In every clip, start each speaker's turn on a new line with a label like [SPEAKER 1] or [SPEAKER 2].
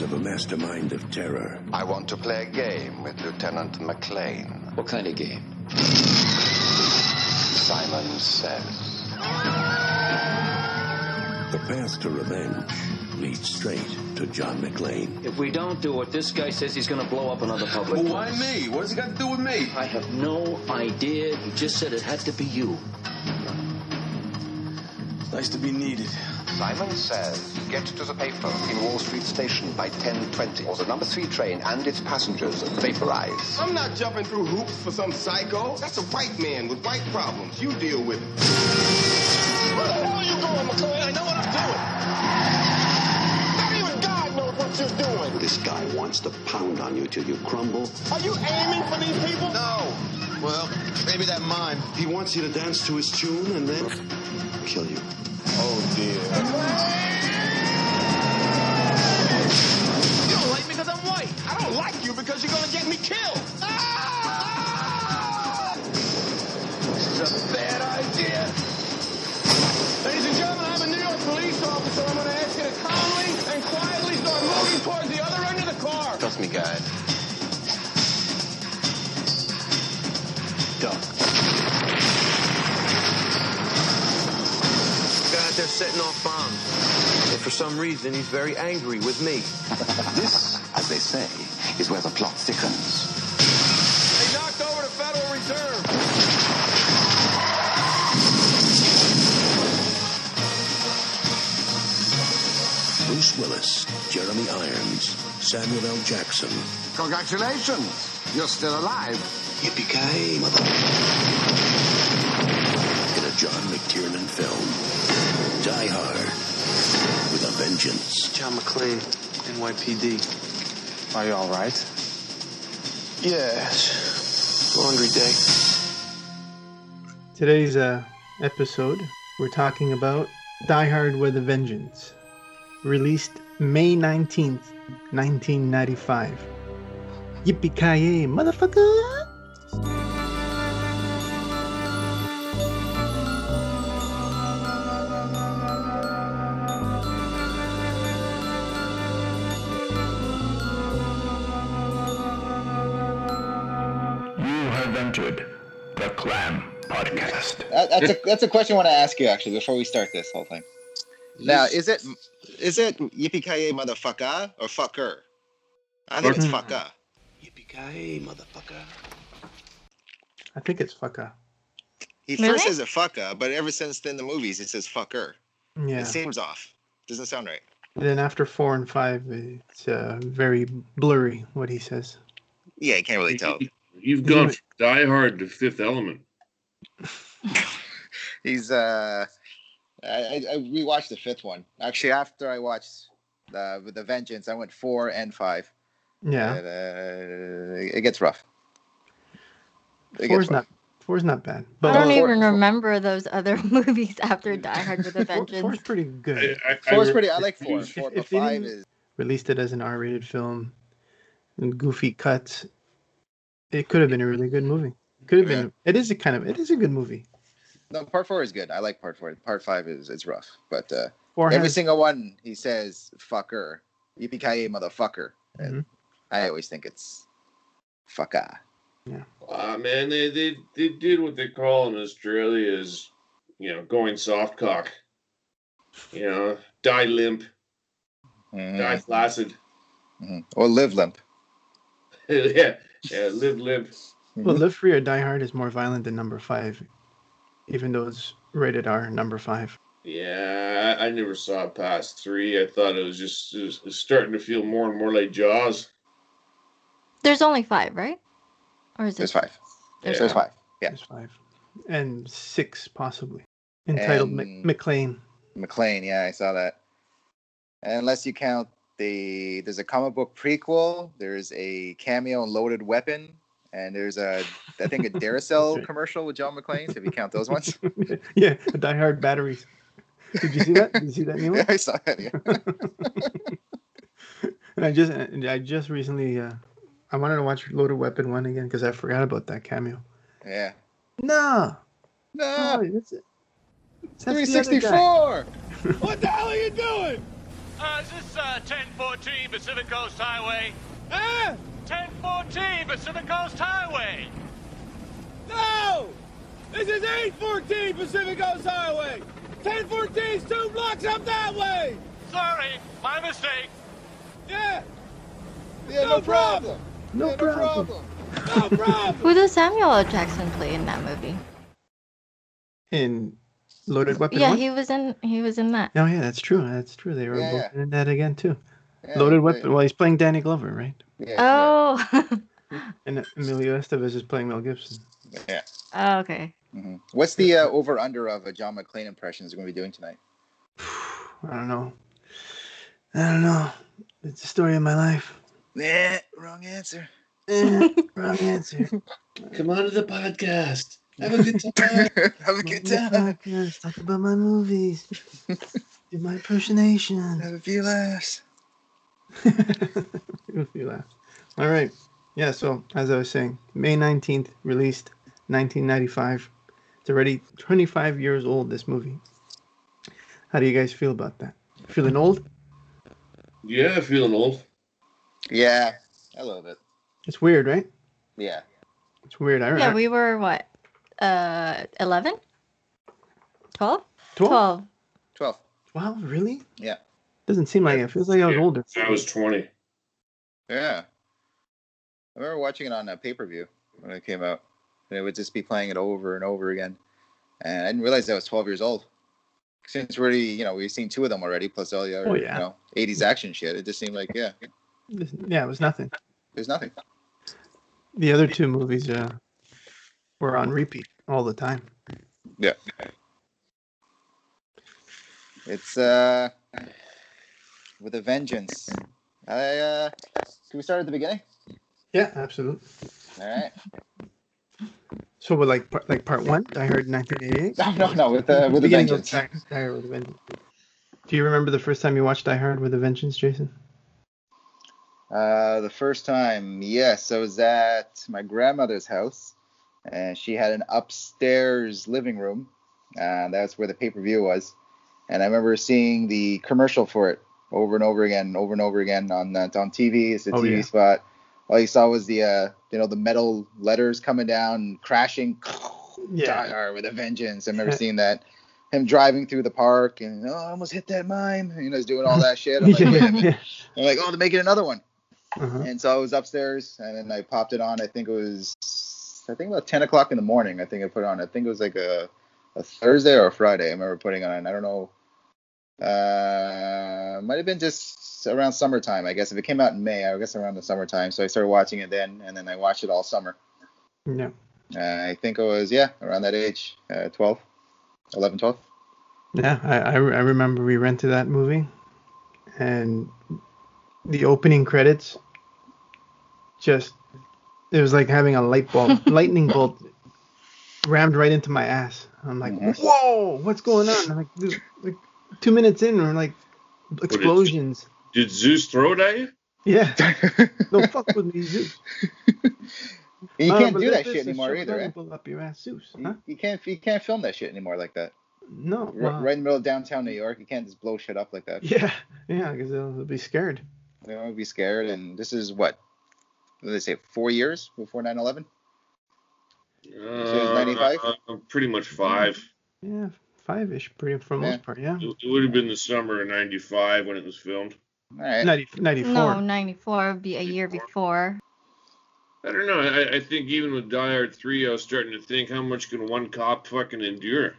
[SPEAKER 1] mastermind of terror.
[SPEAKER 2] I want to play a game with Lieutenant McLean.
[SPEAKER 3] What kind of game?
[SPEAKER 2] Simon says.
[SPEAKER 1] The path to revenge leads straight to John McLean.
[SPEAKER 3] If we don't do it, this guy says he's going to blow up another public
[SPEAKER 4] Well, why
[SPEAKER 3] place.
[SPEAKER 4] me? What does it got to do with me?
[SPEAKER 3] I have no idea. He just said it had to be you.
[SPEAKER 4] Nice to be needed.
[SPEAKER 2] Simon says, get to the paper in Wall Street Station by 10.20 or the number three train and its passengers vaporize.
[SPEAKER 5] I'm not jumping through hoops for some psycho. That's a white man with white problems. You deal with it.
[SPEAKER 6] Where the hell are you going, McCoy? I know what I'm doing. Not even God knows what you're doing.
[SPEAKER 7] This guy wants to pound on you till you crumble.
[SPEAKER 6] Are you aiming for these people?
[SPEAKER 5] No. Well, maybe that mine.
[SPEAKER 7] He wants you to dance to his tune and then kill you.
[SPEAKER 5] Oh, dear.
[SPEAKER 6] You don't like me because I'm white. I don't like you because you're going to get me killed.
[SPEAKER 5] It's a bad idea.
[SPEAKER 6] Ladies and gentlemen, I'm a New York police officer. I'm going to ask you to calmly and quietly start moving towards the other end of the car.
[SPEAKER 2] Trust me, guys.
[SPEAKER 7] Duck.
[SPEAKER 8] God, they're setting off bombs. And for some reason, he's very angry with me.
[SPEAKER 2] This, as they say, is where the plot thickens.
[SPEAKER 4] They knocked over the Federal Reserve.
[SPEAKER 1] Bruce Willis, Jeremy Irons, Samuel L. Jackson,
[SPEAKER 9] Congratulations! You're still alive.
[SPEAKER 7] Yippee-ki-yay, mother...
[SPEAKER 1] in a John McTiernan film. Die Hard with a vengeance.
[SPEAKER 8] John McClane, NYPD.
[SPEAKER 4] Are you all right?
[SPEAKER 8] Yes. Laundry day.
[SPEAKER 10] Today's uh, episode, we're talking about Die Hard with a Vengeance, released May 19th, 1995. Yippee-ki-yay, motherfucker!
[SPEAKER 11] You have entered the Clam Podcast.
[SPEAKER 12] That, that's a that's a question I want to ask you actually before we start this whole thing. Now, is it is it yippee ki motherfucker or fucker? I think
[SPEAKER 11] Mm-hmm.
[SPEAKER 12] it's fucker.
[SPEAKER 7] Yippee-ki-yay, motherfucker.
[SPEAKER 10] I think it's fucker.
[SPEAKER 12] He
[SPEAKER 9] Really?
[SPEAKER 12] first says a fucker, but ever since then the movies he says fucker.
[SPEAKER 10] Yeah.
[SPEAKER 12] It seems off. Doesn't sound right.
[SPEAKER 10] Then after four and five, it's uh, very blurry what he says.
[SPEAKER 12] Yeah, you can't really tell.
[SPEAKER 11] You've gone from Die Hard to Fifth Element.
[SPEAKER 12] He's uh, I, I I rewatched the fifth one actually after I watched uh, with the Vengeance. I went four and five.
[SPEAKER 10] Yeah.
[SPEAKER 12] But, uh, it gets rough. It
[SPEAKER 10] Four's
[SPEAKER 12] gets rough.
[SPEAKER 10] not four's not bad,
[SPEAKER 9] I
[SPEAKER 10] but
[SPEAKER 9] don't
[SPEAKER 12] Well, for-
[SPEAKER 9] even remember those other movies after Die Hard with a
[SPEAKER 10] four, four's
[SPEAKER 9] Vengeance.
[SPEAKER 10] pretty good.
[SPEAKER 12] Four's pretty. I like four.
[SPEAKER 10] If-
[SPEAKER 12] Four,
[SPEAKER 10] if
[SPEAKER 12] but
[SPEAKER 10] they
[SPEAKER 12] five
[SPEAKER 10] didn't-
[SPEAKER 12] is
[SPEAKER 10] Released it as an R-rated film, and goofy cuts. It could have been a really good movie. Could have been. It is a kind of. It is a good movie.
[SPEAKER 12] no. Part four is good. I like part four. Part five is it's rough, but uh,
[SPEAKER 10] Four
[SPEAKER 12] every
[SPEAKER 10] has,
[SPEAKER 12] single one he says "fucker," "yippee motherfucker,"
[SPEAKER 10] Mm-hmm.
[SPEAKER 12] and I always think it's "fucker."
[SPEAKER 11] Ah, man, they, they, they did what they call in Australia is, you know, going soft cock. You know, die limp, die
[SPEAKER 12] Mhm.
[SPEAKER 11] flaccid.
[SPEAKER 12] Mhm. Or "live limp."
[SPEAKER 11] yeah, yeah, live, live.
[SPEAKER 10] well, Live Free or Die Hard is more violent than Number Five, even though it's rated R. Number Five.
[SPEAKER 11] Yeah, I, I never saw it past three. I thought it was just it was, it was starting to feel more and more like Jaws.
[SPEAKER 9] There's only five, right? Or is it?
[SPEAKER 12] There's five.
[SPEAKER 11] Yeah.
[SPEAKER 12] There's five. Yeah.
[SPEAKER 10] There's five, and six possibly. Entitled Mc-
[SPEAKER 12] And-
[SPEAKER 10] McLean.
[SPEAKER 12] McLean. Yeah, I saw that. Unless you count the there's a comic book prequel, there's a cameo in loaded weapon, and there's a I think a Duracell
[SPEAKER 10] right.
[SPEAKER 12] commercial with John McClane. So if you count those ones,
[SPEAKER 10] yeah, the Die Hard batteries. Did you see that? Did you see that new one?
[SPEAKER 12] I saw that. Yeah.
[SPEAKER 10] And I just and I just recently uh, I wanted to watch Loaded Weapon one again because I forgot about that cameo.
[SPEAKER 12] yeah.
[SPEAKER 10] No,
[SPEAKER 12] No,
[SPEAKER 10] Oh,
[SPEAKER 12] Ah.
[SPEAKER 10] no, it's, it's that's the other guy.
[SPEAKER 12] 364.
[SPEAKER 6] What the hell are you doing?
[SPEAKER 13] Uh, is this uh, 1014 Pacific Coast Highway? Ah! 1014 Pacific Coast Highway!
[SPEAKER 6] No! This is 814 Pacific Coast Highway! 1014 is two blocks up that way!
[SPEAKER 13] Sorry, my mistake.
[SPEAKER 6] Yeah! Yeah, no, problem.
[SPEAKER 10] No
[SPEAKER 6] Yeah,
[SPEAKER 10] problem.
[SPEAKER 6] No problem!
[SPEAKER 9] Who does Samuel L. Jackson play in that movie?
[SPEAKER 10] In Loaded Weapon.
[SPEAKER 9] yeah,
[SPEAKER 10] one?
[SPEAKER 9] he was in. He was in that.
[SPEAKER 10] No, Oh, yeah, that's true. That's true. They were
[SPEAKER 9] Yeah,
[SPEAKER 10] both in that again too.
[SPEAKER 9] Yeah,
[SPEAKER 10] Loaded
[SPEAKER 9] they-
[SPEAKER 10] Weapon. Well, he's playing Danny Glover, right?
[SPEAKER 9] oh.
[SPEAKER 10] And Emilio Estevez is playing Mel Gibson.
[SPEAKER 12] Yeah.
[SPEAKER 9] oh. Okay.
[SPEAKER 12] hmm What's the uh, over under of a John McClane impression is going to be doing tonight?
[SPEAKER 10] I don't know. I don't know. It's the story of my life.
[SPEAKER 12] Yeah, wrong answer.
[SPEAKER 10] Eh, Wrong answer.
[SPEAKER 11] Come on to the podcast. Have a good time.
[SPEAKER 12] Have a
[SPEAKER 10] good time. Talk about my movies. Do my impersonation. Have
[SPEAKER 12] a few laughs.
[SPEAKER 10] If you laugh. All right. Yeah, so as I was saying, May 19th, released 1995. It's already 25 years old, this movie. How do you guys feel about that? Feeling old?
[SPEAKER 11] Yeah, feeling old.
[SPEAKER 12] Yeah, a little bit.
[SPEAKER 10] It's weird, right?
[SPEAKER 12] Yeah.
[SPEAKER 10] It's weird. I remember.
[SPEAKER 9] Yeah, we were what? Uh, 11? 12?
[SPEAKER 10] 12?
[SPEAKER 9] 12.
[SPEAKER 12] 12.
[SPEAKER 10] 12, really?
[SPEAKER 12] Yeah.
[SPEAKER 10] Doesn't seem like it. Feels like I was older.
[SPEAKER 11] I was 20.
[SPEAKER 12] Yeah. I remember watching it on a pay per view when it came out. And it would just be playing it over and over again. And I didn't realize I was 12 years old. Since we're already, you know, we've seen two of them already, plus all the other,
[SPEAKER 10] Oh, yeah.
[SPEAKER 12] you know, 80s action shit. It just seemed like, yeah,
[SPEAKER 10] Yeah, it was nothing.
[SPEAKER 12] there's nothing.
[SPEAKER 10] The other two movies uh, were on repeat all the time.
[SPEAKER 12] Yeah. It's uh with a vengeance. I uh can we start at the beginning?
[SPEAKER 10] Yeah, absolutely.
[SPEAKER 12] All right.
[SPEAKER 10] So, with like part, like part one, I heard 1988.
[SPEAKER 12] No, no, no, with uh, with a
[SPEAKER 10] Beginning of
[SPEAKER 12] vengeance.
[SPEAKER 10] Die- Die Hard with a Vengeance. Do you remember the first time you watched Die Hard with a Vengeance, Jason?
[SPEAKER 12] Uh the first time, yes, I was at my grandmother's house and she had an upstairs living room. Uh that's where the pay-per-view was. And I remember seeing the commercial for it over and over again, over and over again on uh, on TV. It's a
[SPEAKER 10] Oh,
[SPEAKER 12] TV
[SPEAKER 10] yeah.
[SPEAKER 12] spot. All you saw was the uh, you know the metal letters coming down, and crashing. Die Hard with a Vengeance. I remember seeing that. Him driving through the park and oh, I almost hit that mime. You know, he's doing all that shit. I'm like, wait a minute. I'm like, oh, they're making another one.
[SPEAKER 10] Uh-huh.
[SPEAKER 12] And so I was upstairs and then I popped it on. I think it was, I think about 10 o'clock in the morning. I think I put it on. I think it was like a, a Thursday or a Friday. I remember putting it on. I don't know. Uh, might have been just around summertime, I guess. If it came out in May, I guess around the summertime. So I started watching it then, and then I watched it all summer.
[SPEAKER 10] Yeah.
[SPEAKER 12] Uh, I think I was, yeah, around that age, uh, 12, 11, 12.
[SPEAKER 10] Yeah, I, I, re- I remember we rented that movie, and the opening credits just it was like having a light bulb, lightning bolt rammed right into my ass. I'm like,
[SPEAKER 12] Mm-hmm.
[SPEAKER 10] whoa, oh, what's going on? I'm like, dude, like two minutes in, we're like explosions.
[SPEAKER 11] Did Zeus throw it at you?
[SPEAKER 10] Yeah, no fuck with me, Zeus.
[SPEAKER 12] And you
[SPEAKER 10] Oh,
[SPEAKER 12] can't
[SPEAKER 10] but
[SPEAKER 12] do
[SPEAKER 10] this-
[SPEAKER 12] that
[SPEAKER 10] this
[SPEAKER 12] shit
[SPEAKER 10] is
[SPEAKER 12] anymore
[SPEAKER 10] short
[SPEAKER 12] either. eh? Hmm?
[SPEAKER 10] lightning bolt Up your ass, Zeus. Huh?
[SPEAKER 12] You can't you can't film that shit anymore like that.
[SPEAKER 10] No,
[SPEAKER 12] R-
[SPEAKER 10] well,
[SPEAKER 12] Right in the middle of downtown New York, you can't just blow shit up like that.
[SPEAKER 10] Yeah, yeah, because they'll, they'll be scared.
[SPEAKER 12] You know, be scared. And this is what, what did they say, four years before 9/11. So it was 95?
[SPEAKER 11] Uh, pretty much five.
[SPEAKER 10] Yeah, five ish, pretty for
[SPEAKER 12] Yeah.
[SPEAKER 10] most part. Yeah,
[SPEAKER 11] It it would have been the summer of '95 when it was filmed.
[SPEAKER 12] All right.
[SPEAKER 10] 90, 94.
[SPEAKER 9] No, 94 would be a year before.
[SPEAKER 11] I don't know. I, I think even with Die Hard 3, I was starting to think how much can one cop fucking endure?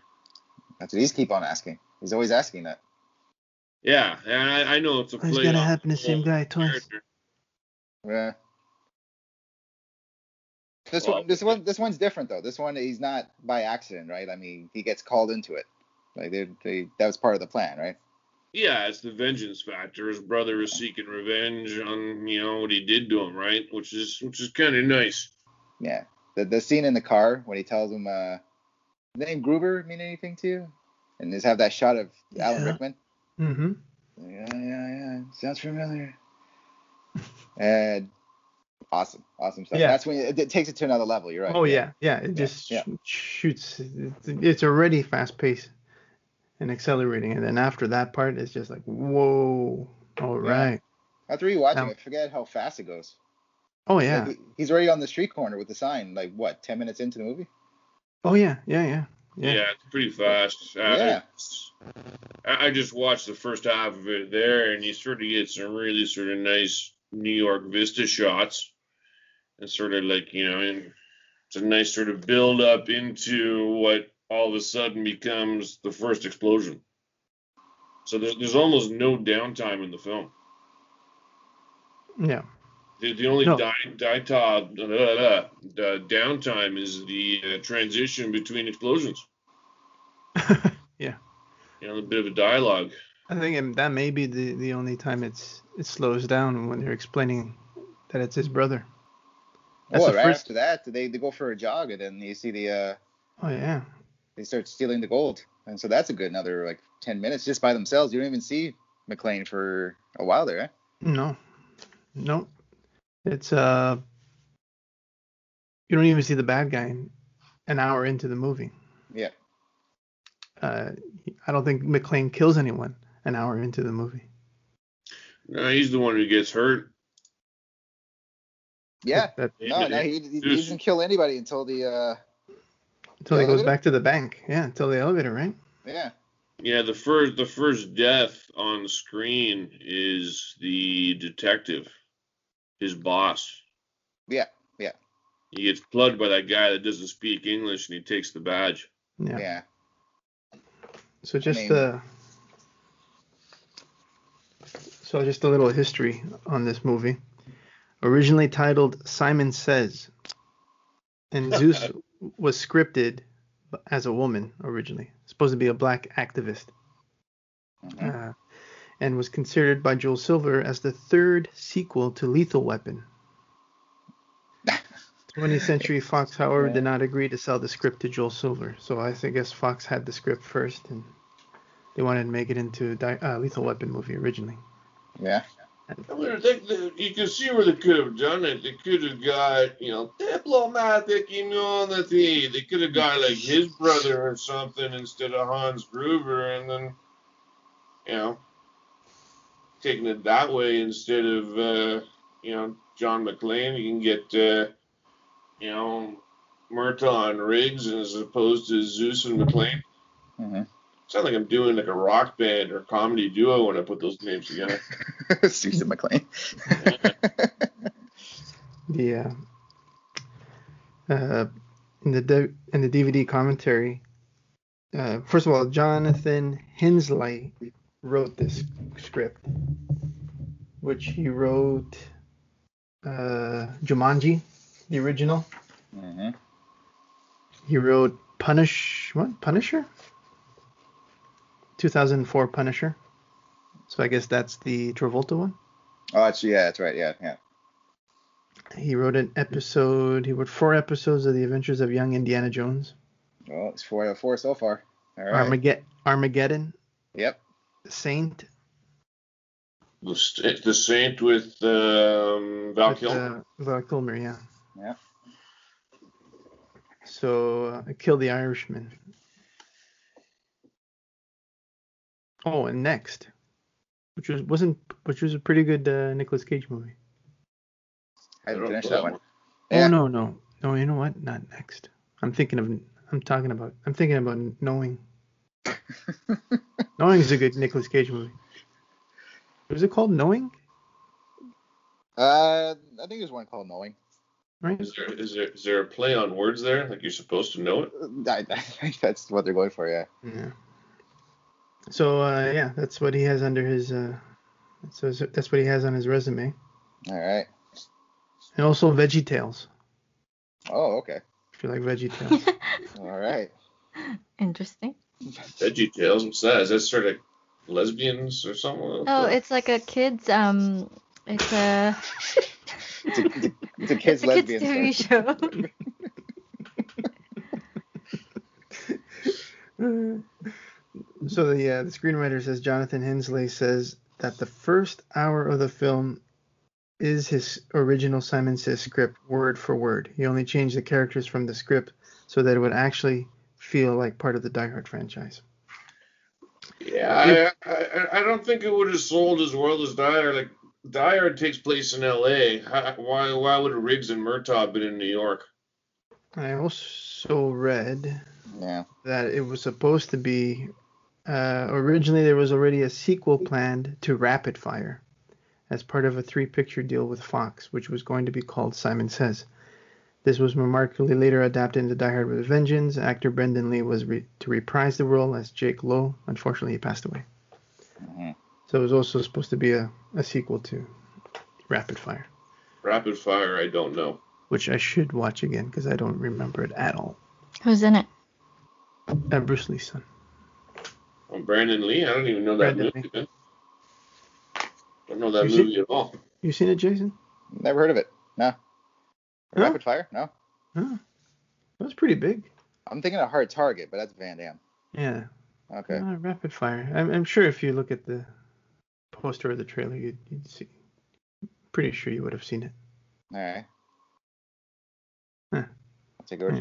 [SPEAKER 12] That's what he's keep on asking. He's always asking that.
[SPEAKER 11] Yeah, and I, I know it's a
[SPEAKER 10] It's
[SPEAKER 11] play.
[SPEAKER 10] gonna
[SPEAKER 11] on
[SPEAKER 10] happen to the same guy twice.
[SPEAKER 11] character.
[SPEAKER 12] Yeah. This
[SPEAKER 11] Well-
[SPEAKER 12] one, this one, this one's different though. This one, he's not by accident, right? I mean, he gets called into it. Like they, they that was part of the plan, right?
[SPEAKER 11] Yeah, it's the vengeance factor. His brother is seeking revenge on you know what he did to him, right? Which is which is kind of nice.
[SPEAKER 12] Yeah. The the scene in the car when he tells him, uh, the name Gruber mean anything to you? And just have that shot of Alan
[SPEAKER 10] Yeah.
[SPEAKER 12] Rickman.
[SPEAKER 10] Mm-hmm.
[SPEAKER 12] Yeah, yeah, yeah. Sounds familiar. And awesome, awesome stuff.
[SPEAKER 10] Yeah.
[SPEAKER 12] That's when it, it takes it to another level. You're right.
[SPEAKER 10] Oh yeah, yeah. It just
[SPEAKER 12] yeah.
[SPEAKER 10] sh- shoots. It's, it's already fast paced, and accelerating. And then after that part, it's just like, whoa, all
[SPEAKER 13] Yeah.
[SPEAKER 10] right.
[SPEAKER 13] After rewatching,
[SPEAKER 10] Um,
[SPEAKER 13] I forget how fast it goes.
[SPEAKER 10] Oh, yeah.
[SPEAKER 13] Like, he's already on the street corner with the sign. Like what? Ten minutes into the movie?
[SPEAKER 10] Oh, yeah. Yeah, yeah.
[SPEAKER 9] Yeah, it's pretty fast.
[SPEAKER 11] Uh,
[SPEAKER 13] Yeah.
[SPEAKER 9] I, I, I just watched the first half of it there, and you sort of get some really sort of nice New York vista shots, and sort of like you know, and it's a nice sort of build up into what all of a sudden becomes the first explosion. So there's, there's almost no downtime in the film.
[SPEAKER 10] Yeah.
[SPEAKER 9] The, the only
[SPEAKER 10] No.
[SPEAKER 9] di dita- da- da- da- da- downtime is the uh, transition between explosions.
[SPEAKER 10] Yeah.
[SPEAKER 9] You know, a bit of a dialogue.
[SPEAKER 10] I think um, that may be the, the only time it's it slows down when they're explaining that it's his brother. That's
[SPEAKER 13] well,
[SPEAKER 10] the
[SPEAKER 13] right
[SPEAKER 10] first.
[SPEAKER 13] after that, they, they go for a jog, and then you see the uh,
[SPEAKER 10] Oh yeah,
[SPEAKER 13] they start stealing the gold, and so that's a good another like ten minutes just by themselves. You don't even see McLean for a while there. Eh?
[SPEAKER 10] no, no, it's uh, you don't even see the bad guy an hour into the movie.
[SPEAKER 13] Yeah.
[SPEAKER 10] Uh, I don't think McLean kills anyone an hour into the movie.
[SPEAKER 9] No, he's the one who gets hurt.
[SPEAKER 13] Yeah.
[SPEAKER 10] That,
[SPEAKER 13] No, no, he, he, he
[SPEAKER 9] Yes.
[SPEAKER 13] doesn't kill anybody until the uh,
[SPEAKER 10] until he
[SPEAKER 13] the
[SPEAKER 10] goes
[SPEAKER 13] elevator?
[SPEAKER 10] back to the bank. Yeah, until the elevator, right?
[SPEAKER 13] yeah.
[SPEAKER 9] Yeah, the first the first death on screen is the detective, his boss.
[SPEAKER 13] Yeah, yeah.
[SPEAKER 9] He gets plugged by that guy that doesn't speak English, and he takes the badge.
[SPEAKER 10] Yeah.
[SPEAKER 13] Yeah.
[SPEAKER 10] So just
[SPEAKER 13] mean-
[SPEAKER 10] uh, so just a little history on this movie. Originally titled Simon Says, and Zeus was scripted as a woman originally, supposed to be a black activist, uh, and was considered by Joel Silver as the third sequel to Lethal Weapon. 20th Century Fox, however, did not agree to sell the script to Joel Silver, so I s- guess Fox had the script first, and they wanted to make it into di- uh, Lethal Weapon movie originally.
[SPEAKER 13] Yeah.
[SPEAKER 9] I mean, I think that you can see where they could have done it. They could have got, you know, diplomatic immunity. They could have got like his brother or something instead of Hans Gruber, and then, you know, taking it that way instead of, uh, you know, John McClane. You can get, uh, you know, Murtaugh and Riggs as opposed to Zeus and McClane.
[SPEAKER 13] Mm-hmm.
[SPEAKER 9] Sound like I'm doing like a rock band or comedy duo when I put those names together.
[SPEAKER 13] Susan McLean.
[SPEAKER 10] The uh, uh, in the D- in the DVD commentary, uh, first of all, Jonathan Hensley wrote this script, which he wrote uh, Jumanji, the original.
[SPEAKER 13] Mm-hmm.
[SPEAKER 10] He wrote Punish what Punisher? 2004 Punisher. So I guess that's the Travolta one.
[SPEAKER 13] Oh, it's, yeah, that's right. Yeah, yeah.
[SPEAKER 10] He wrote an episode. He wrote four episodes of The Adventures of Young Indiana Jones.
[SPEAKER 13] Well, it's four out of four so far. All right.
[SPEAKER 10] Armageddon, Armageddon,
[SPEAKER 13] Yep.
[SPEAKER 10] Saint,
[SPEAKER 9] The, St- eh, the Saint with um, Val
[SPEAKER 10] with,
[SPEAKER 9] Kilmer.
[SPEAKER 10] uh, Val Kilmer, yeah.
[SPEAKER 13] Yeah.
[SPEAKER 10] So uh, Kill the Irishman. Oh, and Next, which was wasn't which was a pretty good uh, Nicolas Cage movie.
[SPEAKER 13] I haven't finished that one.
[SPEAKER 10] Oh no no no! You know what? Not Next. I'm thinking of I'm talking about I'm thinking about Knowing. Knowing is a good Nicolas Cage movie. Was it called Knowing?
[SPEAKER 13] Uh, I think there's one called Knowing.
[SPEAKER 10] Right.
[SPEAKER 9] Is there, is there is there a play on words there? Like you're supposed to know it?
[SPEAKER 13] Uh, I, I think that's what they're going for. Yeah.
[SPEAKER 10] Yeah. So uh, yeah, that's what he has under his. Uh, so so that's what he has on his resume,
[SPEAKER 13] All right.
[SPEAKER 10] and also Veggie Tales.
[SPEAKER 13] Oh, okay.
[SPEAKER 10] If you like Veggie Tales,
[SPEAKER 13] All right.
[SPEAKER 14] Interesting.
[SPEAKER 9] Veggie Tales. What's that? Is that sort of lesbians or something?
[SPEAKER 14] Oh, it's like a kids um it's a
[SPEAKER 13] It's a, it's a, it's a
[SPEAKER 14] it's
[SPEAKER 13] kids
[SPEAKER 14] a
[SPEAKER 13] lesbian.
[SPEAKER 14] kids TV
[SPEAKER 13] story.
[SPEAKER 14] show.
[SPEAKER 10] so the uh, the screenwriter says Jonathan Hensley says that the first hour of the film is his original Simon Says script word for word. He only changed the characters from the script so that it would actually feel like part of the Die Hard franchise.
[SPEAKER 9] Yeah, I, I, I don't think it would have sold as well as Dyer. Like Dyer takes place in L.A. How, why why would Riggs and Murtaugh been in New York?
[SPEAKER 10] I also read
[SPEAKER 13] yeah.
[SPEAKER 10] that it was supposed to be uh, originally there was already a sequel planned to Rapid Fire as part of a three-picture deal with Fox, which was going to be called Simon Says. This was remarkably later adapted into Die Hard with a Vengeance. Actor Brendan Lee was re- to reprise the role as Jake Lowe. Unfortunately, he passed away.
[SPEAKER 13] Mm-hmm.
[SPEAKER 10] So it was also supposed to be a, a sequel to Rapid Fire,
[SPEAKER 9] Rapid Fire, I don't know.
[SPEAKER 10] which I should watch again because I don't remember it at all.
[SPEAKER 15] Who's in it?
[SPEAKER 10] Uh, Bruce Lee's son.
[SPEAKER 9] Well, Brandon Lee, I don't even know that
[SPEAKER 10] Brandon
[SPEAKER 9] movie. Man. Don't know
[SPEAKER 10] You
[SPEAKER 9] that
[SPEAKER 10] see-
[SPEAKER 9] movie at all.
[SPEAKER 10] You seen it, Jason?
[SPEAKER 13] Never heard of it. No. Rapid Fire? No.
[SPEAKER 10] Huh? That was pretty big.
[SPEAKER 13] I'm thinking of Hard Target, but that's Van Damme.
[SPEAKER 10] Yeah.
[SPEAKER 13] Okay.
[SPEAKER 10] Uh, rapid fire. I'm, I'm sure if you look at the poster or the trailer, you'd, you'd see. Pretty sure you would have seen it.
[SPEAKER 13] All right.
[SPEAKER 10] Huh.
[SPEAKER 13] I'll take a word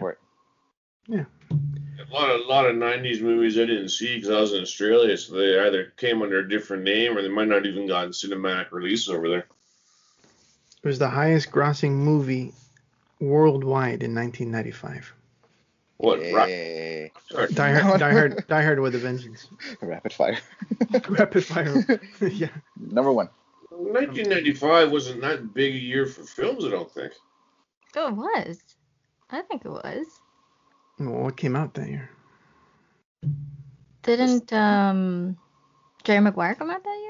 [SPEAKER 10] Yeah.
[SPEAKER 13] for it.
[SPEAKER 9] A lot of lot of '90s movies I didn't see because I was in Australia, so they either came under a different name or they might not even gotten cinematic release over there.
[SPEAKER 10] It was the highest grossing movie worldwide in 1995.
[SPEAKER 9] What? Rock-
[SPEAKER 13] Yay.
[SPEAKER 10] Die Hard, Die Hard, Die Hard with a Vengeance.
[SPEAKER 13] Rapid Fire.
[SPEAKER 10] Rapid fire. yeah.
[SPEAKER 13] Number one.
[SPEAKER 9] 1995 wasn't that big a year for films, I don't think.
[SPEAKER 15] Oh, it was. I think it was.
[SPEAKER 10] Well, what came out that year?
[SPEAKER 15] Didn't um Jerry Maguire come out that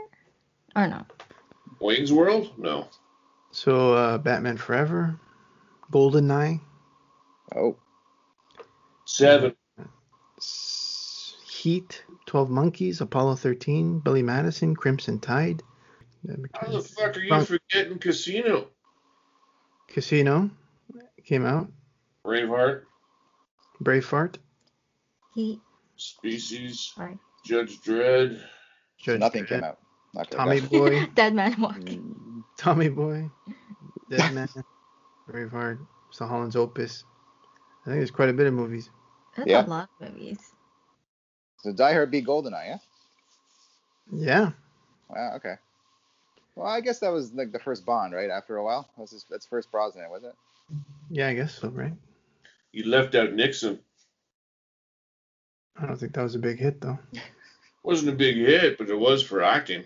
[SPEAKER 15] year? Or no?
[SPEAKER 9] Wayne's World? No.
[SPEAKER 10] So uh, Batman Forever, Goldeneye,
[SPEAKER 13] Oh.
[SPEAKER 9] Seven.
[SPEAKER 10] S- Heat, 12 Monkeys, Apollo 13, Billy Madison, Crimson Tide, uh,
[SPEAKER 9] How the fuck are you
[SPEAKER 10] Wrong.
[SPEAKER 9] forgetting Casino?
[SPEAKER 10] Casino came out,
[SPEAKER 9] Braveheart,
[SPEAKER 10] Braveheart,
[SPEAKER 15] He
[SPEAKER 9] Species,
[SPEAKER 15] Right.
[SPEAKER 9] Judge Dredd.
[SPEAKER 10] Judge
[SPEAKER 13] Nothing
[SPEAKER 10] Dredd,
[SPEAKER 13] came out. Not good.
[SPEAKER 10] Tommy Boy,
[SPEAKER 15] Dead Man Walking.
[SPEAKER 10] Tommy Boy, Dead Man, Braveheart, Mr. Holland's Opus. I think there's quite a bit of movies.
[SPEAKER 15] That's
[SPEAKER 13] Yeah.
[SPEAKER 15] a lot of movies.
[SPEAKER 13] So Die Hard beat Goldeneye, yeah?
[SPEAKER 10] Yeah,
[SPEAKER 13] Wow, okay. Well, I guess that was like the first Bond, right? After a while, that's his, that's first Brosnan, was it?
[SPEAKER 10] yeah, I guess so, right?
[SPEAKER 9] You left out Nixon.
[SPEAKER 10] I don't think that was a big hit though.
[SPEAKER 9] Wasn't a big hit, but it was for acting.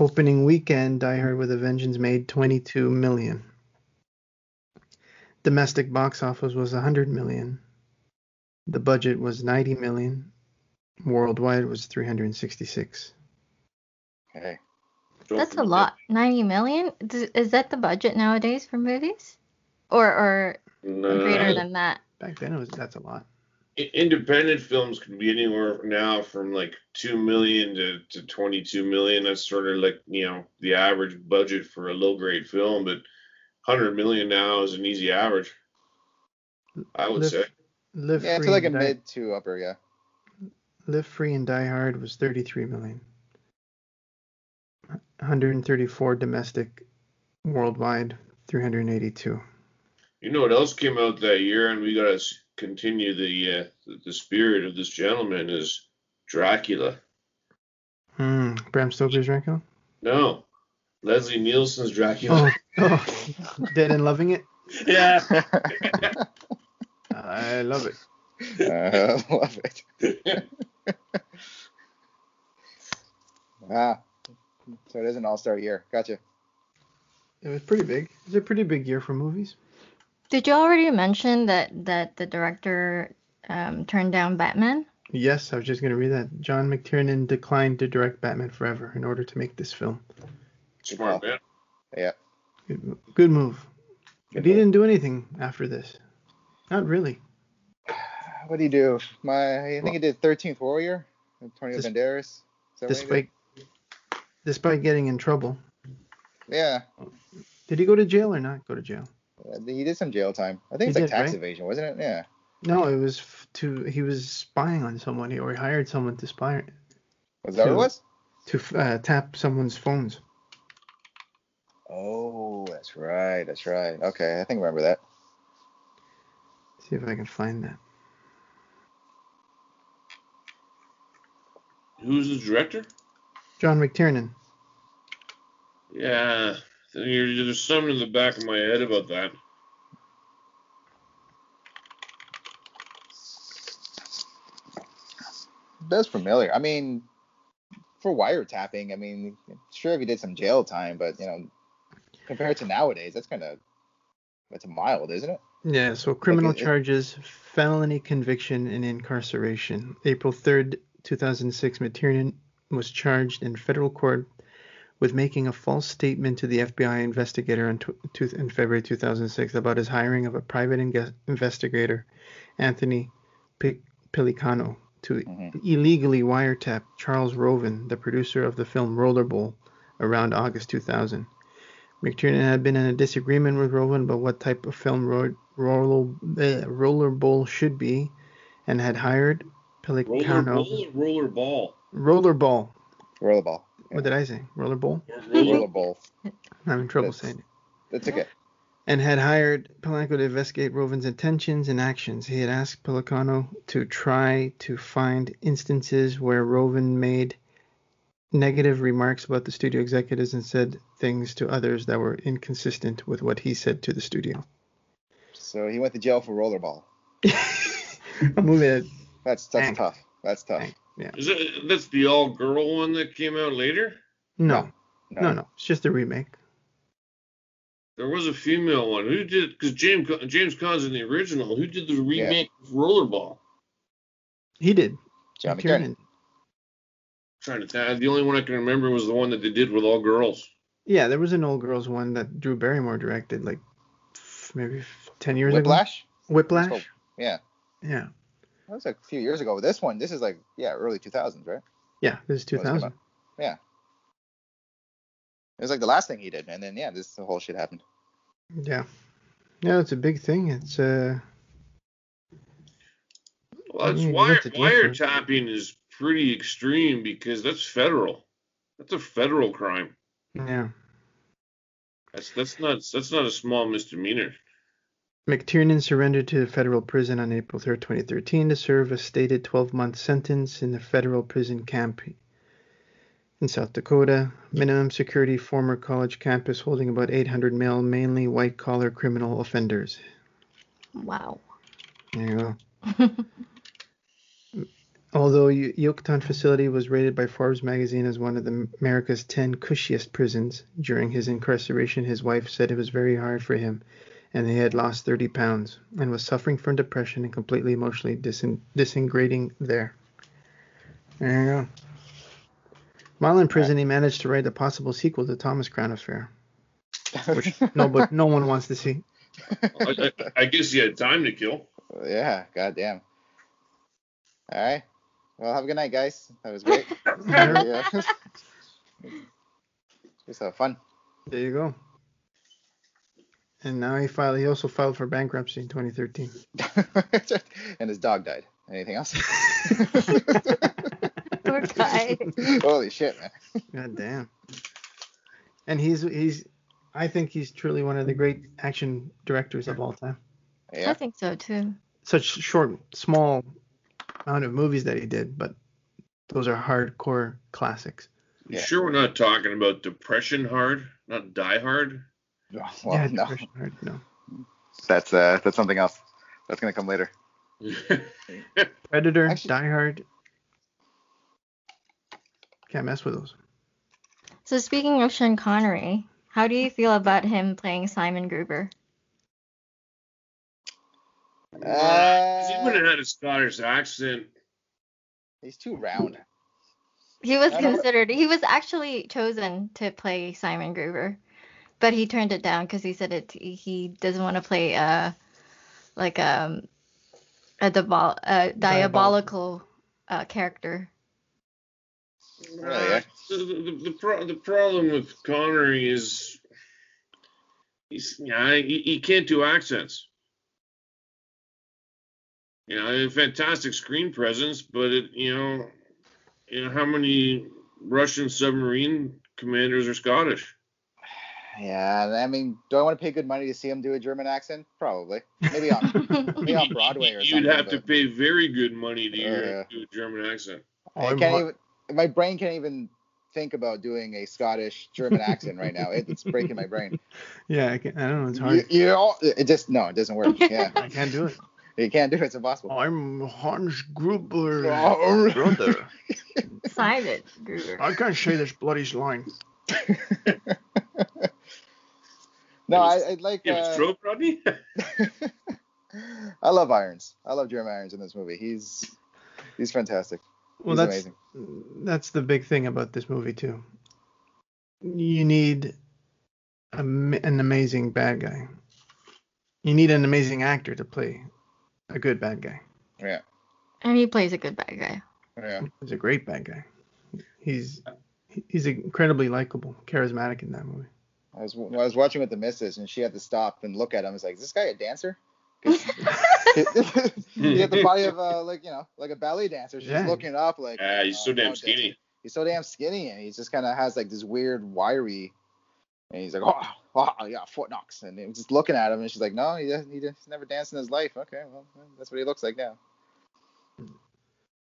[SPEAKER 10] Opening weekend, Die Hard with a Vengeance made 22 million. Domestic box office was 100 million. The budget was 90 million. Worldwide was 366.
[SPEAKER 13] Hey,
[SPEAKER 9] Don't
[SPEAKER 15] That's a
[SPEAKER 9] forget-
[SPEAKER 15] lot. 90 million? D- Is that the budget nowadays for movies? Or or
[SPEAKER 9] No.
[SPEAKER 15] greater than that?
[SPEAKER 10] Back then, it was that's a lot.
[SPEAKER 9] I- Independent films can be anywhere now from like two million to, to twenty two million. That's sort of like you know the average budget for a low grade film, but hundred million now is an easy average. I would
[SPEAKER 10] Live,
[SPEAKER 9] say.
[SPEAKER 10] Live
[SPEAKER 13] yeah,
[SPEAKER 10] free
[SPEAKER 13] to like a
[SPEAKER 10] and Die-
[SPEAKER 13] mid to upper, yeah.
[SPEAKER 10] Live Free and Die Hard was 33 million. 134 domestic, worldwide 382.
[SPEAKER 9] You know what else came out that year, and we gotta s- continue the uh, the- the spirit of this gentleman is Dracula.
[SPEAKER 10] Hmm. Bram Stoker's Dracula.
[SPEAKER 9] No, Leslie Nielsen's Dracula.
[SPEAKER 10] Oh, oh, dead and loving it.
[SPEAKER 9] Yeah,
[SPEAKER 10] I love it.
[SPEAKER 13] Uh, love it. Ah, so it is an all-star year. Gotcha.
[SPEAKER 10] It was pretty big. It's a pretty big year for movies.
[SPEAKER 15] Did you already mention that that the director um, turned down Batman?
[SPEAKER 10] Yes, I was just going to read that. John McTiernan declined to direct Batman Forever in order to make this film.
[SPEAKER 9] smart man.
[SPEAKER 10] Good, good move. But he didn't do anything after this. Not really.
[SPEAKER 13] What do you do? My, I think he did 13th Warrior. Antonio
[SPEAKER 10] Dis-
[SPEAKER 13] Banderas. Is that what he did?
[SPEAKER 10] Despite despite getting in trouble.
[SPEAKER 13] Yeah,
[SPEAKER 10] Did he go to jail or not go to jail?
[SPEAKER 13] uh, he did some jail time. I think
[SPEAKER 10] He
[SPEAKER 13] it's like
[SPEAKER 10] did,
[SPEAKER 13] tax
[SPEAKER 10] right?
[SPEAKER 13] evasion, wasn't it? Yeah.
[SPEAKER 10] No, it was f- to he was spying on someone he- or he hired someone to spy
[SPEAKER 13] Was that what it
[SPEAKER 10] Two.
[SPEAKER 13] was?
[SPEAKER 10] to f- uh, tap someone's phones.
[SPEAKER 13] Oh, that's right. That's right. Okay, I think I remember that.
[SPEAKER 10] See if I can find that.
[SPEAKER 11] Who's the director?
[SPEAKER 10] John McTiernan.
[SPEAKER 11] Yeah, there- there's something in the back of my head about that.
[SPEAKER 13] That's familiar. I mean, for wiretapping, I mean, sure if he did some jail time, but you know, compared to nowadays, that's kind of that's mild, isn't it?
[SPEAKER 10] Yeah, so criminal
[SPEAKER 13] it- it-
[SPEAKER 10] charges, felony conviction, and incarceration. April 3rd, 2006, McTiernan was charged in federal court with making a false statement to the FBI investigator in, tw- two- in February 2006 about his hiring of a private inge- investigator, Anthony P- Pelicano, to
[SPEAKER 13] Mm-hmm.
[SPEAKER 10] illegally wiretap Charles Roven, the producer of the film Rollerball, around August 2000. McTiernan had been in a disagreement with Roland about what type of film ro- roller, eh, Rollerball should be, and had hired
[SPEAKER 11] Roller,
[SPEAKER 10] Pelicano.
[SPEAKER 11] roller, roller ball.
[SPEAKER 10] Rollerball.
[SPEAKER 13] Rollerball.
[SPEAKER 10] What did I say? Rollerball?
[SPEAKER 13] Rollerball.
[SPEAKER 10] I'm having trouble saying it.
[SPEAKER 13] That's okay.
[SPEAKER 10] And had hired Pelanco to investigate Rovin's intentions and actions. He had asked Pelicano to try to find instances where Rovin made negative remarks about the studio executives and said things to others that were inconsistent with what he said to the studio.
[SPEAKER 13] So he went to jail for rollerball.
[SPEAKER 10] A movie that
[SPEAKER 13] That's that's tough. That's tough.
[SPEAKER 10] Yeah.
[SPEAKER 11] Is that that's the all girl one that came out later?
[SPEAKER 10] No. No, no. It's just a remake.
[SPEAKER 11] There was a female one. Who did? Because James Con- James Conn's in the original. Who did the remake of Rollerball?
[SPEAKER 10] He did.
[SPEAKER 13] John
[SPEAKER 10] McTiernan.
[SPEAKER 11] trying to think. The only one I can remember was the one that they did with all girls.
[SPEAKER 10] Yeah, there was an old girls one that Drew Barrymore directed like f- maybe f- 10 years
[SPEAKER 13] Whiplash?
[SPEAKER 10] ago. Whiplash?
[SPEAKER 13] Let's
[SPEAKER 10] Whiplash?
[SPEAKER 13] go. Yeah.
[SPEAKER 10] Yeah.
[SPEAKER 13] That was a few years ago. This one, this is like yeah, early 2000s, right?
[SPEAKER 10] Yeah, this is
[SPEAKER 13] Well, it's
[SPEAKER 10] 2000.
[SPEAKER 13] about- Yeah. It was like the last thing he did, and then yeah, this the whole shit happened.
[SPEAKER 10] Yeah. Yeah, it's a big thing. It's uh
[SPEAKER 11] Well, it's
[SPEAKER 10] Yeah, you
[SPEAKER 11] wire,
[SPEAKER 10] have to do it first.
[SPEAKER 11] wiretapping is pretty extreme because that's federal. That's a federal crime.
[SPEAKER 10] yeah.
[SPEAKER 11] That's that's not that's not a small misdemeanor.
[SPEAKER 10] McTiernan surrendered to the federal prison on April 3rd, 2013 to serve a stated 12-month sentence in the federal prison camp in South Dakota. Minimum security former college campus holding about 800 male, mainly white-collar criminal offenders.
[SPEAKER 9] Wow.
[SPEAKER 10] There you go. Although Y- Yucatan facility was rated by Forbes magazine as one of the America's 10 cushiest prisons, during his incarceration, his wife said it was very hard for him and he had lost 30 pounds and was suffering from depression and completely emotionally disin- disintegrating there. There you go. While in prison, he managed to write a possible sequel to Thomas Crown Affair, which no, but no one wants to see.
[SPEAKER 11] I, I, I guess you had time to kill.
[SPEAKER 13] Yeah, goddamn. All right. Well, have a good night, guys. That was great. yeah. Just have fun.
[SPEAKER 10] There you go. And now he filed. He also filed for bankruptcy in 2013.
[SPEAKER 13] and his dog died. Anything else?
[SPEAKER 9] Poor guy.
[SPEAKER 13] Holy shit, man.
[SPEAKER 10] God damn. And he's he's. I think he's truly one of the great action directors of all time.
[SPEAKER 9] I think so too.
[SPEAKER 10] Such short, small amount of movies that he did, but those are hardcore classics.
[SPEAKER 11] You sure we're not talking about depression hard, not die hard?
[SPEAKER 13] Well,
[SPEAKER 10] yeah,
[SPEAKER 13] no.
[SPEAKER 10] Depression Hard, no.
[SPEAKER 13] That's uh, that's something else. That's gonna come later.
[SPEAKER 10] Predator, Die Hard. Can't mess with those.
[SPEAKER 9] So speaking of Sean Connery, how do you feel about him playing Simon Gruber?
[SPEAKER 11] Uh, he would have had a Scottish accent.
[SPEAKER 13] He's too round.
[SPEAKER 9] He was
[SPEAKER 11] I don't-
[SPEAKER 9] considered. He was actually chosen to play Simon Gruber, but he turned it down because he said it. He doesn't want to play uh like um a, diabol- a diabolical uh, character.
[SPEAKER 13] eh?
[SPEAKER 11] Uh, the, the, the, pro- the problem with Connery is he's yeah, he, he can't do accents. You know, a fantastic screen presence, but it, you know, you know how many Russian submarine commanders are Scottish?
[SPEAKER 13] Yeah, I mean, do I want to pay good money to see him do a German accent? Probably. Maybe on maybe on Broadway or
[SPEAKER 11] You'd
[SPEAKER 13] something.
[SPEAKER 11] have to
[SPEAKER 13] but
[SPEAKER 11] pay very good money to hear
[SPEAKER 13] Yeah.
[SPEAKER 11] do a German accent.
[SPEAKER 13] I can't even
[SPEAKER 12] my brain can't even think about doing a Scottish German accent right now. It, it's breaking my brain.
[SPEAKER 10] Yeah, I, can, I don't know. It's
[SPEAKER 12] You,
[SPEAKER 10] hard.
[SPEAKER 12] you all, it just no, it doesn't work. Yeah,
[SPEAKER 10] I can't do it.
[SPEAKER 12] you can't do it. It's impossible.
[SPEAKER 10] I'm Hans Gruber.
[SPEAKER 12] Oh,
[SPEAKER 8] brother.
[SPEAKER 9] Simon Gruber.
[SPEAKER 10] I can't say this bloody line.
[SPEAKER 12] No, I, I like.
[SPEAKER 11] Give us
[SPEAKER 12] uh,
[SPEAKER 11] trope, Rodney.
[SPEAKER 12] I love Irons. I love Jeremy Irons in this movie. He's he's fantastic.
[SPEAKER 10] Well,
[SPEAKER 12] he's
[SPEAKER 10] that's
[SPEAKER 12] amazing.
[SPEAKER 10] that's the big thing about this movie too. You need a, ma- an amazing bad guy. You need an amazing actor to play a good bad guy.
[SPEAKER 12] Yeah,
[SPEAKER 9] And he plays a good bad guy.
[SPEAKER 12] yeah.
[SPEAKER 10] He's a great bad guy. He's he's incredibly likable, charismatic in that movie.
[SPEAKER 12] I was when I was watching with the missus, and she had to stop and look at him. I was like, "Is this guy a dancer?" 'Cause he had the body of uh, like you know like a ballet dancer. She's
[SPEAKER 10] Yeah.
[SPEAKER 12] looking up like.
[SPEAKER 11] Ah, he's so
[SPEAKER 12] "Oh,
[SPEAKER 11] damn
[SPEAKER 12] no,
[SPEAKER 11] skinny.
[SPEAKER 12] He's so damn skinny, and he just kind of has like this weird wiry. And he's like, oh, oh, yeah, Fort Knox, and he was just looking at him, and she's like, no, he doesn't, he just he's never danced in his life. Okay, well, that's what he looks like now.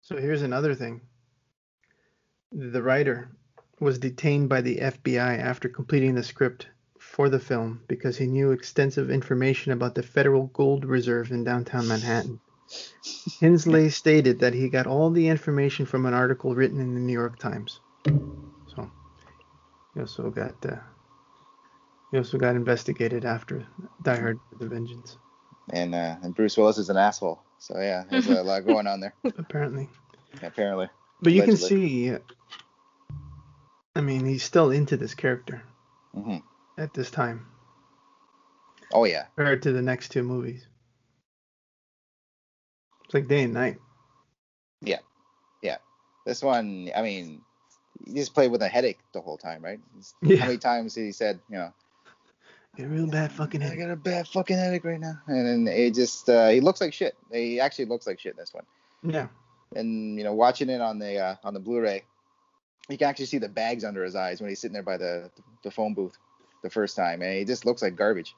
[SPEAKER 10] So here's another thing. The writer was detained by the FBI after completing the script for the film because he knew extensive information about the federal gold reserve in downtown Manhattan. Hensley stated that he got all the information from an article written in the New York Times. So he also got uh, he also got investigated after Die Hard with a Vengeance,
[SPEAKER 12] And uh, and Bruce Willis is an asshole. So yeah, there's a lot going on there
[SPEAKER 10] apparently.
[SPEAKER 12] apparently.
[SPEAKER 10] But you can
[SPEAKER 12] Allegedly.
[SPEAKER 10] see, uh, I mean, he's still into this character
[SPEAKER 12] Mhm.
[SPEAKER 10] at this time
[SPEAKER 12] Oh yeah.
[SPEAKER 10] compared to the next two movies. It's like day and night.
[SPEAKER 12] This one, I mean, he just played with a headache the whole time, right? He's-
[SPEAKER 10] Yeah.
[SPEAKER 12] How many times he said, you know,
[SPEAKER 10] Get real bad fucking
[SPEAKER 12] I
[SPEAKER 10] head.
[SPEAKER 12] got a bad fucking headache right now, and then it just uh, he looks like shit. He actually looks like shit in this one.
[SPEAKER 10] Yeah.
[SPEAKER 12] And you know, watching it on the uh, on the Blu-ray, you can actually see the bags under his eyes when he's sitting there by the the phone booth the first time, and he just looks like garbage.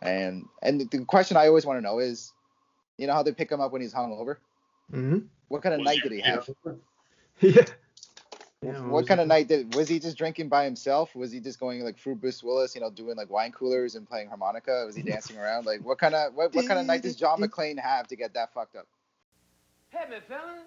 [SPEAKER 12] And and the question I always want to know is, you know how they pick him up when he's hungover?
[SPEAKER 10] Mm-hmm.
[SPEAKER 12] What kind of
[SPEAKER 11] Was
[SPEAKER 12] night
[SPEAKER 11] he
[SPEAKER 12] did he have?
[SPEAKER 10] yeah. Yeah,
[SPEAKER 12] what kind of night did was he just drinking by himself? Was he just going like through Bruce Willis, you know, doing like wine coolers and playing harmonica? Was he dancing around? Like what kind of what, what kind of night does John McClane have to get that fucked up?
[SPEAKER 13] Hey, me fellas.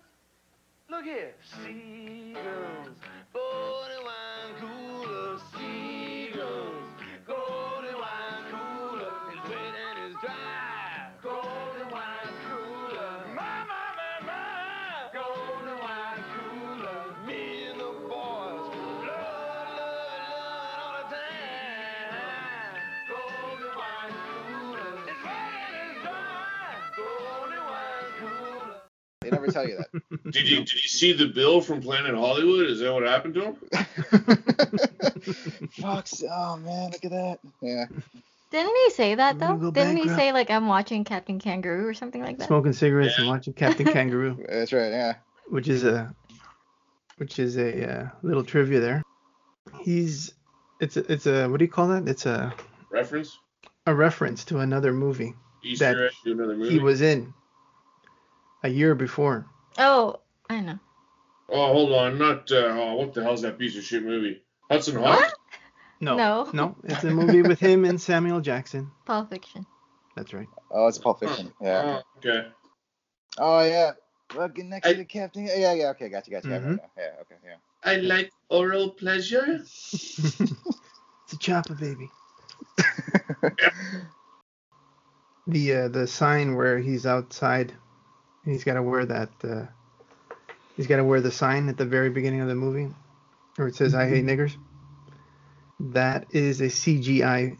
[SPEAKER 13] Look here. Seagulls. Golden wine cooler. Seagulls. Golden wine cooler. It's wet and it's dry. Golden wine cooler. My, my, my, my. Golden wine cooler. Me and the boys. Love, love, love all the time. Golden wine cooler. It's wet and it's dry. Golden wine cooler.
[SPEAKER 12] They never tell you
[SPEAKER 11] Did you did you see the bill from Planet Hollywood? Is that what happened to him?
[SPEAKER 12] that. Fox, oh man, look at that. Yeah.
[SPEAKER 9] Didn't he say that
[SPEAKER 10] I'm gonna go
[SPEAKER 9] though? Didn't he
[SPEAKER 10] bankrupt.
[SPEAKER 9] say like I'm watching Captain Kangaroo or something like that?
[SPEAKER 10] Smoking cigarettes and watching Captain Kangaroo,
[SPEAKER 12] That's right, yeah.
[SPEAKER 10] which is a which is a uh, little trivia there. He's it's a, it's a what do you call that? It's a
[SPEAKER 11] Reference?
[SPEAKER 10] a reference to another movie
[SPEAKER 11] Easter
[SPEAKER 10] That
[SPEAKER 11] egg to another movie.
[SPEAKER 10] he was in a year before.
[SPEAKER 9] Oh, I know.
[SPEAKER 11] oh, hold on, not uh, oh, what the hell's that piece of shit movie? Hudson Hawk.
[SPEAKER 9] What?
[SPEAKER 10] No.
[SPEAKER 9] No.
[SPEAKER 10] No. It's a movie with him and Samuel Jackson.
[SPEAKER 9] Pulp Fiction.
[SPEAKER 10] That's right.
[SPEAKER 12] Oh, it's Pulp Fiction.
[SPEAKER 10] Hmm.
[SPEAKER 12] Yeah.
[SPEAKER 11] Oh, okay.
[SPEAKER 12] Oh yeah. Looking next
[SPEAKER 11] I-
[SPEAKER 12] to the captain. Yeah, yeah, okay, gotcha, gotcha. I
[SPEAKER 10] Mhm.
[SPEAKER 12] remember now. Yeah, okay, yeah.
[SPEAKER 11] I like oral pleasure.
[SPEAKER 10] It's a chopper baby. the uh, the sign where he's outside, and he's got to wear that. Uh, he's got to wear the sign at the very beginning of the movie, where it says "I hate niggers." That is a CGI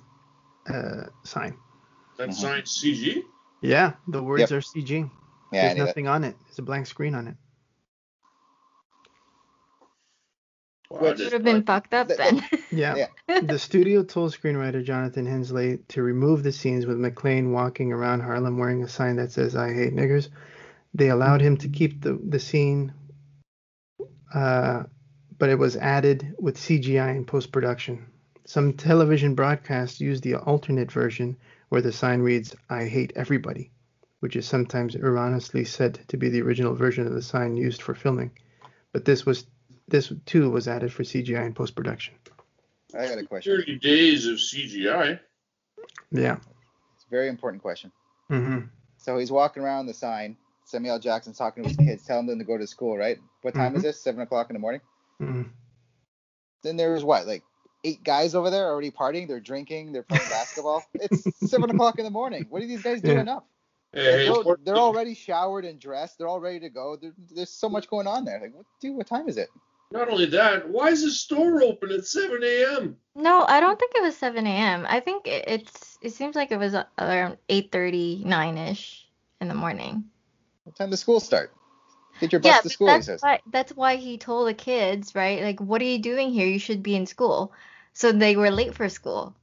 [SPEAKER 10] uh, sign.
[SPEAKER 12] Mm-hmm.
[SPEAKER 11] That signed CG.
[SPEAKER 10] Yeah, the words are CG.
[SPEAKER 12] Yeah, I
[SPEAKER 10] There's
[SPEAKER 12] knew that.
[SPEAKER 10] nothing on it. There's a blank screen on it.
[SPEAKER 11] Wow,
[SPEAKER 12] Which-
[SPEAKER 11] I
[SPEAKER 9] Would
[SPEAKER 11] just-
[SPEAKER 9] have been fucked up
[SPEAKER 12] Th-
[SPEAKER 9] then.
[SPEAKER 10] Yeah. the studio told screenwriter Jonathan Hensley to remove the scenes with McLean walking around Harlem wearing a sign that says "I hate niggers." They allowed him to keep the the scene, uh, but it was added with CGI in post production. Some television broadcasts use the alternate version where the sign reads "I hate everybody," which is sometimes erroneously said to be the original version of the sign used for filming. but this was this too was added for CGI and post production.
[SPEAKER 12] I got a question.
[SPEAKER 11] 30 days of CGI.
[SPEAKER 10] Yeah.
[SPEAKER 12] It's a very important question.
[SPEAKER 10] Mm-hmm.
[SPEAKER 12] So he's walking around the sign. Samuel Jackson's talking to his kids, telling them to go to school, right? What time is
[SPEAKER 10] Mhm.
[SPEAKER 12] this? Seven o'clock in the morning.
[SPEAKER 10] hmm
[SPEAKER 12] Then there was what, like eight guys over there already partying. They're drinking. They're playing basketball. It's seven o'clock in the morning. What are these guys doing
[SPEAKER 10] Yeah.
[SPEAKER 12] up?
[SPEAKER 11] Hey,
[SPEAKER 12] Like,
[SPEAKER 11] hey,
[SPEAKER 12] they're, they're already showered and dressed. They're all ready to go. There, there's so much going on there. Like, what, dude, what time is it?
[SPEAKER 11] not only that, why is the store open at 7 a.m.?
[SPEAKER 9] No, I don't think it was 7 a.m. I think it, it's it seems like it was uh, around 8:30, 9ish in the morning.
[SPEAKER 12] What time does school start? Get your bus
[SPEAKER 9] Yeah,
[SPEAKER 12] to
[SPEAKER 9] but
[SPEAKER 12] school. He
[SPEAKER 9] that's
[SPEAKER 12] says.
[SPEAKER 9] why that's why he told the kids, right? Like, what are you doing here? You should be in school. So they were late for school.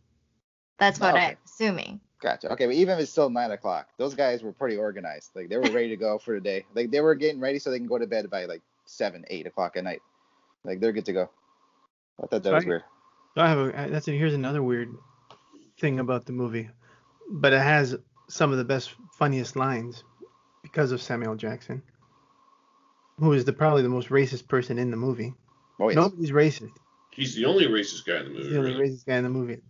[SPEAKER 9] That's what
[SPEAKER 12] Oh, Okay.
[SPEAKER 9] I'm assuming.
[SPEAKER 12] Gotcha. Okay, but even if it's still nine o'clock, those guys were pretty organized. Like they were ready to go for the day. Like they were getting ready so they can go to bed by like seven, eight o'clock at night. Like they're good to go. I thought that was
[SPEAKER 10] Right.
[SPEAKER 12] weird.
[SPEAKER 10] So I have a I- that's a, here's another weird thing about the movie, but it has some of the best funniest lines because of Samuel Jackson, who is the probably the most racist person in the movie.
[SPEAKER 12] Oh, yes.
[SPEAKER 10] Nobody's racist.
[SPEAKER 11] He's the only racist guy in the movie.
[SPEAKER 10] He's the only
[SPEAKER 11] Really.
[SPEAKER 10] racist guy in the movie.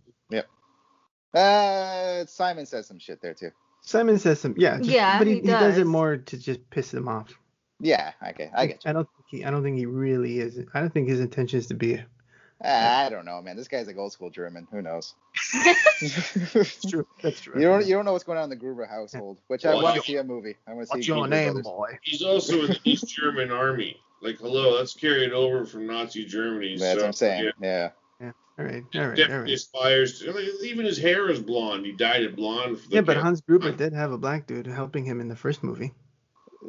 [SPEAKER 12] Uh, Simon says some shit there too.
[SPEAKER 10] Simon says some yeah, just-
[SPEAKER 9] Yeah,
[SPEAKER 10] but he,
[SPEAKER 9] he
[SPEAKER 10] he does it
[SPEAKER 9] does.
[SPEAKER 10] more to just piss them off.
[SPEAKER 12] Yeah. Okay, I get
[SPEAKER 10] I don't think he I don't think he really is. I don't think his intention is to be. a-
[SPEAKER 12] you. Uh, I don't know, man. This guy's like old school German. Who knows?
[SPEAKER 10] That's true. That's true.
[SPEAKER 12] You don't you don't know what's going on in the Gruber household, which I
[SPEAKER 11] What's
[SPEAKER 12] want to
[SPEAKER 11] your-
[SPEAKER 12] see a movie. I want to see.
[SPEAKER 10] What's your
[SPEAKER 12] Gruber
[SPEAKER 10] name,
[SPEAKER 12] Brothers.
[SPEAKER 10] boy?
[SPEAKER 11] He's also in the East German army. Like, hello, that's carried over from Nazi Germany.
[SPEAKER 12] That's
[SPEAKER 11] so,
[SPEAKER 12] what I'm saying.
[SPEAKER 11] yeah,
[SPEAKER 12] Yeah.
[SPEAKER 10] Yeah. All right. All right. All
[SPEAKER 11] definitely
[SPEAKER 10] right.
[SPEAKER 11] aspires to. I mean, even his hair is blonde. He dyed it blonde. For the
[SPEAKER 10] Yeah, but
[SPEAKER 11] camp.
[SPEAKER 10] Hans Gruber did have a black dude helping him in the first movie.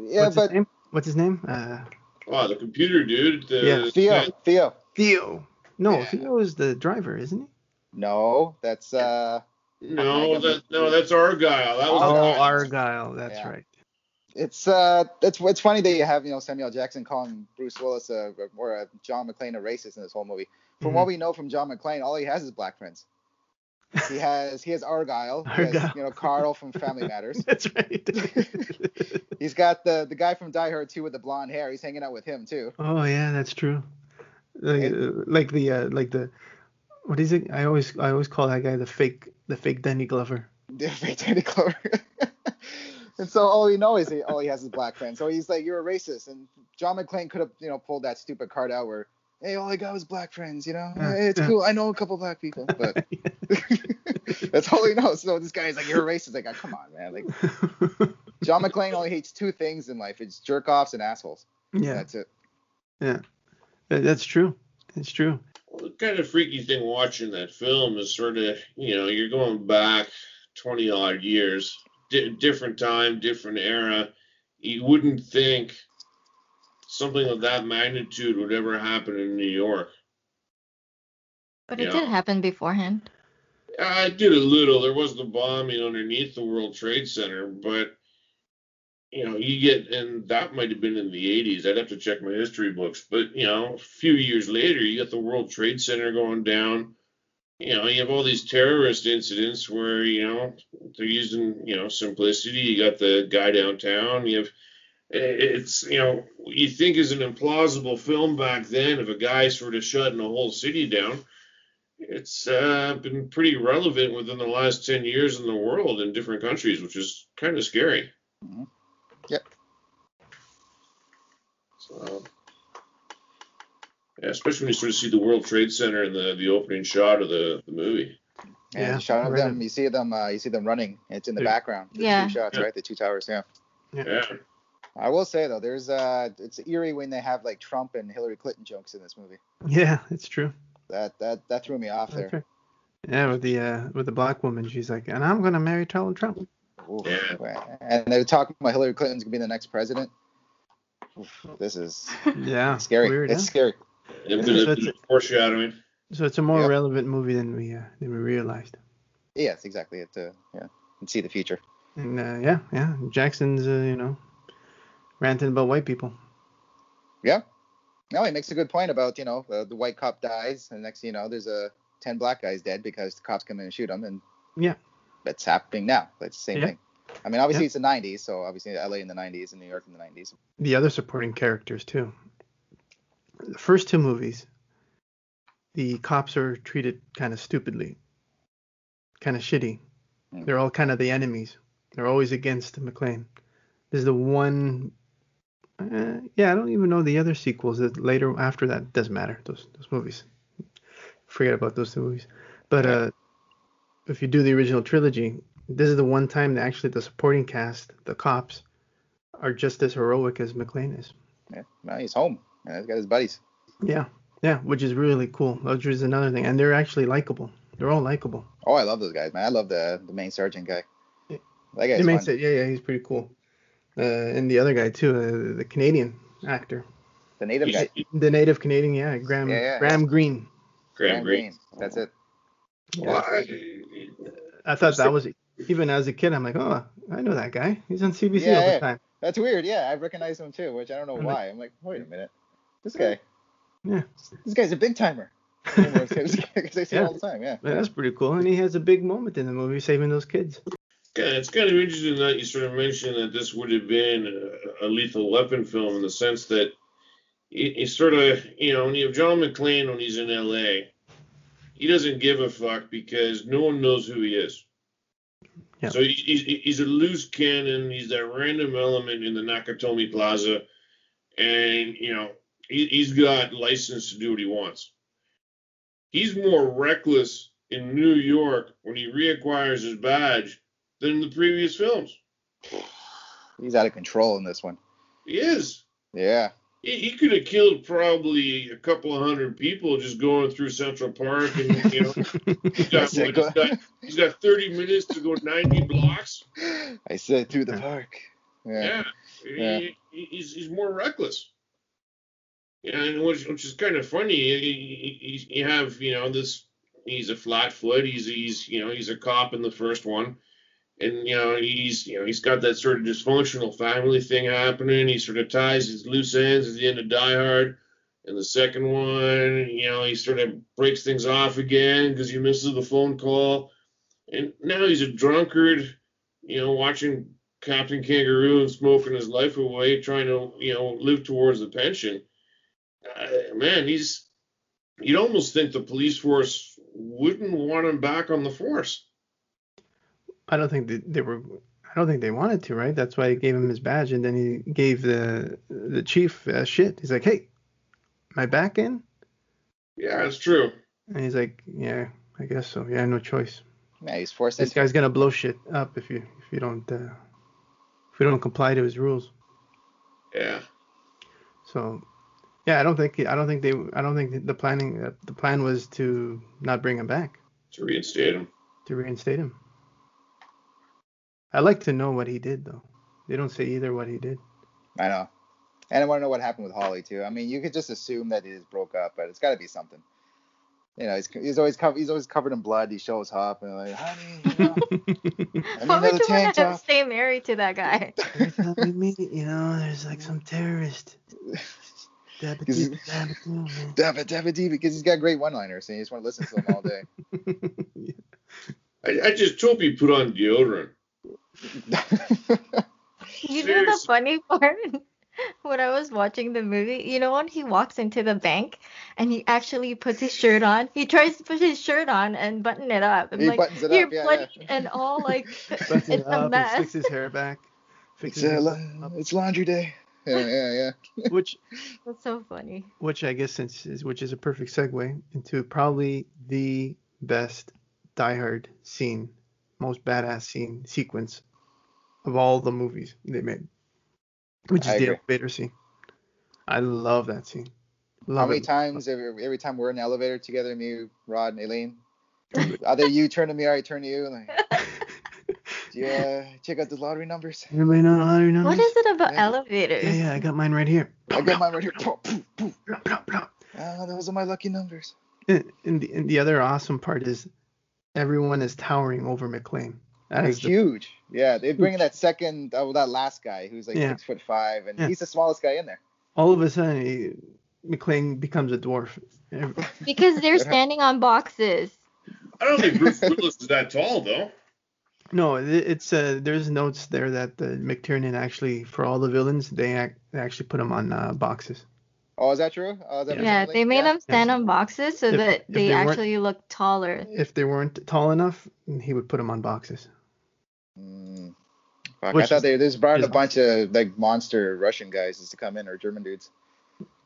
[SPEAKER 12] Yeah,
[SPEAKER 10] What's his name? What's his name? Uh,
[SPEAKER 11] Oh, the computer dude. The,
[SPEAKER 10] Yeah,
[SPEAKER 12] but Theo, Theo.
[SPEAKER 10] Theo. No,
[SPEAKER 12] Yeah.
[SPEAKER 10] Theo is the driver, isn't he?
[SPEAKER 12] No, that's uh.
[SPEAKER 11] No, that, no, that's Argyle. That was
[SPEAKER 10] Oh, Argyle. That's
[SPEAKER 12] Yeah.
[SPEAKER 10] right.
[SPEAKER 12] It's uh, it's it's funny that you have you know Samuel Jackson calling Bruce Willis a, or a John McClane a racist in this whole movie.
[SPEAKER 10] Mm-hmm.
[SPEAKER 12] From what we know from John McClane, all he has is black friends. He has he has Argyle, He has,
[SPEAKER 10] Argyle.
[SPEAKER 12] you know Carl from Family Matters.
[SPEAKER 10] That's right.
[SPEAKER 12] He's got the the guy from Die Hard 2 with the blonde hair. He's hanging out with him too.
[SPEAKER 10] oh yeah, that's true. Like, uh, like the uh, like the what is it? I always I always call that guy the fake the fake Danny Glover.
[SPEAKER 12] Danny Glover. and so all we know is he all he has is black friends. So he's like, you're a racist. And John McClane could have you know pulled that stupid card out where hey, all I got was black friends. You know,
[SPEAKER 10] Yeah,
[SPEAKER 12] Hey, it's
[SPEAKER 10] yeah.
[SPEAKER 12] cool. I know a couple black people, but that's all he knows. So this guy is like, you're a racist. Like, oh, come on, man. Like John McClane only hates two things in life: it's jerk offs and assholes.
[SPEAKER 10] yeah,
[SPEAKER 12] That's it.
[SPEAKER 10] that- that's true. That's true.
[SPEAKER 11] Well, the kind of freaky thing watching that film is sort of, you know, you're going back 20 odd years, di- different time, different era. You wouldn't think something of that magnitude would ever happen in New York.
[SPEAKER 9] But
[SPEAKER 11] Yeah.
[SPEAKER 9] it did happen beforehand.
[SPEAKER 11] I did a little. There was the bombing underneath the World Trade Center, but you know, you get and that might have been in the 80s. I'd have to check my history books, but you know, a few years later, you got the World Trade Center going down. You know, you have all these terrorist incidents where you know they're using you know simplicity. You got the guy downtown. You have it's you know you think is an implausible film back then of a guy sort of shutting a whole city down it's uh, been pretty relevant within the last 10 years in the world in different countries, which is kind of scary.
[SPEAKER 12] Yep.
[SPEAKER 11] So, yeah, especially when you sort of see the World Trade Center in the, the opening shot of the, the movie.
[SPEAKER 12] And
[SPEAKER 10] Yeah,
[SPEAKER 12] the shot of
[SPEAKER 10] right.
[SPEAKER 12] them, you see them, uh, you see them running. It's in the
[SPEAKER 10] Yeah.
[SPEAKER 12] background. The
[SPEAKER 9] Yeah.
[SPEAKER 12] Two shots, right? The two towers. Yeah.
[SPEAKER 11] Yeah.
[SPEAKER 12] I will say though, there's uh, it's eerie when they have like Trump and Hillary Clinton jokes in this movie.
[SPEAKER 10] Yeah, it's true.
[SPEAKER 12] That that that threw me off there.
[SPEAKER 10] That's right. Yeah, with the uh, with the black woman, she's like, and I'm gonna marry Donald Trump.
[SPEAKER 12] Ooh.
[SPEAKER 11] Yeah.
[SPEAKER 12] And they're talking about Hillary Clinton's gonna be the next president. Oof, this is
[SPEAKER 10] Yeah,
[SPEAKER 12] scary.
[SPEAKER 10] weird,
[SPEAKER 12] it's
[SPEAKER 10] huh?
[SPEAKER 12] scary.
[SPEAKER 11] A bit of
[SPEAKER 10] That's it.
[SPEAKER 11] foreshadowing.
[SPEAKER 10] So it's a more
[SPEAKER 12] Yep.
[SPEAKER 10] relevant movie than we uh, than we realized.
[SPEAKER 12] Yes, exactly. It uh, yeah, and see the future.
[SPEAKER 10] And uh, yeah, yeah, Jackson's uh, you know ranting about white people.
[SPEAKER 12] Yeah. No, he makes a good point about you know uh, the white cop dies, and next thing you know there's a uh, ten black guys dead because the cops come in and shoot them, and
[SPEAKER 10] Yeah.
[SPEAKER 12] that's happening now. That's the same
[SPEAKER 10] Yeah.
[SPEAKER 12] thing. I mean, obviously
[SPEAKER 10] Yeah.
[SPEAKER 12] it's the '90s, so obviously LA in the '90s and New York in the '90s.
[SPEAKER 10] The other supporting characters too. the first two movies, the cops are treated kind of stupidly, kind of shitty. They're all kind of the enemies. They're always against McLean. There's the one. Uh, yeah, I don't even know the other sequels that later after that doesn't matter. Those those movies. Forget about those two movies. But uh, if you do the original trilogy, this is the one time that actually the supporting cast, the cops, are just as heroic as McLean is.
[SPEAKER 12] Yeah, now he's home. And he's got his buddies.
[SPEAKER 10] Yeah, yeah, which is really cool. Which is another thing, and they're actually likable. They're all likable.
[SPEAKER 12] Oh, I love those guys, man. I love the the main sergeant guy. That guy's
[SPEAKER 10] It makes
[SPEAKER 12] fun.
[SPEAKER 10] it. Yeah, yeah, he's pretty cool. Uh, and the other guy too, uh, the Canadian actor,
[SPEAKER 12] The native guy.
[SPEAKER 10] the native Canadian, yeah, Graham
[SPEAKER 12] Yeah, yeah.
[SPEAKER 10] Graham Green.
[SPEAKER 12] Graham Greene. That's it.
[SPEAKER 10] I thought that was even as a kid. I'm like, oh, I know that guy. He's on CBC all the
[SPEAKER 12] Yeah, yeah.
[SPEAKER 10] time.
[SPEAKER 12] That's weird. Yeah, I recognize him too, which I don't know why. I'm like, wait a minute, this guy,
[SPEAKER 10] Yeah,
[SPEAKER 12] this guy's a big timer. Because I see him all the time. Yeah.
[SPEAKER 10] Yeah, that's pretty cool. And he has a big moment in the movie saving those kids.
[SPEAKER 11] Yeah, it's kind of interesting that you sort of mentioned that this would have been a, a lethal weapon film in the sense that it, it's sort of, you know, when you have John McClane when he's in LA, he doesn't give a fuck because no one knows who he is.
[SPEAKER 10] Yeah.
[SPEAKER 11] So he, he's, he's a loose cannon. He's that random element in the Nakatomi Plaza. And, you know, he, he's got license to do what he wants. He's more reckless in New York when he reacquires his badge than in the previous films.
[SPEAKER 12] He's out of control in this one.
[SPEAKER 11] He is.
[SPEAKER 12] Yeah.
[SPEAKER 11] He, he could have killed probably a couple of hundred people just going through Central Park, and you know, he's got,
[SPEAKER 12] That's it,
[SPEAKER 11] what,
[SPEAKER 12] go-
[SPEAKER 11] he's got, he's got 30 minutes to go 90 blocks.
[SPEAKER 12] I said through the park.
[SPEAKER 11] Yeah,
[SPEAKER 12] Yeah.
[SPEAKER 11] He- he- he's he's more reckless. And which which is kind of funny. You, you- you- you have you know this. He's a flat foot. He's he's you know he's a cop in the first one, and you know he's you know he's got that sort of dysfunctional family thing happening. He sort of ties his loose ends at the end of Die Hard. And the second one, you know, he sort of breaks things off again because he misses the phone call. And now he's a drunkard, you know, watching Captain Kangaroo and smoking his life away, trying to you know live towards the pension. Uh, man, he's you'd almost think the police force wouldn't want him back on the force.
[SPEAKER 10] I don't think they, they were. I don't think they wanted to, right? That's why he gave him his badge, and then he gave the the chief uh, shit. He's like, "Hey, my back in?"
[SPEAKER 11] Yeah, that's true.
[SPEAKER 10] And he's like, "Yeah, I guess so. Yeah, no choice.
[SPEAKER 12] Yeah, he's forced
[SPEAKER 10] This
[SPEAKER 12] his
[SPEAKER 10] guy's gonna blow shit up if you if you don't uh, if we don't comply to his rules."
[SPEAKER 11] Yeah.
[SPEAKER 10] So, yeah, I don't think I don't think they I don't think the planning uh, the plan was to not bring him back
[SPEAKER 11] To reinstate him.
[SPEAKER 10] to reinstate him. I'd like to know what he did though. They don't say either what he did.
[SPEAKER 12] I know. And I want to know what happened with Holly too. I mean, you could just assume that he just broke up, but it's got to be something. You know, he's, he's always covered. He's always covered in blood. He shows up and like, honey, you know, I need
[SPEAKER 9] Why would
[SPEAKER 12] another
[SPEAKER 9] you want
[SPEAKER 12] tank
[SPEAKER 9] to
[SPEAKER 12] top.
[SPEAKER 9] stay married to that guy?
[SPEAKER 10] we meet, you know, there's like some terrorist. Dabba
[SPEAKER 12] Is
[SPEAKER 10] dee, dabba doo, man.
[SPEAKER 12] Dabba dabba dee, because he's got great one-liners and you just want to listen to them all day.
[SPEAKER 11] I, I just hope he put on deodorant.
[SPEAKER 9] You know the funny part? When I was watching the movie, you know when he walks into the bank and he actually puts his shirt on? He tries to put his shirt on and button it up. I'm
[SPEAKER 12] He
[SPEAKER 9] like,
[SPEAKER 12] buttons it
[SPEAKER 9] you're
[SPEAKER 12] up, yeah,
[SPEAKER 9] bloody and all like
[SPEAKER 10] Buttons
[SPEAKER 9] it's
[SPEAKER 10] it
[SPEAKER 9] a
[SPEAKER 10] up and
[SPEAKER 9] mess.
[SPEAKER 10] sticks his hair back.
[SPEAKER 12] It's,
[SPEAKER 10] Fixes
[SPEAKER 12] uh,
[SPEAKER 10] his-
[SPEAKER 12] la- it's laundry day. Yeah, yeah, yeah.
[SPEAKER 10] which,
[SPEAKER 9] That's so funny.
[SPEAKER 10] which I guess since is which is a perfect segue into probably the best Die Hard scene, most badass scene sequence of all the movies they made, which is
[SPEAKER 12] I
[SPEAKER 10] the
[SPEAKER 12] agree.
[SPEAKER 10] elevator scene. I love that scene.
[SPEAKER 12] How
[SPEAKER 10] Love
[SPEAKER 12] many
[SPEAKER 10] it.
[SPEAKER 12] times every, every time we're in the elevator together, me, Rod, and Aileen, either you turn to me or I turn to you. Like, do you uh, check out the lottery numbers?
[SPEAKER 10] Anybody know how you know?
[SPEAKER 9] What is it about
[SPEAKER 12] Hmm. Yeah.
[SPEAKER 9] elevators?
[SPEAKER 10] Yeah, yeah, I got mine right here.
[SPEAKER 12] I got mine right here. Poof, poof, poof.
[SPEAKER 10] Blah, blah, blah.
[SPEAKER 12] Ah, those are my lucky numbers.
[SPEAKER 10] And and the, and the other awesome part is everyone is towering over McLean. That
[SPEAKER 12] He's
[SPEAKER 10] is the-
[SPEAKER 12] huge. Yeah, they bring in that second, oh, that last guy who's like
[SPEAKER 10] Yeah.
[SPEAKER 12] six foot five, and
[SPEAKER 10] Yeah.
[SPEAKER 12] he's the smallest guy in there.
[SPEAKER 10] all of a sudden, he, McLean becomes a dwarf. Ev-
[SPEAKER 9] Because they're standing on boxes.
[SPEAKER 11] I don't think Bruce Willis is that tall though.
[SPEAKER 10] No, it, it's uh, there's notes there that uh, McTiernan actually, for all the villains, they, act, they actually put them on uh, boxes.
[SPEAKER 12] Oh, is that true? Oh, is that
[SPEAKER 9] Yeah,
[SPEAKER 12] recently?
[SPEAKER 9] they made
[SPEAKER 12] Yeah.
[SPEAKER 9] them stand on boxes so
[SPEAKER 10] If-
[SPEAKER 9] that
[SPEAKER 10] if
[SPEAKER 9] they,
[SPEAKER 10] they weren't-
[SPEAKER 9] actually look taller.
[SPEAKER 10] If they weren't tall enough, he would put them on boxes.
[SPEAKER 12] Fuck, I
[SPEAKER 10] Which
[SPEAKER 12] thought
[SPEAKER 10] is-
[SPEAKER 12] they they just brought in
[SPEAKER 10] is-
[SPEAKER 12] a bunch of like monster Russian guys just to come in or German dudes.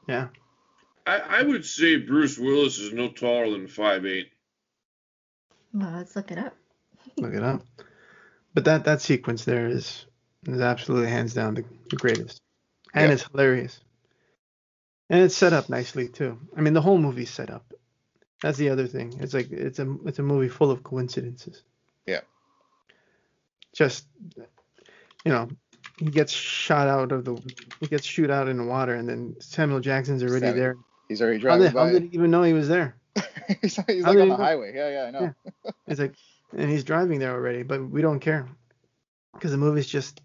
[SPEAKER 10] Yeah.
[SPEAKER 11] I, I would say Bruce Willis is no taller than five eight.
[SPEAKER 9] Well, let's look it up.
[SPEAKER 10] Look it up. But that that sequence there is is absolutely hands down the, the greatest, and it's hilarious, and it's set up nicely too. I mean, the whole movie's set up. That's the other thing. It's like it's a it's a movie full of coincidences.
[SPEAKER 12] Yeah.
[SPEAKER 10] Just you know, he gets shot out of the he gets shoot out in the water, and then Samuel Jackson's already
[SPEAKER 12] Sam-
[SPEAKER 10] there.
[SPEAKER 12] He's already
[SPEAKER 10] How the
[SPEAKER 12] driving
[SPEAKER 10] hell
[SPEAKER 12] by.
[SPEAKER 10] did he even know he was there?
[SPEAKER 12] he's like, he's like
[SPEAKER 10] how did
[SPEAKER 12] on
[SPEAKER 10] he
[SPEAKER 12] the
[SPEAKER 10] know?
[SPEAKER 12] highway. Yeah, yeah, I know.
[SPEAKER 10] It's like, and he's driving there already, but we don't care because the movie's just,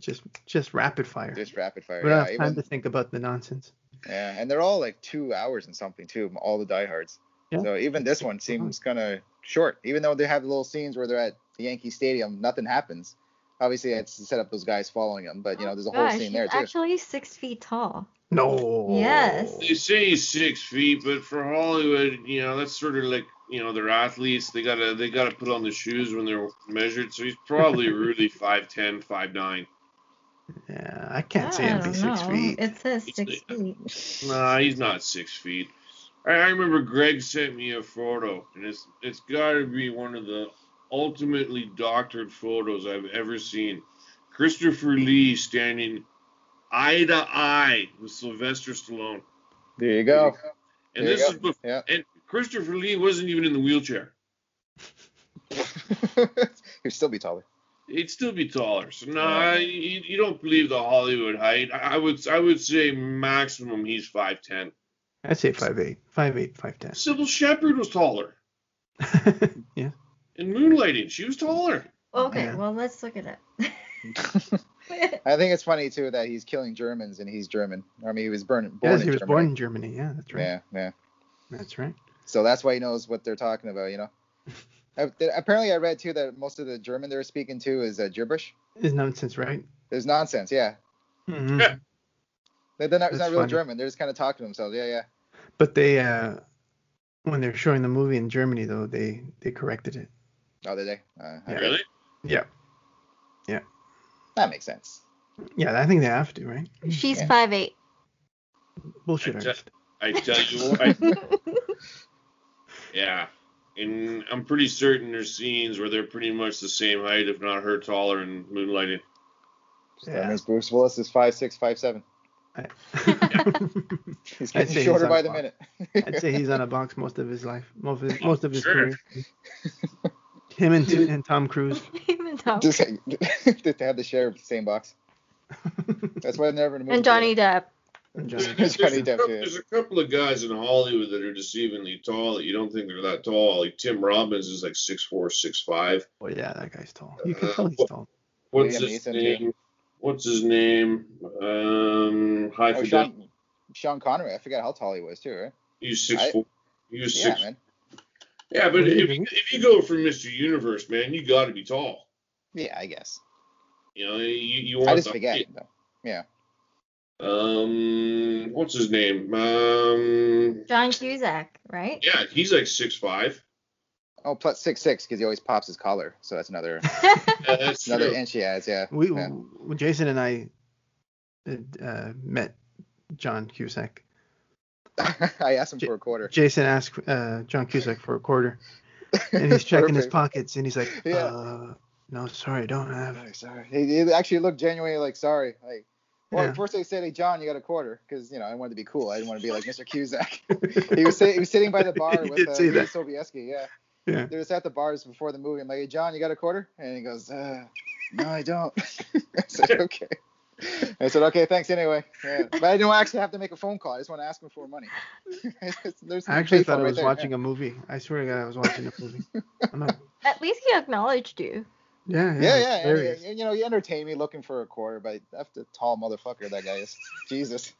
[SPEAKER 10] just, just rapid fire.
[SPEAKER 12] Just rapid fire.
[SPEAKER 10] we don't
[SPEAKER 12] yeah,
[SPEAKER 10] have time
[SPEAKER 12] even-
[SPEAKER 10] to think about the nonsense.
[SPEAKER 12] yeah, and they're all like two hours and something too. All the diehards.
[SPEAKER 10] Yeah.
[SPEAKER 12] So even this one seems kind of short, even though they have little scenes where they're at the Yankee Stadium, nothing happens. Obviously, it's to set up those guys following him, but you know, there's a whole
[SPEAKER 9] Gosh,
[SPEAKER 12] scene
[SPEAKER 9] he's
[SPEAKER 12] there too.
[SPEAKER 9] actually six feet tall.
[SPEAKER 10] No.
[SPEAKER 9] Yes.
[SPEAKER 11] They say he's six feet, but for Hollywood, you know, that's sort of like you know, they're athletes. They gotta they gotta put on the shoes when they're measured. So he's probably really five ten, five nine.
[SPEAKER 10] Yeah, I can't
[SPEAKER 9] I
[SPEAKER 10] say anything
[SPEAKER 9] don't
[SPEAKER 10] six
[SPEAKER 9] know.
[SPEAKER 10] feet.
[SPEAKER 9] It says six feet.
[SPEAKER 11] Nah, he's not six feet. I, I remember Greg sent me a photo, and it's it's got to be one of the ultimately doctored photos I've ever seen. Christopher Lee standing eye to eye with Sylvester Stallone,
[SPEAKER 12] There you go.
[SPEAKER 11] and
[SPEAKER 12] There you
[SPEAKER 11] this
[SPEAKER 12] go.
[SPEAKER 11] is before, and Christopher Lee wasn't even in the wheelchair.
[SPEAKER 12] He'd still be taller.
[SPEAKER 11] He'd still be taller. So no, I you, you don't believe the Hollywood height. I, I would I would say maximum he's five ten.
[SPEAKER 10] I'd say five eight, five eight, five ten.
[SPEAKER 11] Sybil Shepherd was taller.
[SPEAKER 10] Yeah.
[SPEAKER 11] In Moonlighting, she was taller.
[SPEAKER 9] Okay, well let's look it up.
[SPEAKER 12] I think it's funny too that he's killing Germans and he's German. I mean, he was born born
[SPEAKER 10] yes,
[SPEAKER 12] in
[SPEAKER 10] he was
[SPEAKER 12] Germany.
[SPEAKER 10] born in Germany. Yeah, that's right.
[SPEAKER 12] Yeah, yeah.
[SPEAKER 10] That's right.
[SPEAKER 12] So that's why he knows what they're talking about, you know. I- th- Apparently, I read too that most of the German they're speaking to is uh, gibberish.
[SPEAKER 10] It's nonsense, right?
[SPEAKER 12] There's nonsense, yeah.
[SPEAKER 10] Mhm.
[SPEAKER 12] They're they're not, it's not
[SPEAKER 10] That's
[SPEAKER 12] real
[SPEAKER 10] funny.
[SPEAKER 12] German. They're just kind of talking to themselves. Yeah, yeah.
[SPEAKER 10] But they, uh, when they're showing the movie in Germany, though, they they corrected it.
[SPEAKER 12] Oh, did they? Uh,
[SPEAKER 10] Yeah.
[SPEAKER 11] Really?
[SPEAKER 10] Yeah. Yeah.
[SPEAKER 12] That makes sense.
[SPEAKER 10] Yeah, I think they have to, right?
[SPEAKER 9] She's five eight.
[SPEAKER 10] Bullshit
[SPEAKER 11] I,
[SPEAKER 10] artist.
[SPEAKER 11] te- I tell you what. yeah. And I'm pretty certain there's scenes where they're pretty much the same height, if not her taller, in Moonlighting.
[SPEAKER 12] So That means Bruce Willis is five six, five seven. he's
[SPEAKER 10] I'd say
[SPEAKER 12] getting
[SPEAKER 10] he's
[SPEAKER 12] shorter
[SPEAKER 10] on
[SPEAKER 12] by
[SPEAKER 10] a
[SPEAKER 12] the
[SPEAKER 10] box.
[SPEAKER 12] minute.
[SPEAKER 10] I'd say he's on a box most of his life, most of his, most of his
[SPEAKER 12] Sure.
[SPEAKER 10] career. Him and, and Tom Cruise.
[SPEAKER 9] Even though-
[SPEAKER 12] Just just to have the share of the same box. That's why they're never in a movie.
[SPEAKER 9] and Johnny Depp.
[SPEAKER 11] There's,
[SPEAKER 12] Johnny
[SPEAKER 11] a
[SPEAKER 12] Depp,
[SPEAKER 11] couple,
[SPEAKER 12] yeah.
[SPEAKER 11] there's a couple of guys in Hollywood that are deceivingly tall that you don't think they're that tall. Like Tim Robbins is like six four, six five.
[SPEAKER 10] Oh yeah, that guy's tall. You can tell he's tall.
[SPEAKER 11] What's
[SPEAKER 12] Liam
[SPEAKER 11] his
[SPEAKER 12] Neeson,
[SPEAKER 11] name? What's his name? Um, High
[SPEAKER 12] Oh,
[SPEAKER 11] Fidelity.
[SPEAKER 12] Sean, Sean Connery. I forgot how tall he was too, right?
[SPEAKER 11] He was six
[SPEAKER 12] I-
[SPEAKER 11] four. He was
[SPEAKER 12] Yeah,
[SPEAKER 11] six.
[SPEAKER 12] man.
[SPEAKER 11] Yeah, but if, if you go from Mr. Universe, man, you got to be tall.
[SPEAKER 12] Yeah, I guess.
[SPEAKER 11] You know, you, you want
[SPEAKER 12] I just
[SPEAKER 11] the
[SPEAKER 12] forget.
[SPEAKER 11] height.
[SPEAKER 12] Though. Yeah.
[SPEAKER 11] Um, what's his name? Um,
[SPEAKER 9] John Cusack, right?
[SPEAKER 11] yeah, he's like six five.
[SPEAKER 12] Oh, plus six six because he always pops his collar, so that's another
[SPEAKER 11] that's
[SPEAKER 12] another
[SPEAKER 11] true.
[SPEAKER 12] inch he has. Yeah.
[SPEAKER 10] We,
[SPEAKER 12] yeah.
[SPEAKER 10] w Jason and I, uh, uh, met John Cusack.
[SPEAKER 12] I asked him for a quarter.
[SPEAKER 10] Jason asked uh, John Cusack for a quarter, and he's checking his
[SPEAKER 12] Perfect.
[SPEAKER 10] pockets, and he's like,
[SPEAKER 12] Yeah.
[SPEAKER 10] uh, "No, sorry, don't have."
[SPEAKER 12] Oh, sorry. He, he actually looked genuinely like sorry. Like, well,
[SPEAKER 10] Yeah.
[SPEAKER 12] first they said, "Hey, John, you got a quarter?" Because you know I wanted to be cool. I didn't want to be like Mr. Cusack. he was sit- he was sitting by the bar
[SPEAKER 10] He
[SPEAKER 12] with
[SPEAKER 10] did
[SPEAKER 12] uh,
[SPEAKER 10] say
[SPEAKER 12] Lee
[SPEAKER 10] that.
[SPEAKER 12] Sobieski. Yeah.
[SPEAKER 10] Yeah.
[SPEAKER 12] They was at the bars before the movie. I'm like, "Hey, John, you got a quarter?" And he goes, uh, "No, I don't." I said, "Okay." I said, "Okay, thanks anyway." Yeah. But I didn't actually have to make a phone call. I just want to ask him for money. There's
[SPEAKER 10] I actually
[SPEAKER 12] payphone
[SPEAKER 10] thought I
[SPEAKER 12] right
[SPEAKER 10] was
[SPEAKER 12] there,
[SPEAKER 10] watching
[SPEAKER 12] yeah.
[SPEAKER 10] a movie. I swear to God, I was watching a movie. I'm like,
[SPEAKER 9] At least he acknowledged you.
[SPEAKER 10] yeah, yeah,
[SPEAKER 12] Yeah,
[SPEAKER 10] it's
[SPEAKER 12] yeah,
[SPEAKER 10] hilarious.
[SPEAKER 12] and, you know, you entertain me looking for a quarter, but that's the tall motherfucker that guy is. Jesus.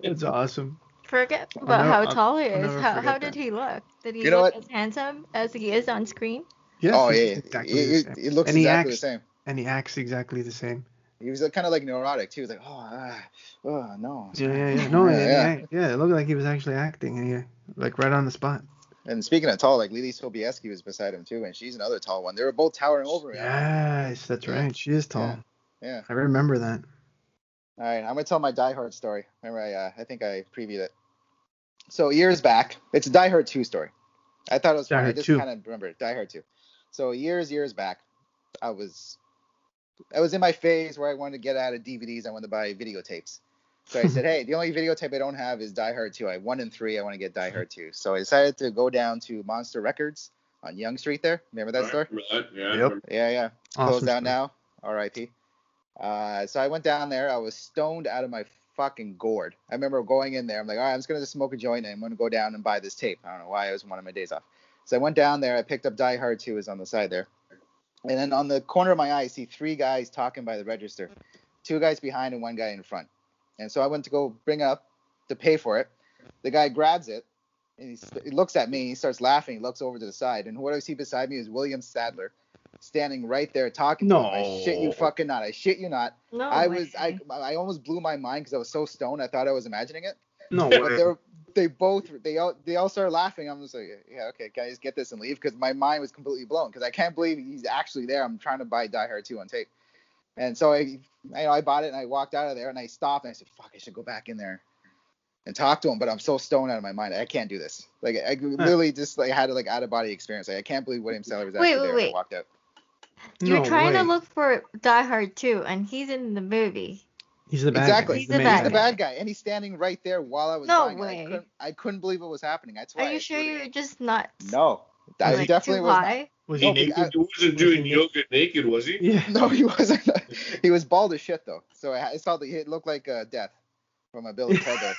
[SPEAKER 10] It's awesome.
[SPEAKER 9] Forget
[SPEAKER 10] I'll
[SPEAKER 9] about
[SPEAKER 10] never-
[SPEAKER 9] how
[SPEAKER 10] I'll-
[SPEAKER 9] tall he
[SPEAKER 10] I'll
[SPEAKER 9] is.
[SPEAKER 10] never
[SPEAKER 9] How,
[SPEAKER 10] forget
[SPEAKER 9] how
[SPEAKER 10] that.
[SPEAKER 9] did he look? Did he
[SPEAKER 12] You know
[SPEAKER 9] look
[SPEAKER 12] what?
[SPEAKER 9] as handsome as he is on screen?
[SPEAKER 10] Yes,
[SPEAKER 12] oh
[SPEAKER 10] it's
[SPEAKER 12] yeah,
[SPEAKER 10] exactly
[SPEAKER 12] it,
[SPEAKER 10] the
[SPEAKER 12] it-
[SPEAKER 10] same.
[SPEAKER 12] it looks
[SPEAKER 10] And he
[SPEAKER 12] exactly
[SPEAKER 10] acts-
[SPEAKER 12] the same.
[SPEAKER 10] and he acts exactly the same.
[SPEAKER 12] He was kind of like neurotic too. He was like, oh, ah, oh no.
[SPEAKER 10] Yeah, yeah, yeah. No, yeah, yeah. yeah, It looked like he was actually acting, yeah, like right on the spot.
[SPEAKER 12] And speaking of tall, like Lily Sobieski was beside him too, and she's another tall one. They were both towering over him.
[SPEAKER 10] Yes, that's
[SPEAKER 12] Yeah.
[SPEAKER 10] right. She is tall.
[SPEAKER 12] Yeah. Yeah.
[SPEAKER 10] I remember that.
[SPEAKER 12] All right, I'm gonna tell my Die Hard story. Remember, I uh, I think I previewed it. So years back, it's a Die Hard two story. I thought it was
[SPEAKER 10] Die
[SPEAKER 12] funny. I
[SPEAKER 10] Hard
[SPEAKER 12] just
[SPEAKER 10] 2.
[SPEAKER 12] kind of remembered it. Die Hard two. So years years back, I was I was in my phase where I wanted to get out of DVDs. I wanted to buy videotapes. So I said, hey, the only videotape I don't have is Die Hard two. I have one and three. I want to get Die Hard two. So I decided to go down to Monster Records on Young Street. There, remember that store?
[SPEAKER 11] Right, yeah.
[SPEAKER 12] Yeah, yeah.
[SPEAKER 11] Awesome
[SPEAKER 12] Closed down
[SPEAKER 11] stuff.
[SPEAKER 12] now. R.I.P. Uh, so I went down there. I was stoned out of my fucking gourd. I remember going in there. I'm like, all right, I'm just gonna just smoke a joint and I'm gonna go down and buy this tape. I don't know why. It was one of my days off. So I went down there. I picked up Die Hard 2 is on the side there. And then on the corner of my eye, I see three guys talking by the register. Two guys behind and one guy in front. And so I went to go bring up to pay for it. The guy grabs it and he, s- he looks at me. He starts laughing. He looks over to the side. And what I see beside me is William Sadler standing right there talking to him. I shit you
[SPEAKER 10] No.
[SPEAKER 12] fucking not. I shit you not.
[SPEAKER 9] No
[SPEAKER 12] I
[SPEAKER 9] way.
[SPEAKER 12] was I I almost blew my mind because I was so stoned. I thought I was imagining it.
[SPEAKER 10] No
[SPEAKER 12] But
[SPEAKER 10] way.
[SPEAKER 12] they were- they both they all they all started laughing. I'm just like, yeah, okay, can I just get this and leave? Because my mind was completely blown. Because I can't believe he's actually there. I'm trying to buy Die Hard 2 on tape. And so I I, I bought it and I walked out of there and I stopped and I said, fuck, I should go back in there and talk to him. But I'm so stoned out of my mind. I can't do this. Like I literally just like had a like out of body experience. Like I can't believe William Seller was actually
[SPEAKER 9] Wait, wait,
[SPEAKER 12] there when I
[SPEAKER 9] wait.
[SPEAKER 12] walked out.
[SPEAKER 9] You're trying to look for Die Hard 2, and he's in the movie.
[SPEAKER 10] He's the bad
[SPEAKER 12] exactly.
[SPEAKER 10] guy.
[SPEAKER 12] He's
[SPEAKER 9] He's
[SPEAKER 12] the,
[SPEAKER 9] the bad
[SPEAKER 12] bad guy, and he's standing right there while I was
[SPEAKER 9] No
[SPEAKER 12] buying it.
[SPEAKER 9] way.
[SPEAKER 12] I couldn't, I couldn't believe what was happening. That's why.
[SPEAKER 9] Are you sure you're just not
[SPEAKER 12] No, I
[SPEAKER 9] like,
[SPEAKER 12] definitely
[SPEAKER 9] too
[SPEAKER 12] was. Not,
[SPEAKER 9] high?
[SPEAKER 10] Was
[SPEAKER 11] he
[SPEAKER 12] No,
[SPEAKER 11] naked?
[SPEAKER 12] I-
[SPEAKER 11] he wasn't doing yoga naked, was he?
[SPEAKER 10] Yeah.
[SPEAKER 12] no, he wasn't. he was bald as shit though, so I, I saw that it looked like uh, death from a Billy Cobra.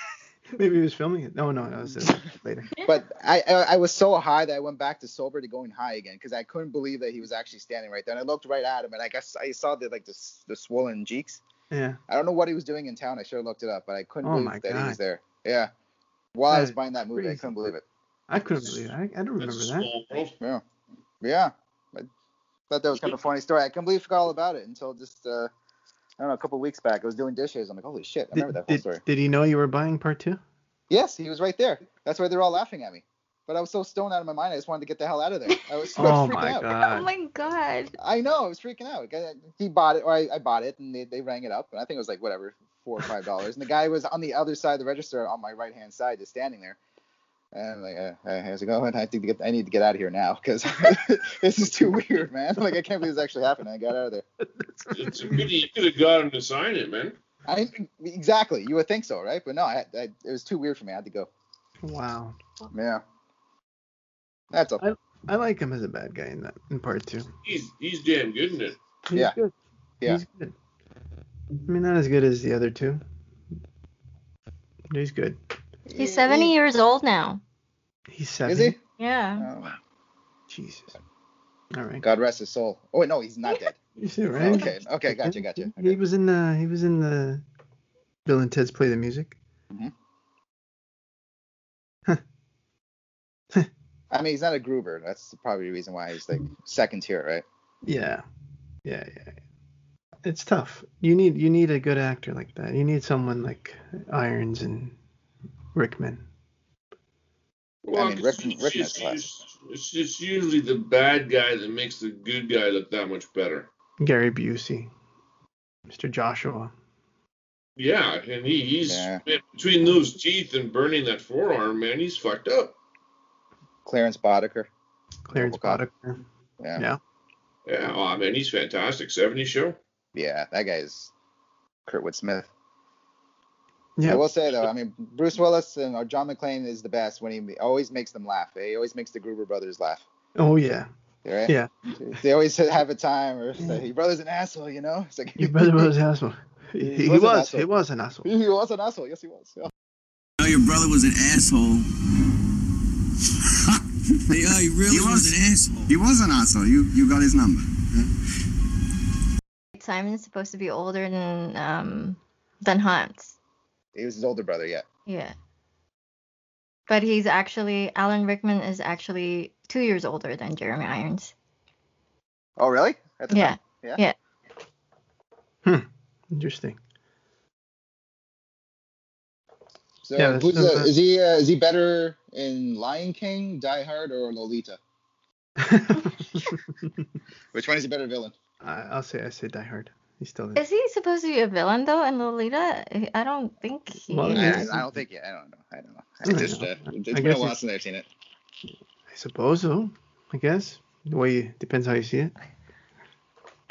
[SPEAKER 10] Maybe he was filming it. No, no, that was it later.
[SPEAKER 12] but I, I I was so high that I went back to sober to going high again because I couldn't believe that he was actually standing right there. And I looked right at him, and I guess I saw the like the s- the swollen cheeks.
[SPEAKER 10] Yeah.
[SPEAKER 12] I don't know what he was doing in town. I should have looked it up, but I couldn't
[SPEAKER 10] Oh my
[SPEAKER 12] believe that he
[SPEAKER 10] God.
[SPEAKER 12] was there. Yeah. While I
[SPEAKER 10] That
[SPEAKER 12] was
[SPEAKER 10] is
[SPEAKER 12] buying that movie, I
[SPEAKER 10] crazy.
[SPEAKER 12] couldn't believe it.
[SPEAKER 10] I couldn't believe it. I, I don't remember that.
[SPEAKER 12] Yeah. Yeah. I thought that was kind of a funny story. I completely forgot all about it until just uh, I don't know, a couple weeks back. I was doing dishes. I'm like, holy shit, I remember that whole
[SPEAKER 10] Did,
[SPEAKER 12] story.
[SPEAKER 10] did he know you were buying part two?
[SPEAKER 12] Yes, he was right there. That's why they're all laughing at me. But I was so stoned out of my mind, I just wanted to get the hell out of there. I was, I was
[SPEAKER 10] Oh
[SPEAKER 12] freaking
[SPEAKER 10] my
[SPEAKER 12] out.
[SPEAKER 9] Oh my god.
[SPEAKER 12] I know, I was freaking out. I- He bought it, or I, I bought it, and they, they rang it up, and I think it was like whatever, four or five dollars. and the guy was on the other side of the register, on my right hand side, just standing there. And I'm like, uh, hey, how's it going? I think to get, I need to get out of here now because this is too weird, man. Like I can't believe this actually happened. I got out of there.
[SPEAKER 11] It's a good, you could have got him to sign it, man.
[SPEAKER 12] I exactly. You would think so, right? But no, I, I, it was too weird for me. I had to go.
[SPEAKER 10] Wow.
[SPEAKER 12] Yeah. That's all.
[SPEAKER 10] I, I like him as a bad guy in that in part two.
[SPEAKER 11] He's he's damn good in it.
[SPEAKER 10] He's
[SPEAKER 12] Yeah.
[SPEAKER 10] good.
[SPEAKER 12] Yeah.
[SPEAKER 10] He's good. I mean, not as good as the other two. But He's good.
[SPEAKER 9] He's 70 years old now.
[SPEAKER 10] He's seven.
[SPEAKER 12] Is he?
[SPEAKER 9] Yeah.
[SPEAKER 12] Oh,
[SPEAKER 10] Jesus. All right.
[SPEAKER 12] God rest his soul. Oh wait, no, he's not dead.
[SPEAKER 10] You see, right?
[SPEAKER 12] Oh, Okay, okay, gotcha, gotcha.
[SPEAKER 10] He was in the. He was in the. Bill and Ted's Play the Music.
[SPEAKER 12] I mean, he's not a Gruber. That's probably the reason why he's like second tier, right?
[SPEAKER 10] Yeah. Yeah, yeah. yeah. It's tough. You need you need a good actor like that. You need someone like Irons and Rickman.
[SPEAKER 11] Well,
[SPEAKER 12] I mean, Rick,
[SPEAKER 11] it's,
[SPEAKER 12] Rick has
[SPEAKER 11] just,
[SPEAKER 12] class.
[SPEAKER 11] it's just usually the bad guy that makes the good guy look that much better.
[SPEAKER 10] Gary Busey. Mr. Joshua.
[SPEAKER 11] Yeah, and he, he's
[SPEAKER 12] Yeah.
[SPEAKER 11] man, between those teeth and burning that forearm, man, he's fucked up.
[SPEAKER 12] Clarence Boddicker.
[SPEAKER 10] Clarence Boddicker.
[SPEAKER 12] Yeah.
[SPEAKER 10] Yeah.
[SPEAKER 11] Yeah, oh man, he's fantastic. 70 show.
[SPEAKER 12] Yeah, that guy's Kurtwood Smith.
[SPEAKER 10] Yeah.
[SPEAKER 12] I will say though, I mean, Bruce Willis and or John McClane is the best when he always makes them laugh. He always makes the Gruber brothers laugh.
[SPEAKER 10] Oh yeah.
[SPEAKER 12] Right?
[SPEAKER 10] Yeah.
[SPEAKER 12] They always have a time or say, your brother's an asshole, you know? It's like
[SPEAKER 10] Your brother was an asshole. He, he
[SPEAKER 12] was an
[SPEAKER 10] was.
[SPEAKER 12] asshole.
[SPEAKER 10] He was an asshole.
[SPEAKER 12] he was an asshole. Yes, he was. Yeah.
[SPEAKER 16] Oh, your brother was an asshole. yeah, he really was, an asshole. He was an asshole. You you got his number.
[SPEAKER 9] Simon's supposed to be older than um than Hans.
[SPEAKER 12] He was his older brother, yeah.
[SPEAKER 9] Yeah. But he's actually Alan Rickman is actually two years older than Jeremy Irons.
[SPEAKER 12] Oh, really? At the
[SPEAKER 9] Yeah.
[SPEAKER 12] time? Yeah.
[SPEAKER 9] Yeah.
[SPEAKER 10] Interesting.
[SPEAKER 12] So
[SPEAKER 10] Yeah,
[SPEAKER 12] who's
[SPEAKER 10] that's-
[SPEAKER 12] the, is he uh, is he better in Lion King, Die Hard, or Lolita? Which one is a better villain?
[SPEAKER 10] I, I'll say I say Die Hard. He's still there.
[SPEAKER 9] Is he supposed to be a villain though in Lolita? I don't think he.
[SPEAKER 10] Well,
[SPEAKER 9] is.
[SPEAKER 12] I, don't- I don't think. Yeah, I don't know. I don't know. I
[SPEAKER 10] I
[SPEAKER 12] just,
[SPEAKER 10] know.
[SPEAKER 12] uh, it's
[SPEAKER 10] I
[SPEAKER 12] been
[SPEAKER 10] guess
[SPEAKER 12] a while
[SPEAKER 10] it's-
[SPEAKER 12] since I've seen it.
[SPEAKER 10] I suppose so. I guess the way you, depends how you see it.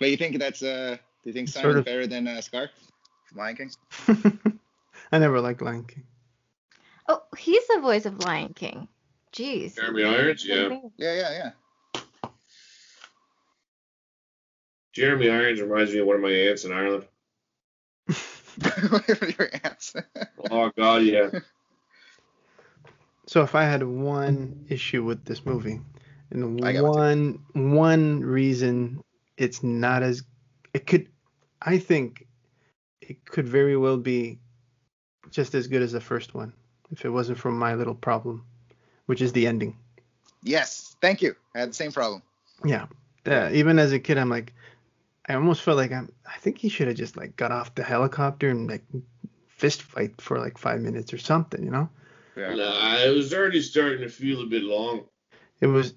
[SPEAKER 12] But you think that's uh, do you think
[SPEAKER 10] Sort
[SPEAKER 12] Simon's
[SPEAKER 10] of.
[SPEAKER 12] better than uh, Scar, Lion King?
[SPEAKER 10] I never liked Lion King.
[SPEAKER 9] Oh, he's the voice of Lion King. Jeez.
[SPEAKER 11] Jeremy Irons, yeah.
[SPEAKER 12] Yeah, yeah, yeah.
[SPEAKER 11] Jeremy Irons reminds me of one of my aunts in Ireland.
[SPEAKER 12] Your answer.
[SPEAKER 11] Oh God, yeah.
[SPEAKER 10] So if I had one issue with this movie, and
[SPEAKER 12] I
[SPEAKER 10] one
[SPEAKER 12] got
[SPEAKER 10] one reason it's not as it could, I think it could very well be just as good as the first one if it wasn't for my little problem, which is the ending.
[SPEAKER 12] Yes, thank you. I had the same problem.
[SPEAKER 10] Yeah. Uh, even as a kid, I'm like, I almost felt like I'm. I think he should have just like got off the helicopter and like fist fight for like five minutes or something, you know?
[SPEAKER 11] Nah, it was already starting to feel a bit long.
[SPEAKER 10] It was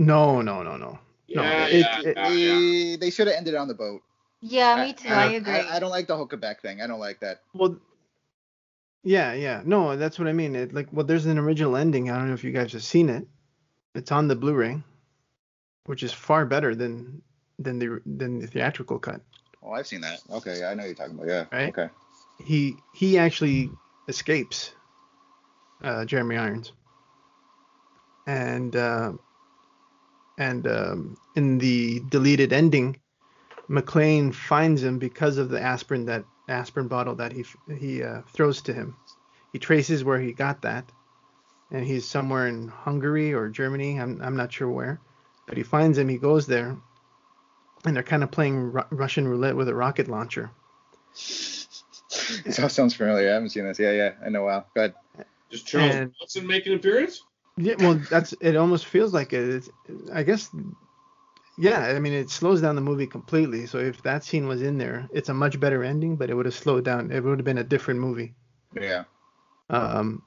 [SPEAKER 10] no, no, no, no. No,
[SPEAKER 11] Yeah,
[SPEAKER 10] it-
[SPEAKER 11] yeah,
[SPEAKER 10] it-
[SPEAKER 11] Ah, yeah, yeah.
[SPEAKER 12] They, they should have ended on the boat.
[SPEAKER 9] Yeah, me too. I, agree.
[SPEAKER 12] I, I don't like the Huckaback thing. I don't like that.
[SPEAKER 10] Well, yeah, yeah. No, that's what I mean. It, like, well, there's an original ending. I don't know if you guys have seen it. It's on the Blu-ray, which is far better than than the than the theatrical cut.
[SPEAKER 12] Oh, I've seen that. Okay, yeah, I know you're talking about. Yeah.
[SPEAKER 10] Right.
[SPEAKER 12] Okay.
[SPEAKER 10] He he actually escapes. Uh, Jeremy Irons. And uh, and um, in the deleted ending, McLean finds him because of the aspirin that aspirin bottle that he he uh, throws to him. He traces where he got that, and he's somewhere in Hungary or Germany. I'm I'm not sure where, but he finds him. He goes there, and they're kind of playing Ru- Russian roulette with a rocket launcher.
[SPEAKER 12] This all sounds familiar. I haven't seen this. Yeah, yeah. I know. Wow. Go ahead.
[SPEAKER 11] Does Charles
[SPEAKER 10] And-
[SPEAKER 11] Bronson make an appearance?
[SPEAKER 10] Yeah, well, that's it. Almost feels like it. It's, I guess. Yeah, I mean, it slows down the movie completely. So if that scene was in there, it's a much better ending, but it would have slowed down. It would have been a different movie.
[SPEAKER 12] Yeah.
[SPEAKER 10] Um,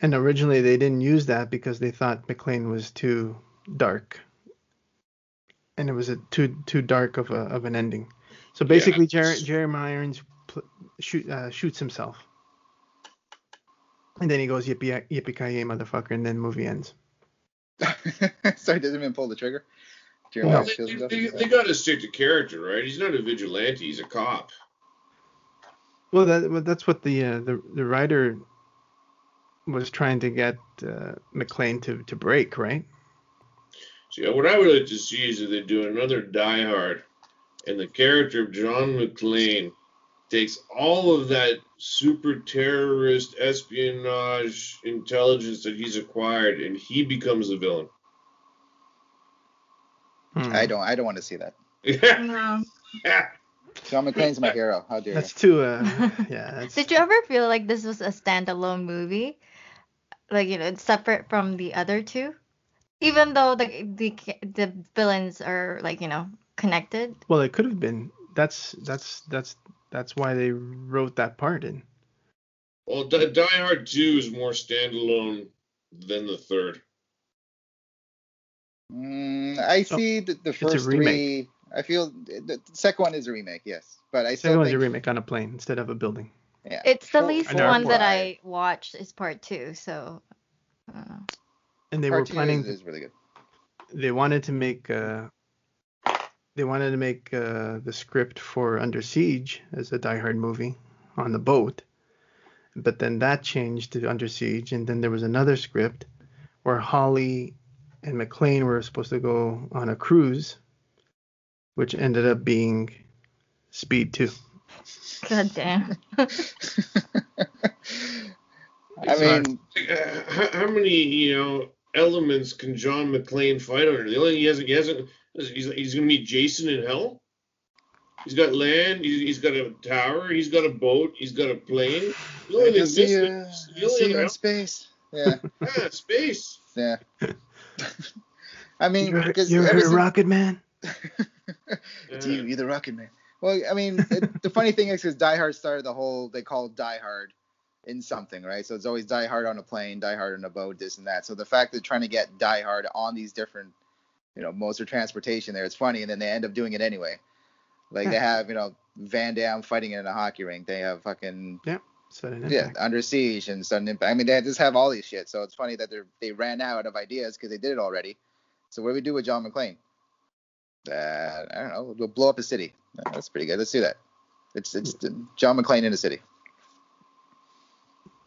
[SPEAKER 10] and originally they didn't use that because they thought McLean was too dark, and it was a too too dark of a of an ending. So basically, Jer- Jeremy Irons pl- shoot, uh, shoots himself, and then he goes yippee yippee ki yay motherfucker, and then movie ends.
[SPEAKER 12] Sorry, doesn't even pull the trigger. Jeremy
[SPEAKER 10] No.
[SPEAKER 12] Irons kills himself?
[SPEAKER 11] They, they got to stick to character, right? He's not a vigilante. He's a cop.
[SPEAKER 10] Well, that well, that's what the uh, the the writer was trying to get uh, McLean to to break, right?
[SPEAKER 11] See, what I would like to see is that they do another Die Hard, and the character of John McClane takes all of that super terrorist espionage intelligence that he's acquired, and he becomes the villain.
[SPEAKER 12] I don't. I don't want to see that.
[SPEAKER 11] no.
[SPEAKER 12] John McClane's my hero. How dare you?
[SPEAKER 10] That's too. Uh, yeah, that's,
[SPEAKER 9] Did you ever feel like this was a standalone movie? Like, you know, it's separate from the other two? Even though the the the villains are like, you know, connected.
[SPEAKER 10] well, it could have been. That's that's that's that's why they wrote that part in.
[SPEAKER 11] Well, Die, Die Hard 2 is more standalone than the third.
[SPEAKER 12] Mm, I see the, the
[SPEAKER 10] a
[SPEAKER 12] first
[SPEAKER 10] remake.
[SPEAKER 12] three. I feel the, the second one is a remake. Yes, but I
[SPEAKER 10] Second
[SPEAKER 12] still
[SPEAKER 10] one's a
[SPEAKER 12] think.
[SPEAKER 10] remake on a plane instead of a building.
[SPEAKER 12] Yeah.
[SPEAKER 9] It's the
[SPEAKER 12] Four-
[SPEAKER 9] least
[SPEAKER 10] know.
[SPEAKER 9] one that I watched is part 2, so I don't know.
[SPEAKER 10] And they
[SPEAKER 12] part
[SPEAKER 10] were
[SPEAKER 12] two
[SPEAKER 10] planning.
[SPEAKER 12] Is, is really good.
[SPEAKER 10] They wanted to make. Uh, they wanted to make uh, the script for Under Siege as a Die Hard movie on the boat, but then that changed to Under Siege, and then there was another script where Holly and McLean were supposed to go on a cruise, which ended up being Speed Two.
[SPEAKER 9] God damn.
[SPEAKER 12] I mean,
[SPEAKER 11] Like, uh, how, how many, you know, elements can John McClane fight under? The only he hasn't, he hasn't, he's, he's going to meet Jason in hell. He's got land. He's, he's got a tower. He's got a boat. He's got a plane. The
[SPEAKER 12] I
[SPEAKER 11] only
[SPEAKER 12] can
[SPEAKER 11] thing
[SPEAKER 12] see
[SPEAKER 11] missing
[SPEAKER 12] you.
[SPEAKER 11] is the
[SPEAKER 12] I see
[SPEAKER 11] only
[SPEAKER 12] you in
[SPEAKER 11] element
[SPEAKER 12] space. Yeah,
[SPEAKER 11] is space.
[SPEAKER 12] yeah. I mean,
[SPEAKER 10] You ever,
[SPEAKER 12] because
[SPEAKER 10] you ever
[SPEAKER 12] ever
[SPEAKER 10] heard of
[SPEAKER 12] since-
[SPEAKER 10] Rocket Man?
[SPEAKER 12] It's you, you're the Rocket Man. Well, I mean, it, the funny thing is, because Die Hard started the whole they call it Die Hard in something, right? So it's always Die Hard on a plane, Die Hard on a boat, this and that. So the fact they're trying to get Die Hard on these different, you know, modes of transportation there, it's funny, and then they end up doing it anyway. Like they have, you know, Van Damme fighting in a hockey rink. They have fucking
[SPEAKER 10] yeah, sudden
[SPEAKER 12] yeah,
[SPEAKER 10] impact.
[SPEAKER 12] Under Siege and Sudden Impact. I mean, they just have all these shit. So it's funny that they are they ran out of ideas because they did it already. So what do we do with John McClane? Uh, I don't know. We'll blow up a city. Uh, That's pretty good. Let's do that. It's it's John McClane in a city.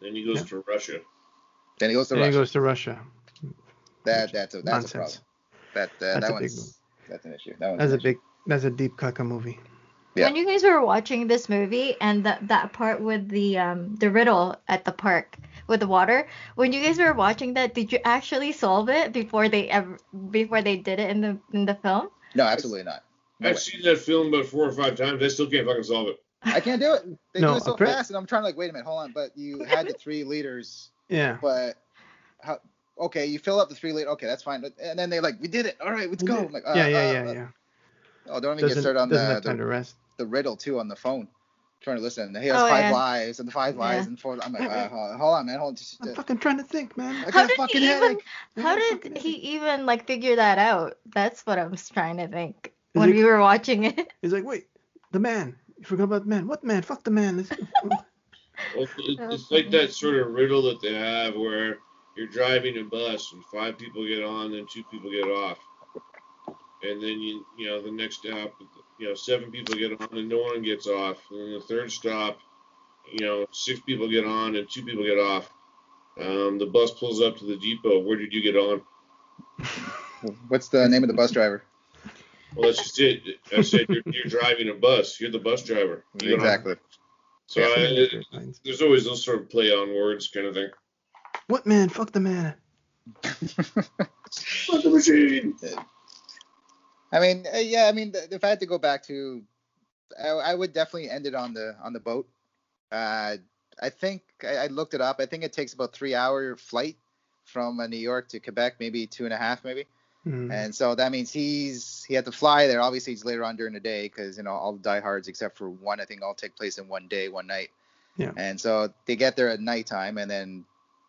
[SPEAKER 11] Then he goes to Russia.
[SPEAKER 12] Then he goes to
[SPEAKER 10] Then he
[SPEAKER 12] Russia.
[SPEAKER 10] goes to Russia.
[SPEAKER 12] that that's a that's
[SPEAKER 10] Nonsense.
[SPEAKER 12] a problem. That uh,
[SPEAKER 10] That's
[SPEAKER 12] that
[SPEAKER 10] a big
[SPEAKER 12] one's that's an issue. That one's
[SPEAKER 10] That's
[SPEAKER 12] an
[SPEAKER 10] a big. That's a deep cucka movie.
[SPEAKER 12] Yeah.
[SPEAKER 9] When you guys were watching this movie and that that part with the um the riddle at the park with the water, when you guys were watching that, did you actually solve it before they ever before they did it in the in the film?
[SPEAKER 12] No, absolutely not.
[SPEAKER 11] I've seen that film about four or five times. I still can't fucking solve it.
[SPEAKER 12] I can't do it. They
[SPEAKER 11] No,
[SPEAKER 12] do it so
[SPEAKER 11] a pre-
[SPEAKER 12] fast, and I'm trying to like, wait a minute, hold on. But you had the three liters,
[SPEAKER 10] Yeah.
[SPEAKER 12] but how? Okay, you fill up the three liter. Okay, that's fine. But- And then they like, we did it. All right, let's go. I'm like, uh,
[SPEAKER 10] yeah, yeah,
[SPEAKER 12] uh,
[SPEAKER 10] yeah,
[SPEAKER 12] uh.
[SPEAKER 10] yeah.
[SPEAKER 12] Oh, don't even get
[SPEAKER 10] Doesn't-
[SPEAKER 12] started on
[SPEAKER 10] doesn't have time to
[SPEAKER 12] the,
[SPEAKER 10] rest.
[SPEAKER 12] the the riddle too on the phone. Trying to listen. He has
[SPEAKER 10] Oh,
[SPEAKER 12] five
[SPEAKER 10] yeah.
[SPEAKER 12] lives and five lives
[SPEAKER 10] Yeah.
[SPEAKER 12] and four. I'm like, uh, hold hold on, man, hold on. Just, uh,
[SPEAKER 10] Fucking trying to think, man.
[SPEAKER 12] I
[SPEAKER 9] How
[SPEAKER 12] got a
[SPEAKER 9] did
[SPEAKER 12] fucking
[SPEAKER 9] he even
[SPEAKER 12] headache.
[SPEAKER 9] how did he even like figure that out? That's what I'm trying to think
[SPEAKER 10] Is
[SPEAKER 9] when
[SPEAKER 10] it-
[SPEAKER 9] we were watching it.
[SPEAKER 10] He's like, wait, the man. You forgot about the man. What man? Fuck the man. This-
[SPEAKER 11] It's, it's it's like that sort of riddle that they have where you're driving a bus and five people get on, then two people get off, and then you you know the next stop, you know seven people get on and no one gets off, and then the third stop, you know six people get on and two people get off. Um, the bus pulls up to the depot. Where did you get on?
[SPEAKER 12] What's the name of the bus driver?
[SPEAKER 11] Well, that's just it. I said you're, you're driving a bus. You're the bus driver. You get on.
[SPEAKER 12] Exactly.
[SPEAKER 11] So uh,
[SPEAKER 12] Yeah.
[SPEAKER 11] I, there's always those sort of play on words kind of thing.
[SPEAKER 10] what man? Fuck the man.
[SPEAKER 11] the machine.
[SPEAKER 12] I mean, uh, yeah, I mean, th- if I had to go back to, I, I would definitely end it on the on the boat. Uh, I think I, I looked it up. I think it takes about three hour flight from uh, New York to Quebec, maybe two and a half, maybe.
[SPEAKER 10] Hmm. Mm-hmm.
[SPEAKER 12] And so that means he's he had to fly there. Obviously, it's later on during the day because you know all the diehards except for one, I think, all take place in one day, one night.
[SPEAKER 10] Yeah.
[SPEAKER 12] And so they get there at nighttime, and then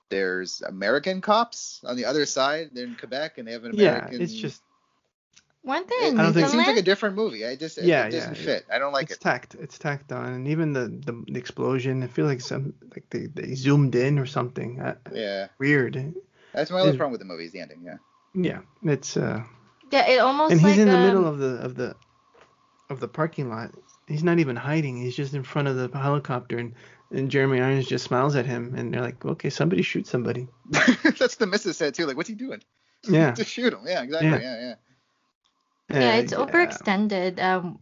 [SPEAKER 12] there's American cops on the other side. They're in Quebec, and they have an
[SPEAKER 10] Yeah,
[SPEAKER 12] American.
[SPEAKER 10] it's just
[SPEAKER 9] Weren't they
[SPEAKER 12] It,
[SPEAKER 9] in
[SPEAKER 10] I don't
[SPEAKER 12] it
[SPEAKER 10] think-
[SPEAKER 12] seems like a
[SPEAKER 9] Newfoundland?
[SPEAKER 12] different movie. I just it,
[SPEAKER 10] yeah,
[SPEAKER 12] it
[SPEAKER 10] yeah.
[SPEAKER 12] doesn't fit. I don't like
[SPEAKER 10] it's
[SPEAKER 12] it.
[SPEAKER 10] tacked. It's tacked on, and even the, the the explosion. I feel like some like they, they zoomed in or something. Uh,
[SPEAKER 12] Yeah,
[SPEAKER 10] weird.
[SPEAKER 12] that's my only
[SPEAKER 10] It-
[SPEAKER 12] problem with the movie is the ending. Yeah.
[SPEAKER 10] Yeah, it's uh,
[SPEAKER 9] Yeah, it almost
[SPEAKER 10] and he's
[SPEAKER 9] like
[SPEAKER 10] in the
[SPEAKER 9] um,
[SPEAKER 10] middle of the of the of the parking lot. He's not even hiding. He's just in front of the helicopter, and and Jeremy Irons just smiles at him, and they're like, okay, somebody shoot somebody.
[SPEAKER 12] that's the missus said too. Like, what's he doing?
[SPEAKER 10] Yeah.
[SPEAKER 12] Just shoot him. Yeah, exactly.
[SPEAKER 10] Yeah.
[SPEAKER 12] Yeah, yeah.
[SPEAKER 9] yeah, it's
[SPEAKER 10] Uh,
[SPEAKER 9] overextended. Um,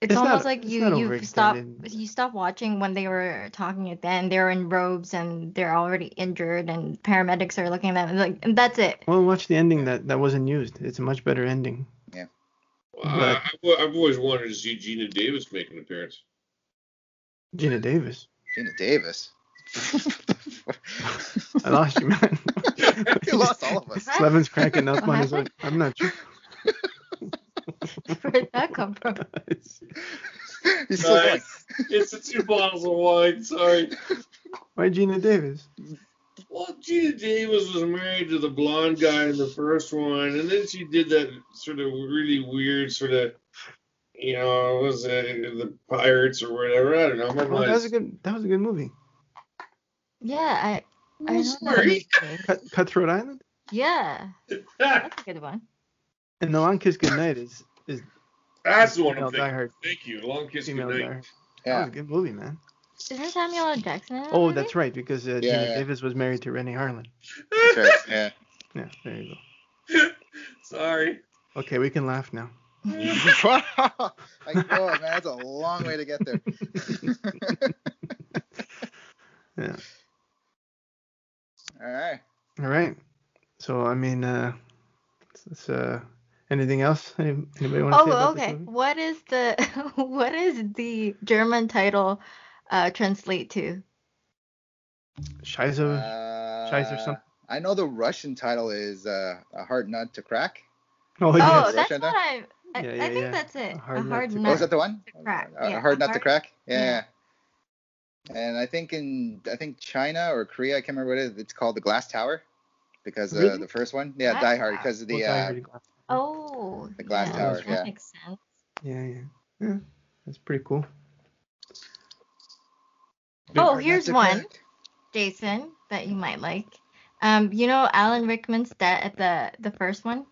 [SPEAKER 9] it's,
[SPEAKER 10] It's not-
[SPEAKER 9] almost like
[SPEAKER 10] it's
[SPEAKER 9] you
[SPEAKER 10] not
[SPEAKER 9] you stop
[SPEAKER 10] overextended.
[SPEAKER 9] you stop watching when they were talking at the end. They're in robes and they're already injured, and paramedics are looking at them. Like and that's it.
[SPEAKER 10] uh, Well, watch the ending that that wasn't used. It's a much better ending.
[SPEAKER 11] Well, I-
[SPEAKER 10] But-
[SPEAKER 11] Uh, I've, al- I've always wanted to see Gina Davis make an appearance.
[SPEAKER 10] Gina Davis.
[SPEAKER 12] Gina Davis.
[SPEAKER 10] I lost you, man.
[SPEAKER 12] you lost all of us.
[SPEAKER 10] Slevin's cracking up
[SPEAKER 9] What
[SPEAKER 10] on his own. I'm not sure.
[SPEAKER 9] Where did that come from?
[SPEAKER 12] He's
[SPEAKER 11] still going. It's the two bottles of wine. Sorry.
[SPEAKER 10] Why Gina Davis?
[SPEAKER 11] Well, Gina Davis was married to the blonde guy in the first one, and then she did that sort of really weird sort of, you know, what was it the pirates or whatever? I don't know. My
[SPEAKER 10] Well, that was
[SPEAKER 11] mind's
[SPEAKER 10] a good. That was a good movie.
[SPEAKER 9] Yeah, I I don't
[SPEAKER 11] sorry.
[SPEAKER 9] know.
[SPEAKER 10] Cut, Cutthroat Island.
[SPEAKER 9] Yeah, that's a good one.
[SPEAKER 10] And the long kiss goodnight is is
[SPEAKER 11] That's the one
[SPEAKER 10] female
[SPEAKER 11] I'm thinking.
[SPEAKER 10] Die Hard.
[SPEAKER 11] Thank you. Long kiss
[SPEAKER 10] Female Die
[SPEAKER 11] goodnight.
[SPEAKER 10] Hard. That was a good movie, man.
[SPEAKER 9] Isn't Samuel L. Jackson in that
[SPEAKER 10] Oh,
[SPEAKER 9] movie?
[SPEAKER 10] that's right, because uh,
[SPEAKER 12] Yeah,
[SPEAKER 10] Gina
[SPEAKER 12] yeah.
[SPEAKER 10] Davis was married to Rennie Harlan.
[SPEAKER 12] That's right. Yeah.
[SPEAKER 10] Yeah, there you
[SPEAKER 11] Sorry.
[SPEAKER 10] go. Okay, we can laugh now.
[SPEAKER 12] Wow. like, oh man, that's a long way to get there.
[SPEAKER 10] Yeah.
[SPEAKER 12] All right.
[SPEAKER 10] All right. So I mean, uh, it's, uh, anything else? Any, anybody want to say
[SPEAKER 9] Oh,
[SPEAKER 10] about this
[SPEAKER 9] okay.
[SPEAKER 10] movie?
[SPEAKER 9] What is the what is the German title uh, translate to?
[SPEAKER 10] Scheiße, Scheiße or
[SPEAKER 12] Uh,
[SPEAKER 10] something.
[SPEAKER 12] I know the Russian title is uh, a hard nut to crack.
[SPEAKER 10] Oh,
[SPEAKER 9] Oh,
[SPEAKER 10] yes.
[SPEAKER 9] that's what I I,
[SPEAKER 13] Yeah,
[SPEAKER 9] I
[SPEAKER 13] yeah,
[SPEAKER 9] think
[SPEAKER 13] yeah.
[SPEAKER 9] that's it.
[SPEAKER 13] A
[SPEAKER 9] A
[SPEAKER 13] hard nut
[SPEAKER 9] hard,
[SPEAKER 13] to
[SPEAKER 9] nut.
[SPEAKER 13] crack. Oh, is that the one?
[SPEAKER 9] to crack.
[SPEAKER 13] Uh,
[SPEAKER 9] yeah,
[SPEAKER 13] hard
[SPEAKER 9] a
[SPEAKER 13] nut to crack.
[SPEAKER 9] yeah.
[SPEAKER 13] Yeah. And I think in I think China or Korea, I can't remember what it is. It's called the Glass Tower, because uh,
[SPEAKER 9] Really?
[SPEAKER 13] the first one, yeah,
[SPEAKER 9] Glass
[SPEAKER 13] Die Hard,
[SPEAKER 9] Tower.
[SPEAKER 13] because of
[SPEAKER 9] Oh,
[SPEAKER 13] the
[SPEAKER 9] Die
[SPEAKER 13] uh,
[SPEAKER 9] Hard. Oh.
[SPEAKER 13] the Glass Tower,
[SPEAKER 9] That
[SPEAKER 13] yeah.
[SPEAKER 9] makes sense.
[SPEAKER 10] Yeah, yeah, yeah. That's pretty cool.
[SPEAKER 9] Oh, here's one, Jason, that you might like. Um, you know Alan Rickman's dad at the the first one,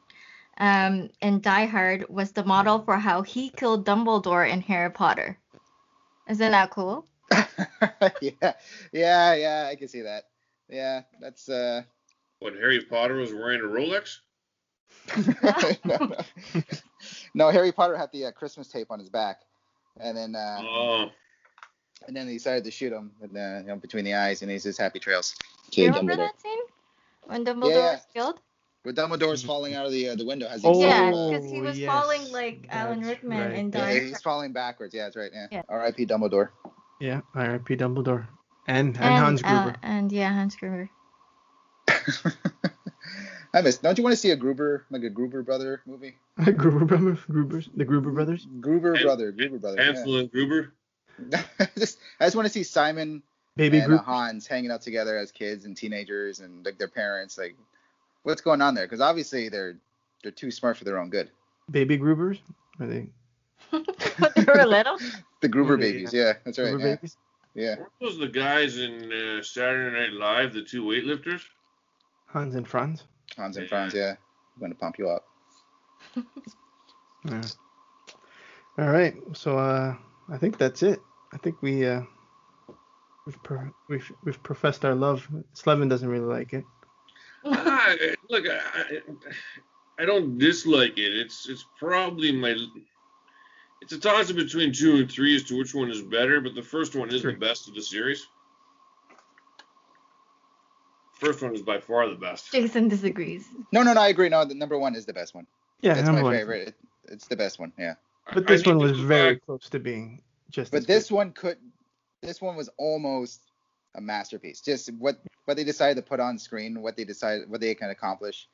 [SPEAKER 9] um, in Die Hard was the model for how he killed Dumbledore in Harry Potter. Isn't that cool?
[SPEAKER 13] uh, yeah, yeah, yeah. I can see that. Yeah, that's uh.
[SPEAKER 11] When Harry Potter was wearing a Rolex?
[SPEAKER 13] no, no. No, Harry Potter had the uh, Christmas tape on his back, and then uh,
[SPEAKER 11] Oh.
[SPEAKER 13] and then they decided to shoot him with, uh, you know, between the eyes, and he says happy trails.
[SPEAKER 9] Do you remember that scene when Dumbledore
[SPEAKER 13] yeah.
[SPEAKER 9] was killed?
[SPEAKER 13] With
[SPEAKER 10] Mm-hmm.
[SPEAKER 13] Dumbledore's falling out of the uh, the window. Has
[SPEAKER 10] Oh,
[SPEAKER 9] yeah, because he was falling like Alan Rickman
[SPEAKER 13] Right.
[SPEAKER 9] in
[SPEAKER 13] Yeah,
[SPEAKER 9] Die Hard.
[SPEAKER 13] he's falling backwards. Yeah, that's right. Yeah.
[SPEAKER 9] Yeah.
[SPEAKER 13] R.I.P. Dumbledore.
[SPEAKER 10] Yeah, R.I.P. Dumbledore and and,
[SPEAKER 9] And,
[SPEAKER 10] Hans
[SPEAKER 9] uh,
[SPEAKER 10] Gruber.
[SPEAKER 9] and yeah, Hans Gruber.
[SPEAKER 13] I miss. Don't you want to see a Gruber, like a Gruber brother movie?
[SPEAKER 10] Gruber brothers, Gruber's, the Gruber brothers.
[SPEAKER 13] Gruber brother, Gruber brother.
[SPEAKER 11] Hansel and Gruber?
[SPEAKER 13] I just, I just want to see Simon
[SPEAKER 10] Baby
[SPEAKER 13] and uh,
[SPEAKER 10] Gruber.
[SPEAKER 13] Hans hanging out together as kids and teenagers and like their parents. Like, what's going on there? Because obviously they're they're too smart for their own good.
[SPEAKER 10] Baby Grubers. Are they?
[SPEAKER 9] they were little.
[SPEAKER 13] The Gruber
[SPEAKER 10] Gruber,
[SPEAKER 13] babies, yeah, that's right.
[SPEAKER 10] Gruber
[SPEAKER 13] yeah.
[SPEAKER 10] babies?
[SPEAKER 13] yeah.
[SPEAKER 11] Weren't those the guys in uh, Saturday Night Live, the two weightlifters?
[SPEAKER 10] Hans and Franz.
[SPEAKER 13] Hans and Franz, yeah. I'm gonna pump you up.
[SPEAKER 10] Yeah. All right. So uh, I think that's it. I think we uh, we've, pro- we've we've professed our love. Slevin doesn't really like it.
[SPEAKER 11] Ah, look, I, I- I don't dislike it. It's it's probably my. It's a toss up between two and three as to which one is better, but the first one is the best of the series. First one is by far the best.
[SPEAKER 9] Jason disagrees.
[SPEAKER 13] No, no, no, I agree. No, the number one is the best one.
[SPEAKER 10] Yeah,
[SPEAKER 13] that's
[SPEAKER 10] number
[SPEAKER 13] my
[SPEAKER 10] one.
[SPEAKER 13] favorite. It, it's the best one, yeah.
[SPEAKER 10] But this one was very close to being just.
[SPEAKER 13] But
[SPEAKER 10] as
[SPEAKER 13] this one could, this one was almost a masterpiece. Just what what they decided to put on screen, what they decided, what they can accomplish.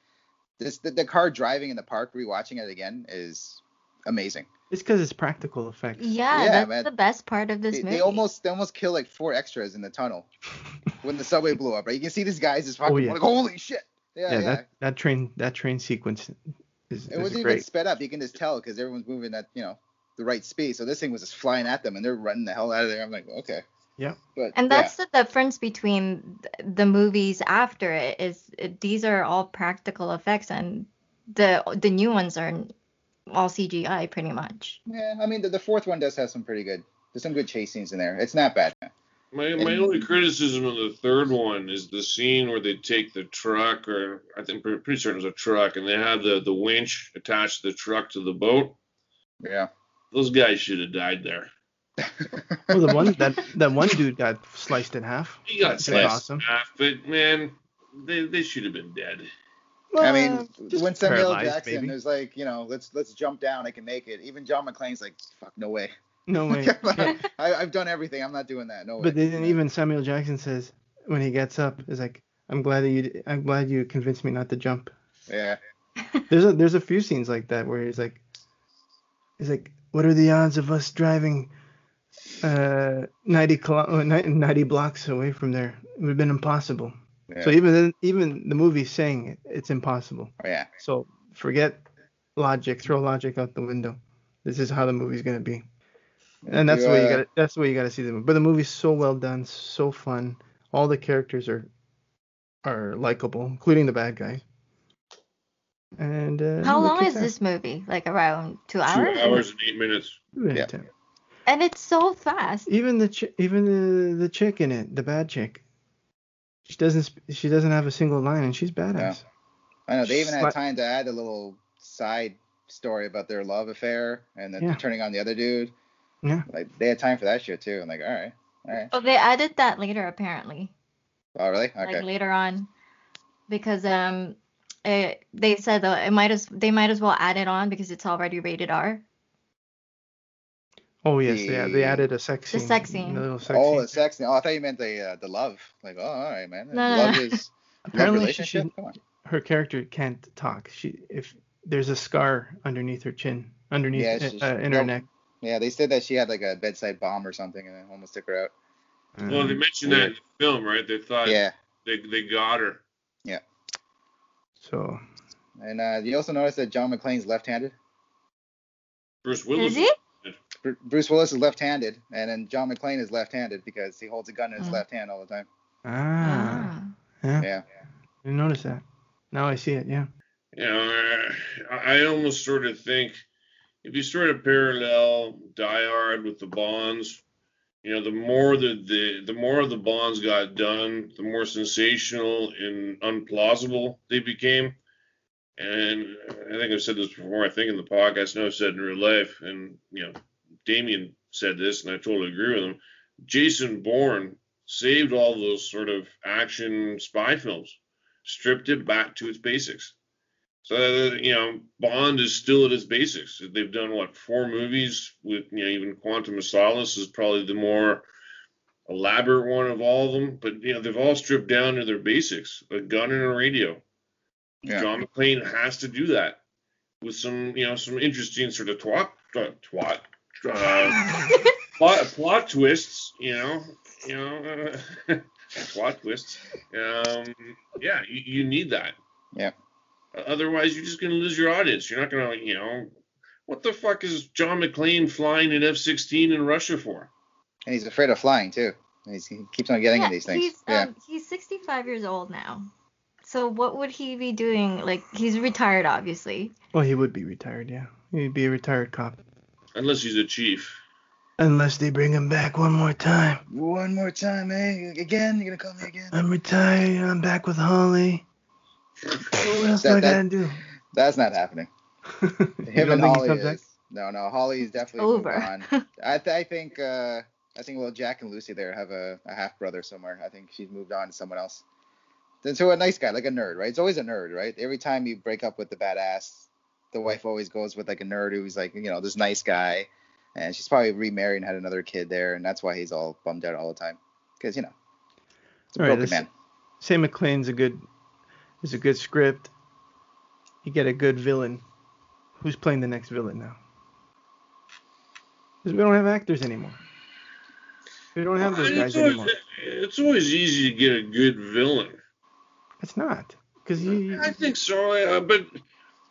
[SPEAKER 13] This the, the car driving in the park, rewatching it again is amazing.
[SPEAKER 10] good. It's because it's practical effects.
[SPEAKER 9] Yeah,
[SPEAKER 13] Yeah,
[SPEAKER 9] that's
[SPEAKER 13] man.
[SPEAKER 9] the best part of this
[SPEAKER 13] They,
[SPEAKER 9] movie.
[SPEAKER 13] they almost they almost kill like four extras in the tunnel when the subway blew up. Right, you can see these guys just fucking
[SPEAKER 10] Oh, yeah.
[SPEAKER 13] like holy shit. Yeah,
[SPEAKER 10] Yeah,
[SPEAKER 13] yeah.
[SPEAKER 10] that that train that train sequence is,
[SPEAKER 13] it
[SPEAKER 10] is
[SPEAKER 13] wasn't
[SPEAKER 10] great.
[SPEAKER 13] even sped up. You can just tell because everyone's moving at you know the right speed. So this thing was just flying at them and they're running the hell out of there. I'm like, okay.
[SPEAKER 10] Yeah.
[SPEAKER 13] But
[SPEAKER 9] and
[SPEAKER 13] yeah.
[SPEAKER 9] that's the difference between th- the movies after it is it- these are all practical effects and the the new ones are all CGI pretty much.
[SPEAKER 13] Yeah, I mean the, the fourth one does have some pretty good. There's some good chase scenes in there. It's not bad.
[SPEAKER 11] My, my only criticism of the third one is the scene where they take the truck, or I think pretty, pretty certain it was a truck, and they have the, the winch attached to the truck to the boat.
[SPEAKER 13] Yeah.
[SPEAKER 11] Those guys should have died there.
[SPEAKER 10] Well, the one that that one dude got sliced in half.
[SPEAKER 11] He got
[SPEAKER 10] That's
[SPEAKER 11] sliced
[SPEAKER 10] awesome.
[SPEAKER 11] in half, but man, they, they should have been dead.
[SPEAKER 10] Uh,
[SPEAKER 13] I mean, when Samuel
[SPEAKER 10] paralyzed,
[SPEAKER 13] Jackson
[SPEAKER 10] baby.
[SPEAKER 13] is like, you know, let's let's jump down. I can make it. Even John McClane's like, fuck, no way.
[SPEAKER 10] No way.
[SPEAKER 13] I, I've done everything. I'm not doing that. No way.
[SPEAKER 10] But then even Samuel Jackson says when he gets up, is like, "I'm glad that you, I'm glad you convinced me not to jump."
[SPEAKER 13] Yeah.
[SPEAKER 10] There's a there's a few scenes like that where he's like, he's like, "What are the odds of us driving uh 90 kilo, uh, ni- 90 blocks away from there? It would have been impossible." So
[SPEAKER 13] Yeah.
[SPEAKER 10] even then, even the movie's saying it, it's impossible.
[SPEAKER 13] Oh, yeah.
[SPEAKER 10] So forget logic, throw logic out the window. This is how the movie's gonna be. And that's the way you
[SPEAKER 13] uh,
[SPEAKER 10] got to that's the way you got to see the movie. But the movie's so well done, so fun. All the characters are are likable, including the bad guy. And uh,
[SPEAKER 9] How
[SPEAKER 10] it
[SPEAKER 9] long
[SPEAKER 10] kicks
[SPEAKER 9] is
[SPEAKER 10] ass.
[SPEAKER 9] this movie? Like around 2
[SPEAKER 11] Two
[SPEAKER 9] hours?
[SPEAKER 11] hours and eight minutes.
[SPEAKER 10] Yeah.
[SPEAKER 9] And it's so fast.
[SPEAKER 10] Even the chi- even the the chick in it, the bad chick. She doesn't sp- she doesn't have a single line, and she's badass.
[SPEAKER 13] I know they even had
[SPEAKER 10] Sli-
[SPEAKER 13] time to add a little side story about their love affair and then
[SPEAKER 10] Yeah.
[SPEAKER 13] turning on the other dude.
[SPEAKER 10] Yeah.
[SPEAKER 13] Like they had time for that shit too. I'm like, all right, all right.
[SPEAKER 9] Oh, they added that later apparently.
[SPEAKER 13] Oh really? Okay.
[SPEAKER 9] Like later on because um it, they said that it might as they might as well add it on because it's already rated R.
[SPEAKER 10] Oh yes, yeah, they,
[SPEAKER 13] The-
[SPEAKER 10] added a sex
[SPEAKER 9] The
[SPEAKER 10] scene.
[SPEAKER 9] sex scene.
[SPEAKER 10] a little sex
[SPEAKER 13] Oh,
[SPEAKER 10] scene.
[SPEAKER 13] the sex. Oh, I thought you meant the uh, the love. Like, oh, all right, man.
[SPEAKER 9] No, no,
[SPEAKER 13] love
[SPEAKER 9] no.
[SPEAKER 13] is love
[SPEAKER 10] Apparently she
[SPEAKER 13] relationship.
[SPEAKER 10] should-
[SPEAKER 13] Come on.
[SPEAKER 10] her character can't talk. She if there's a scar underneath her chin, underneath
[SPEAKER 12] Yeah, she-
[SPEAKER 10] uh, in
[SPEAKER 12] no.
[SPEAKER 10] her neck.
[SPEAKER 12] Yeah, they said that she had like a bedside bomb or something, and it almost took her out.
[SPEAKER 11] Well,
[SPEAKER 10] Mm-hmm.
[SPEAKER 11] they mentioned that in the film, right? They thought
[SPEAKER 12] Yeah.
[SPEAKER 11] they they got her.
[SPEAKER 10] So
[SPEAKER 12] And uh, you also notice that John McClane's left-handed.
[SPEAKER 11] Bruce Willis.
[SPEAKER 12] Bru- Bruce Willis is left-handed, and then John McClane is left-handed because he holds a gun in
[SPEAKER 9] Mm-hmm.
[SPEAKER 12] his left hand all the time. Hmm.
[SPEAKER 10] Ah, yeah.
[SPEAKER 12] Yeah.
[SPEAKER 10] Didn't notice that. Now I see it. Yeah.
[SPEAKER 11] You know, I, I almost sort of think if you sort of parallel Die Hard with the Bonds, you know, the more the the, the more the Bonds got done, the more sensational and unplausible they became. And I think I've said this before. I think in the podcast, no, I've said in real life, and you know, Damien said this, and I totally agree with him. Jason Bourne saved all those sort of action spy films, stripped it back to its basics. So uh, you know, Bond is still at its basics. They've done what four movies with you know even Quantum of Solace is probably the more elaborate one of all of them. But you know they've all stripped down to their basics: a gun and a radio. John McClane has to do that with some you know some interesting sort of twat twat twat uh, plot, plot twists. You know you know uh, plot twists. Um, yeah, you, you need that.
[SPEAKER 12] Yeah.
[SPEAKER 11] Otherwise, you're just going to lose your audience. You're not going to, you know, what the fuck is John McClane flying an F-16 in Russia for?
[SPEAKER 12] And he's afraid of flying too. And he's, he keeps on getting in these things.
[SPEAKER 9] He's,
[SPEAKER 12] yeah.
[SPEAKER 9] um, he's 65 years old now. So what would he be doing? Like he's retired, obviously.
[SPEAKER 10] Well, he would be retired. Yeah. He'd be a retired cop
[SPEAKER 11] Unless he's a chief.
[SPEAKER 10] unless they bring him back one more time.
[SPEAKER 12] One more time, eh? Again, you're gonna call me again.
[SPEAKER 10] I'm retired. I'm back with Holly. What else do I
[SPEAKER 12] That- that-
[SPEAKER 10] gotta do?
[SPEAKER 12] That's not happening.
[SPEAKER 10] You
[SPEAKER 12] Him
[SPEAKER 10] don't
[SPEAKER 12] and
[SPEAKER 10] think he
[SPEAKER 12] Holly
[SPEAKER 10] comes back?
[SPEAKER 12] is. No, no, Holly's definitely
[SPEAKER 9] Over.
[SPEAKER 12] moved on. I, th- I think uh, I think well, Jack and Lucy there have a, a half brother somewhere. I think she's moved on to someone else. Then to a nice guy, like a nerd, right? It's always a nerd, right? Every time you break up with the badass, the wife always goes with like a nerd who's like you know this nice guy, and she's probably remarried and had another kid there, and that's why he's all bummed out all the time because you know it's a
[SPEAKER 10] All right,
[SPEAKER 12] broken
[SPEAKER 10] let's-
[SPEAKER 12] man.
[SPEAKER 10] Say McLean's a good is a good script. You get a good villain. Who's playing the next villain now? Because we don't have actors anymore. We don't have those guys
[SPEAKER 11] It's always,
[SPEAKER 10] anymore.
[SPEAKER 11] it's always easy to get a good villain.
[SPEAKER 10] It's not because you.
[SPEAKER 11] I think so, uh, but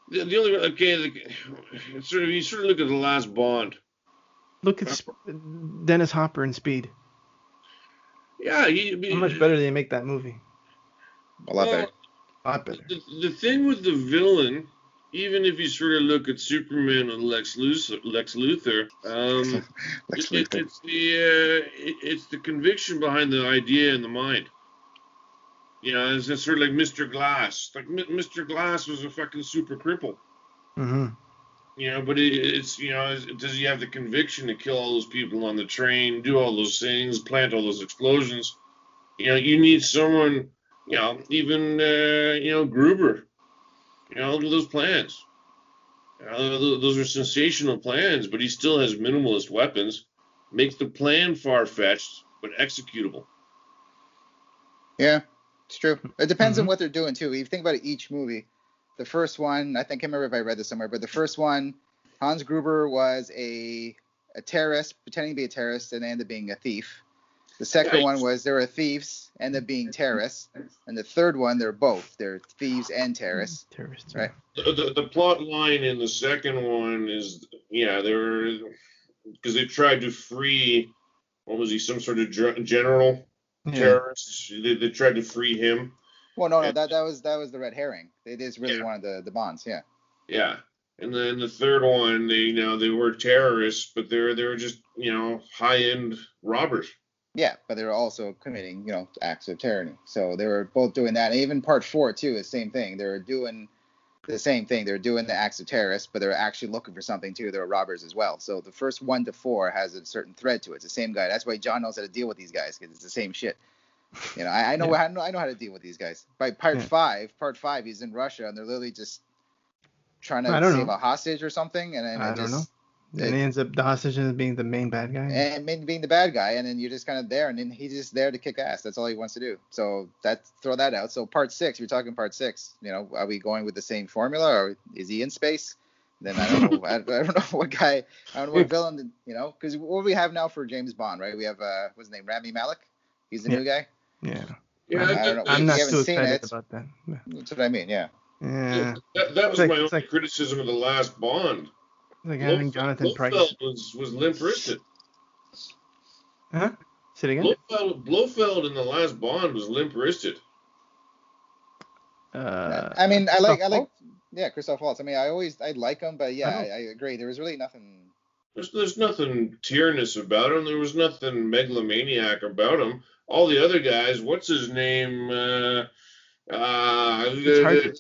[SPEAKER 11] the, the only okay, the, it's sort of you sort of look at the last Bond.
[SPEAKER 10] Look at Sp- Dennis Hopper and Speed.
[SPEAKER 11] Yeah, you,
[SPEAKER 10] How much better they make that movie?
[SPEAKER 12] A lot better.
[SPEAKER 10] A lot better.
[SPEAKER 11] The, the thing with the villain, even if you sort of look at Superman and Lex Luthor, Lex Luthor, um,
[SPEAKER 12] Lex
[SPEAKER 11] it-
[SPEAKER 12] Luthor.
[SPEAKER 11] it's the uh, it, it's the conviction behind the idea in the mind. You know, it's just sort of like Mr. Glass. Like M- Mr. Glass was a fucking super cripple.
[SPEAKER 10] Mm-hmm.
[SPEAKER 11] You know, but it, it's you know, is- does he have the conviction to kill all those people on the train, do all those things, plant all those explosions? You know, you need someone. You know, even uh, you know Gruber. You know, look at those plans. You know, tho- those are sensational plans, but he still has minimalist weapons. Makes the plan far fetched but executable.
[SPEAKER 12] Yeah, it's true. It depends on what they're doing too. If you think about it, each movie, the first one, I think I remember if I read this somewhere, but the first one, Hans Gruber was a a terrorist pretending to be a terrorist and they ended up being a thief. The second
[SPEAKER 17] Yikes.
[SPEAKER 12] one was there were thieves, ended up being terrorists, and the third one they're both, they're thieves and terrorists.
[SPEAKER 10] Terrorists,
[SPEAKER 12] right?
[SPEAKER 11] The, the, the plot line in the second one is yeah they're because they tried to free what was he some sort of ger- general terrorist they, they tried to free him
[SPEAKER 12] Well, no, no, that that was that was the red herring. They just really wanted the the bonds, yeah.
[SPEAKER 11] yeah and then the third one they you know they were terrorists but they're they were just you know high end robbers
[SPEAKER 12] Yeah, but they were also committing, you know, acts of tyranny. So they were both doing that. And even part four too, is same thing. They were doing the same thing. They were doing the acts of terrorists, but they were actually looking for something too. They were robbers as well. So the first one to four has a certain thread to it. It's the same guy. That's why John knows how to deal with these guys because it's the same shit. You know, I, I know,
[SPEAKER 17] Yeah.
[SPEAKER 12] I know, I know how to deal with these guys. By part
[SPEAKER 17] Yeah.
[SPEAKER 12] five, part five, he's in Russia and they're literally just trying to
[SPEAKER 10] I don't
[SPEAKER 12] save
[SPEAKER 10] know.
[SPEAKER 12] a hostage or something. And then
[SPEAKER 10] I
[SPEAKER 12] it
[SPEAKER 10] don't
[SPEAKER 12] just
[SPEAKER 10] know. And he ends up the hostage ends up being the main bad guy.
[SPEAKER 12] and being- being the bad guy, and then you're just kind of there, and then he's just there to kick ass. That's all he wants to do. So that throw that out. So part six, you're talking part six. You know, are we going with the same formula, or is he in space? Then I don't know. I, I don't know what guy, I don't know what villain. You know, because what we have now for James Bond, right? We have uh, what's his name, Rami Malik. He's the new
[SPEAKER 10] Yeah.
[SPEAKER 12] guy.
[SPEAKER 10] Yeah.
[SPEAKER 11] Yeah,
[SPEAKER 12] I don't know.
[SPEAKER 11] I'm
[SPEAKER 12] We
[SPEAKER 11] not
[SPEAKER 12] haven't
[SPEAKER 10] too
[SPEAKER 12] seen
[SPEAKER 10] excited
[SPEAKER 12] it.
[SPEAKER 10] about that.
[SPEAKER 12] That's what I mean. Yeah.
[SPEAKER 10] Yeah.
[SPEAKER 11] That, that was
[SPEAKER 10] It's like-
[SPEAKER 11] my only
[SPEAKER 10] it's like-
[SPEAKER 11] criticism of the last Bond.
[SPEAKER 10] Like having Jonathan Price.
[SPEAKER 11] Blofeld was, was limp wristed.
[SPEAKER 10] Huh? Say it again.
[SPEAKER 11] Blofeld, Blofeld in the last Bond was limp wristed.
[SPEAKER 10] Uh,
[SPEAKER 12] I mean, I like, I
[SPEAKER 10] Christoph Oh.
[SPEAKER 12] like, yeah, Christoph Waltz. I mean, I always, I like him, but yeah,
[SPEAKER 11] I
[SPEAKER 12] I,
[SPEAKER 11] don't-
[SPEAKER 12] I agree. There was really nothing.
[SPEAKER 11] There's, there's nothing tyrannous about him. There was nothing megalomaniac about him. All the other guys, what's his name? Uh, uh,
[SPEAKER 10] It's hard to-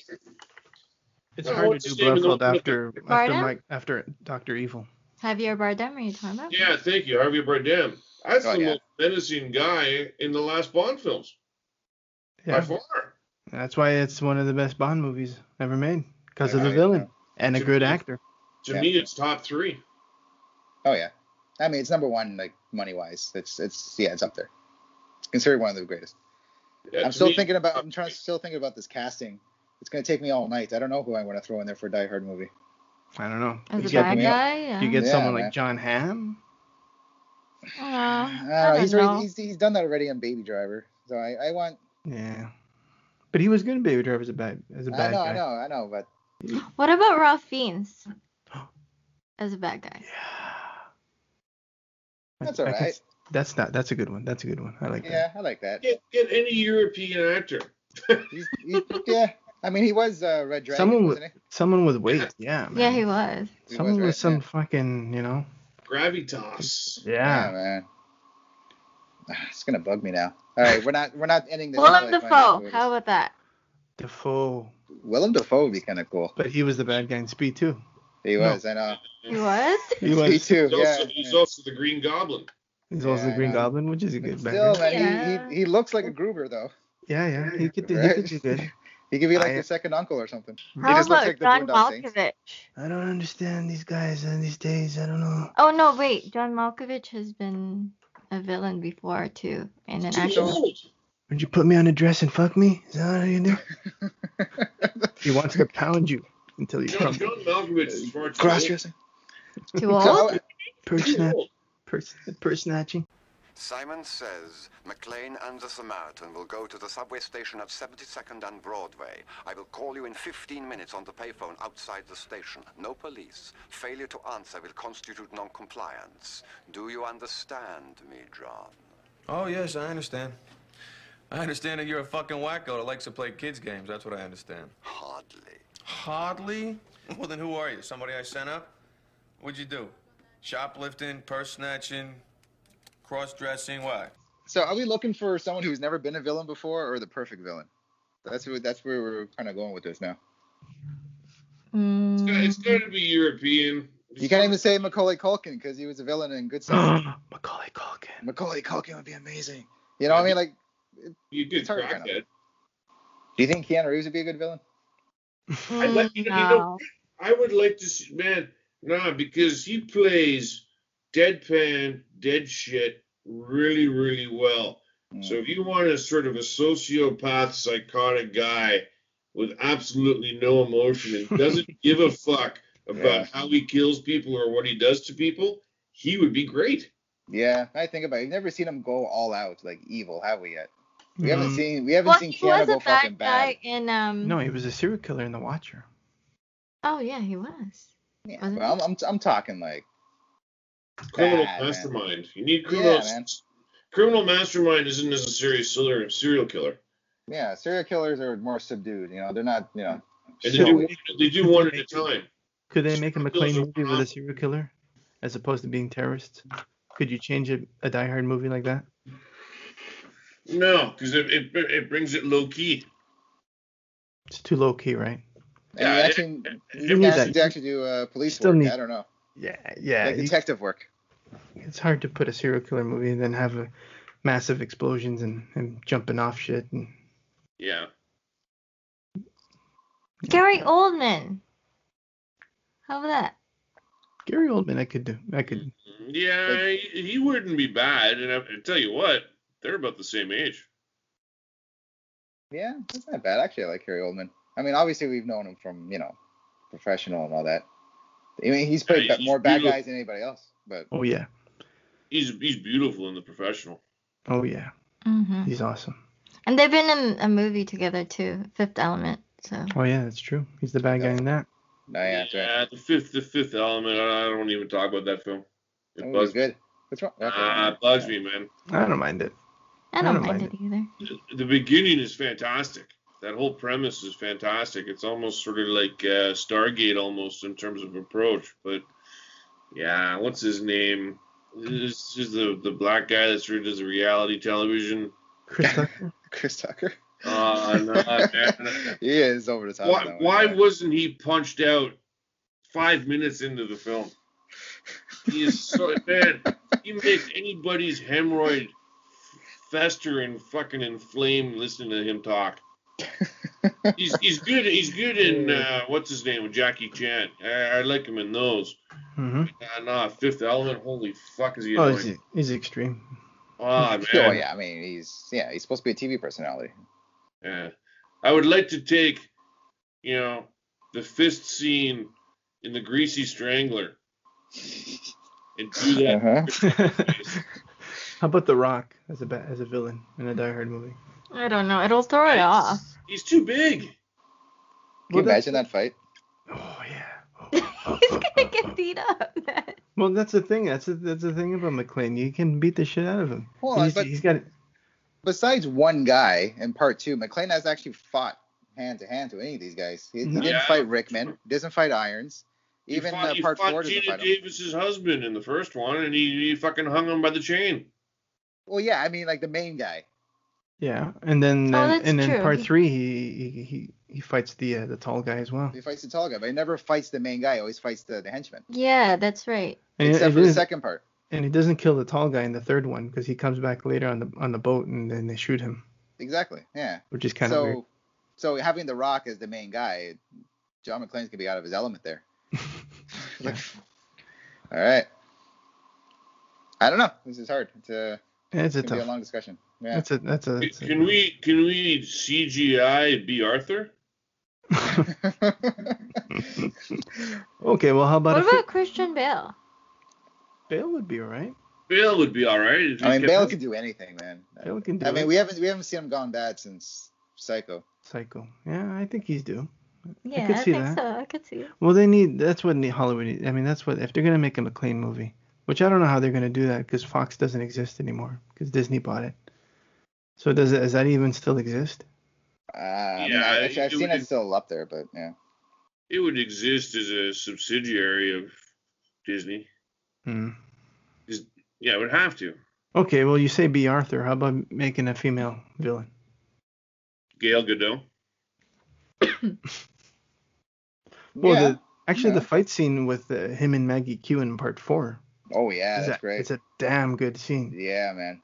[SPEAKER 10] It's
[SPEAKER 11] No,
[SPEAKER 10] hard
[SPEAKER 11] what's
[SPEAKER 10] to
[SPEAKER 11] his
[SPEAKER 10] do
[SPEAKER 11] name in the-
[SPEAKER 10] Blofeld after after
[SPEAKER 9] Pardon?
[SPEAKER 10] Mike after Doctor Evil.
[SPEAKER 9] Javier Bardem, are you talking about?
[SPEAKER 11] Yeah, thank you, Harvey Bardem. That's
[SPEAKER 10] Oh,
[SPEAKER 11] the
[SPEAKER 10] yeah.
[SPEAKER 11] most menacing guy in the last Bond films by
[SPEAKER 10] Yeah.
[SPEAKER 11] far.
[SPEAKER 10] That's why it's one of the best Bond movies ever made because of the villain and a good actor.
[SPEAKER 11] To me, it's top three.
[SPEAKER 12] Oh yeah, I mean, it's number one, like money wise. It's, it's, yeah, it's up there. It's considered one of the greatest.
[SPEAKER 11] Yeah,
[SPEAKER 12] I'm
[SPEAKER 11] to
[SPEAKER 12] still
[SPEAKER 11] me-
[SPEAKER 12] thinking about. I'm trying, still thinking about this casting. It's gonna take me all night. I don't know who I want to throw in there for a Die Hard movie.
[SPEAKER 10] I don't know.
[SPEAKER 9] As
[SPEAKER 10] You
[SPEAKER 9] a
[SPEAKER 10] get-
[SPEAKER 9] bad guy?
[SPEAKER 10] You get
[SPEAKER 12] Yeah,
[SPEAKER 10] someone like
[SPEAKER 12] man.
[SPEAKER 10] John Hamm.
[SPEAKER 9] Uh, I
[SPEAKER 12] Uh,
[SPEAKER 9] don't
[SPEAKER 12] he's,
[SPEAKER 9] know.
[SPEAKER 12] already, he's he's done that already on Baby Driver. So I, I want.
[SPEAKER 10] Yeah. But he was good in Baby Driver as a bad as a
[SPEAKER 12] I
[SPEAKER 10] bad
[SPEAKER 12] know,
[SPEAKER 10] guy.
[SPEAKER 12] I know, I know, but
[SPEAKER 9] What about Ralph Fiennes as a bad guy?
[SPEAKER 12] That's
[SPEAKER 10] I- I
[SPEAKER 12] all
[SPEAKER 10] can
[SPEAKER 12] right.
[SPEAKER 10] s- That's not. That's a good one. That's a good one. I like that.
[SPEAKER 12] yeah, I like that.
[SPEAKER 11] Get, get any European actor.
[SPEAKER 12] He's, he, yeah, I mean, he was uh, Red Dragon,
[SPEAKER 10] someone with
[SPEAKER 12] wasn't he?
[SPEAKER 10] someone with weight. Yeah. Man.
[SPEAKER 9] Yeah, he was.
[SPEAKER 10] Someone with some fucking, you know.
[SPEAKER 11] Gravitas.
[SPEAKER 10] Yeah.
[SPEAKER 12] Oh, man. Ah, It's gonna bug me now. All right, we're not we're not ending this.
[SPEAKER 9] Willem
[SPEAKER 12] until I find
[SPEAKER 9] Dafoe.
[SPEAKER 12] out who it
[SPEAKER 9] How about that?
[SPEAKER 10] Defoe.
[SPEAKER 12] is. Willem Dafoe would be kind of cool.
[SPEAKER 10] But he was the bad guy in Speed too.
[SPEAKER 12] He
[SPEAKER 10] No.
[SPEAKER 12] was, I know.
[SPEAKER 9] He was.
[SPEAKER 10] He was.
[SPEAKER 12] Speed too.
[SPEAKER 11] He's,
[SPEAKER 12] Yeah.
[SPEAKER 11] also, he's also the Green Goblin.
[SPEAKER 10] He's also the Green Goblin, which is a good bad
[SPEAKER 12] Still,
[SPEAKER 10] guy.
[SPEAKER 12] man, he, he, he looks like a Gruber though.
[SPEAKER 10] Yeah, yeah. He could do. He
[SPEAKER 12] Right?
[SPEAKER 10] could do good.
[SPEAKER 12] He could be like
[SPEAKER 10] I-
[SPEAKER 12] the second uncle or something. he
[SPEAKER 9] How
[SPEAKER 12] just looks
[SPEAKER 9] about
[SPEAKER 12] like the
[SPEAKER 9] John
[SPEAKER 12] Boondock Saints.
[SPEAKER 9] Malkovich?
[SPEAKER 10] I don't understand these guys uh, these days. I don't know.
[SPEAKER 9] Oh no, wait. John Malkovich has been a villain before too, in an actual.
[SPEAKER 10] Would you put me on a dress and fuck me? Is that what you do? he wants to pound you until you
[SPEAKER 11] John,
[SPEAKER 10] come.
[SPEAKER 11] John Malkovich is far too
[SPEAKER 10] Cross
[SPEAKER 11] old.
[SPEAKER 10] dressing.
[SPEAKER 9] Too old.
[SPEAKER 10] Purse snatch.
[SPEAKER 11] old.
[SPEAKER 10] Purse, purse snatching.
[SPEAKER 2] Simon says McLean and the Samaritan will go to the subway station at 72nd and Broadway. I will call you in 15 minutes on the payphone outside the station. No police. Failure to answer will constitute non-compliance. Do you understand me, John?
[SPEAKER 17] Oh, yes, I understand. I understand that you're a fucking wacko that likes to play kids' games. That's what I understand.
[SPEAKER 2] Hardly.
[SPEAKER 17] Hardly? Well, then who are you? Somebody I sent up? What'd you do? Shoplifting, purse snatching, cross dressing, what?
[SPEAKER 12] So are we looking for someone who's never been a villain before, or the perfect villain? That's who, that's where we're kind of going with this now.
[SPEAKER 9] Mm,
[SPEAKER 11] It's got to be European.
[SPEAKER 12] You can't even say Macaulay Culkin because he was a villain in Good Son.
[SPEAKER 10] Macaulay Culkin.
[SPEAKER 12] Macaulay Culkin would be amazing. You know what I mean? Like,
[SPEAKER 11] You good
[SPEAKER 12] It's hard to find
[SPEAKER 11] crackhead.
[SPEAKER 12] do you think Keanu Reeves would be a good villain?
[SPEAKER 11] I'd like, you, know, you know, I would like to see, man, nah, because he plays deadpan, dead shit really, really well. So if you want a sort of a sociopath, psychotic guy with absolutely no emotion and doesn't give a fuck about
[SPEAKER 12] Yeah.
[SPEAKER 11] how he kills people or what he does to people, he would be great.
[SPEAKER 12] Yeah, I think about it. We've never seen him go all out like evil, have we yet? We haven't
[SPEAKER 10] Mm.
[SPEAKER 12] seen we haven't
[SPEAKER 9] Well,
[SPEAKER 12] seen
[SPEAKER 9] he was
[SPEAKER 12] Keanu
[SPEAKER 9] a
[SPEAKER 12] go fucking
[SPEAKER 9] bad
[SPEAKER 12] bad.
[SPEAKER 9] guy in um.
[SPEAKER 10] No, he was a serial killer in The Watcher.
[SPEAKER 9] Oh yeah, he was.
[SPEAKER 12] Yeah,
[SPEAKER 9] Wasn't
[SPEAKER 12] but I'm, I'm I'm talking like
[SPEAKER 11] Criminal
[SPEAKER 12] Bad, man.
[SPEAKER 11] mastermind. You need criminal.
[SPEAKER 12] yeah, man.
[SPEAKER 11] Criminal mastermind isn't necessarily a serial serial killer.
[SPEAKER 12] Yeah, serial killers are more subdued. You know, they're not you know.
[SPEAKER 11] And they do,
[SPEAKER 12] showy.
[SPEAKER 11] they do one at a time.
[SPEAKER 10] Could they make a McLean
[SPEAKER 11] are
[SPEAKER 10] movie with a serial killer, as opposed to being terrorists? Could you change a, a Die Hard movie like that?
[SPEAKER 11] No, because it, it it brings it low key.
[SPEAKER 10] It's too low key, right?
[SPEAKER 12] And you actually,
[SPEAKER 10] you
[SPEAKER 12] you
[SPEAKER 10] need
[SPEAKER 12] actually,
[SPEAKER 10] that.
[SPEAKER 12] you actually do uh, police
[SPEAKER 10] still
[SPEAKER 12] work.
[SPEAKER 10] need-
[SPEAKER 12] I don't know.
[SPEAKER 10] Yeah, yeah.
[SPEAKER 12] Like
[SPEAKER 10] you-
[SPEAKER 12] detective work.
[SPEAKER 10] it's hard to put a serial killer movie and then have a massive explosions and, and jumping off shit. And
[SPEAKER 11] Yeah.
[SPEAKER 9] Gary Oldman. How about that?
[SPEAKER 10] Gary Oldman, I could do. I could.
[SPEAKER 11] Yeah, he, he wouldn't be bad. And I, I tell you what, they're about the same age.
[SPEAKER 12] Yeah, that's not bad. Actually, I like Gary Oldman. I mean, obviously, we've known him from, you know, professional and all that. I mean, he's played
[SPEAKER 11] Yeah,
[SPEAKER 12] ba-
[SPEAKER 11] he's
[SPEAKER 12] more bad
[SPEAKER 11] beautiful.
[SPEAKER 12] guys than anybody else. But uh,
[SPEAKER 10] Oh yeah.
[SPEAKER 11] He's he's beautiful in the professional.
[SPEAKER 10] Oh yeah.
[SPEAKER 9] hmm
[SPEAKER 10] He's awesome.
[SPEAKER 9] And they've been in a movie together too, Fifth Element. So
[SPEAKER 10] Oh yeah, that's true. He's the bad guy in that.
[SPEAKER 12] Oh, yeah,
[SPEAKER 11] the fifth the fifth element. I don't even talk about that film. It
[SPEAKER 12] That
[SPEAKER 11] bugs
[SPEAKER 12] movie's good. What's wrong?
[SPEAKER 11] Me. Ah, it bugs me, man.
[SPEAKER 10] I don't mind it.
[SPEAKER 9] I don't, mind, it either.
[SPEAKER 11] The beginning is fantastic. That whole premise is fantastic. It's almost sort of like uh, Stargate, almost in terms of approach. But yeah, what's his name? This is the the black guy that sort of does reality television.
[SPEAKER 10] Chris Tucker.
[SPEAKER 12] Chris Tucker.
[SPEAKER 11] Uh, no, man.
[SPEAKER 12] he is over the top.
[SPEAKER 11] why
[SPEAKER 12] though.
[SPEAKER 11] why wasn't he punched out five minutes into the film? He is so man. He makes anybody's hemorrhoid fester and fucking inflame listening to him talk. He's he's good. He's good in uh, what's his name with Jackie Chan. I, I like him in those. Nah,
[SPEAKER 10] Mm-hmm.
[SPEAKER 11] nah, Fifth Element. Holy fuck, is he
[SPEAKER 10] Oh,
[SPEAKER 11] annoying?
[SPEAKER 10] he's, he's extreme.
[SPEAKER 11] Ah,
[SPEAKER 12] Oh,
[SPEAKER 11] man.
[SPEAKER 12] yeah, I mean, he's yeah, he's supposed to be a TV personality.
[SPEAKER 11] Yeah. I would like to take, you know, the fist scene in the Greasy Strangler and do
[SPEAKER 12] Uh-huh.
[SPEAKER 11] that.
[SPEAKER 10] How about The Rock as a ba- as a villain in a Die Hard movie?
[SPEAKER 9] I don't know. It'll throw it off.
[SPEAKER 11] He's too big.
[SPEAKER 12] Can you
[SPEAKER 10] Well, that's-
[SPEAKER 12] imagine that fight?
[SPEAKER 10] Oh,
[SPEAKER 9] He's gonna get beat up. man.
[SPEAKER 10] Well, that's the thing. That's the, that's the thing about McLean. You can beat the shit out of him.
[SPEAKER 12] Well,
[SPEAKER 10] he's,
[SPEAKER 12] but-
[SPEAKER 10] he's got
[SPEAKER 12] Besides one guy in part two, McLean has actually fought hand to hand to any of these guys. He, he
[SPEAKER 10] No.
[SPEAKER 12] didn't
[SPEAKER 11] Yeah.
[SPEAKER 12] fight Rickman, doesn't fight Irons,
[SPEAKER 11] he
[SPEAKER 12] even
[SPEAKER 11] fought,
[SPEAKER 12] uh, part
[SPEAKER 11] he fought
[SPEAKER 12] four doesn't
[SPEAKER 11] Gina
[SPEAKER 12] fight him.
[SPEAKER 11] Davis's husband in the first one, and he, he fucking hung him by the chain.
[SPEAKER 12] Well, yeah, I mean, like the main guy.
[SPEAKER 10] yeah. And then
[SPEAKER 12] Oh,
[SPEAKER 10] and,
[SPEAKER 12] that's
[SPEAKER 10] and then
[SPEAKER 12] true.
[SPEAKER 10] part
[SPEAKER 12] He-
[SPEAKER 10] three, he he he, he fights the uh, the tall guy as well.
[SPEAKER 12] He fights the tall guy, but he never fights the main guy. He always fights the, the henchman.
[SPEAKER 9] Yeah, that's right.
[SPEAKER 10] And he-
[SPEAKER 12] Except
[SPEAKER 10] he
[SPEAKER 12] for the
[SPEAKER 10] didn't-
[SPEAKER 12] second part.
[SPEAKER 10] And he doesn't kill the tall guy in the third one because he comes back later on the on the boat and then they shoot him,
[SPEAKER 12] Exactly. Yeah.
[SPEAKER 10] which is kind of
[SPEAKER 12] so,
[SPEAKER 10] weird.
[SPEAKER 12] so having The Rock as the main guy, John McClane's gonna be out of his element there. All right. I don't know. This is hard. It's a,
[SPEAKER 10] Yeah, it's a
[SPEAKER 12] gonna be
[SPEAKER 10] tough-
[SPEAKER 12] a long discussion. Yeah.
[SPEAKER 10] That's a that's a. That's a
[SPEAKER 11] Can we can we CGI B Arthur?
[SPEAKER 10] okay, well, how about
[SPEAKER 9] What
[SPEAKER 10] if
[SPEAKER 9] about Christian Bale?
[SPEAKER 10] Bale would be alright?
[SPEAKER 11] Bale would be all right. if he
[SPEAKER 12] I mean,
[SPEAKER 11] kept-
[SPEAKER 12] Bale can do anything, man.
[SPEAKER 10] Bale can do
[SPEAKER 12] I mean,
[SPEAKER 10] it.
[SPEAKER 12] we haven't we haven't seen him gone bad since Psycho.
[SPEAKER 10] Psycho. Yeah, I think he's due.
[SPEAKER 9] Yeah,
[SPEAKER 10] could
[SPEAKER 9] I,
[SPEAKER 10] see
[SPEAKER 9] think
[SPEAKER 10] that.
[SPEAKER 9] so. I could see it.
[SPEAKER 10] Well, they need. That's what ne- Hollywood. Needs. I mean, that's what if they're gonna make a McLean movie, which I don't know how they're gonna do that because Fox doesn't exist anymore because Disney bought it. So does it- does that even still exist?
[SPEAKER 12] Uh, I mean,
[SPEAKER 11] Yeah,
[SPEAKER 12] I- actually, I've
[SPEAKER 11] it
[SPEAKER 12] seen
[SPEAKER 11] would-
[SPEAKER 12] it still up there, but yeah.
[SPEAKER 11] It would exist as a subsidiary of Disney.
[SPEAKER 10] Hmm.
[SPEAKER 11] Yeah, it would have to.
[SPEAKER 10] Okay, well you say B. Arthur. How about making a female villain?
[SPEAKER 11] Gail Godot.
[SPEAKER 10] Well,
[SPEAKER 12] Yeah,
[SPEAKER 10] the, actually the fight scene with uh, him and Maggie Q in part four.
[SPEAKER 12] Oh yeah,
[SPEAKER 10] is
[SPEAKER 12] that's
[SPEAKER 10] a,
[SPEAKER 12] great.
[SPEAKER 10] It's a damn good scene.
[SPEAKER 12] Yeah, man.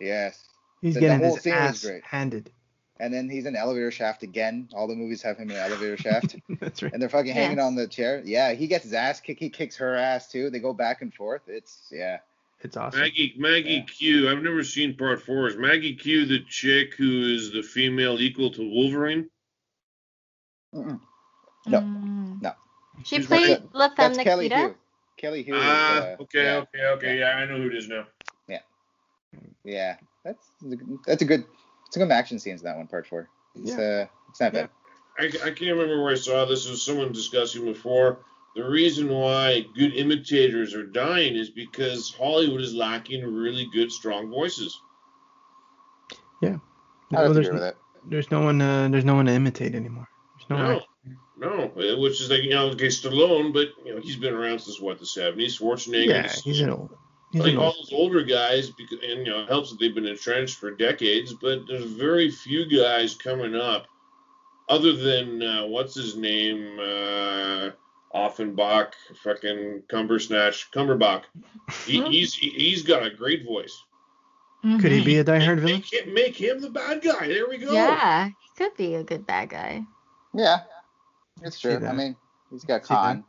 [SPEAKER 12] Yes.
[SPEAKER 10] He's
[SPEAKER 12] The- the
[SPEAKER 10] getting
[SPEAKER 12] whole
[SPEAKER 10] his
[SPEAKER 12] scene is
[SPEAKER 10] ass
[SPEAKER 12] great.
[SPEAKER 10] handed.
[SPEAKER 12] And then he's in elevator shaft again. All the movies have him in elevator shaft.
[SPEAKER 10] That's right.
[SPEAKER 12] and they're fucking hanging
[SPEAKER 10] Yes.
[SPEAKER 12] on the chair. Yeah, he gets his ass kicked. He kicks her ass too. They go back and forth. It's yeah.
[SPEAKER 10] It's awesome.
[SPEAKER 11] Maggie Maggie Q. I've never seen part four. Is Maggie Q the chick who is the female equal to Wolverine?
[SPEAKER 12] No, no.
[SPEAKER 9] Mm. She
[SPEAKER 12] She's
[SPEAKER 9] played
[SPEAKER 12] like-
[SPEAKER 9] La Femme
[SPEAKER 12] That's Kelly
[SPEAKER 9] Nikita.
[SPEAKER 12] Hugh. Kelly Hugh. is,
[SPEAKER 11] Ah,
[SPEAKER 12] uh,
[SPEAKER 11] okay,
[SPEAKER 12] yeah,
[SPEAKER 11] okay, okay. Yeah. I know who it is now.
[SPEAKER 12] yeah. That's that's a good. It's a good action scenes in that one, part four. It's uh, it's not bad.
[SPEAKER 11] I, I can't remember where I saw this. It was someone discussing before. The reason why good imitators are dying is because Hollywood is lacking really good, strong voices.
[SPEAKER 12] I'd have to
[SPEAKER 10] there's,
[SPEAKER 12] agree
[SPEAKER 10] no-
[SPEAKER 12] with that.
[SPEAKER 10] there's no one. Uh, there's no one to imitate anymore. There's no, one.
[SPEAKER 11] No, no, uh, which is like you know, okay, Stallone, but you know he's been around since what the seventies. Schwarzenegger,
[SPEAKER 10] Yeah,
[SPEAKER 11] this-
[SPEAKER 10] he's an old. He's
[SPEAKER 11] like
[SPEAKER 10] an
[SPEAKER 11] all
[SPEAKER 10] old.
[SPEAKER 11] those older guys, because, and you know, it helps that they've been entrenched for decades. But there's very few guys coming up, other than uh, what's his name, uh, Offenbach, fucking Cumbersnatch, Cumberbach. He, he's he- he's got a great voice.
[SPEAKER 10] Could he be a
[SPEAKER 11] Mm-hmm.
[SPEAKER 10] diehard villain?
[SPEAKER 11] Can't make him the bad guy. There we go.
[SPEAKER 9] Mm-hmm. Yeah, he could be a good bad guy.
[SPEAKER 12] Yeah, it's
[SPEAKER 10] See
[SPEAKER 12] true. I
[SPEAKER 10] that.
[SPEAKER 12] mean, he's got
[SPEAKER 10] See that.
[SPEAKER 12] con,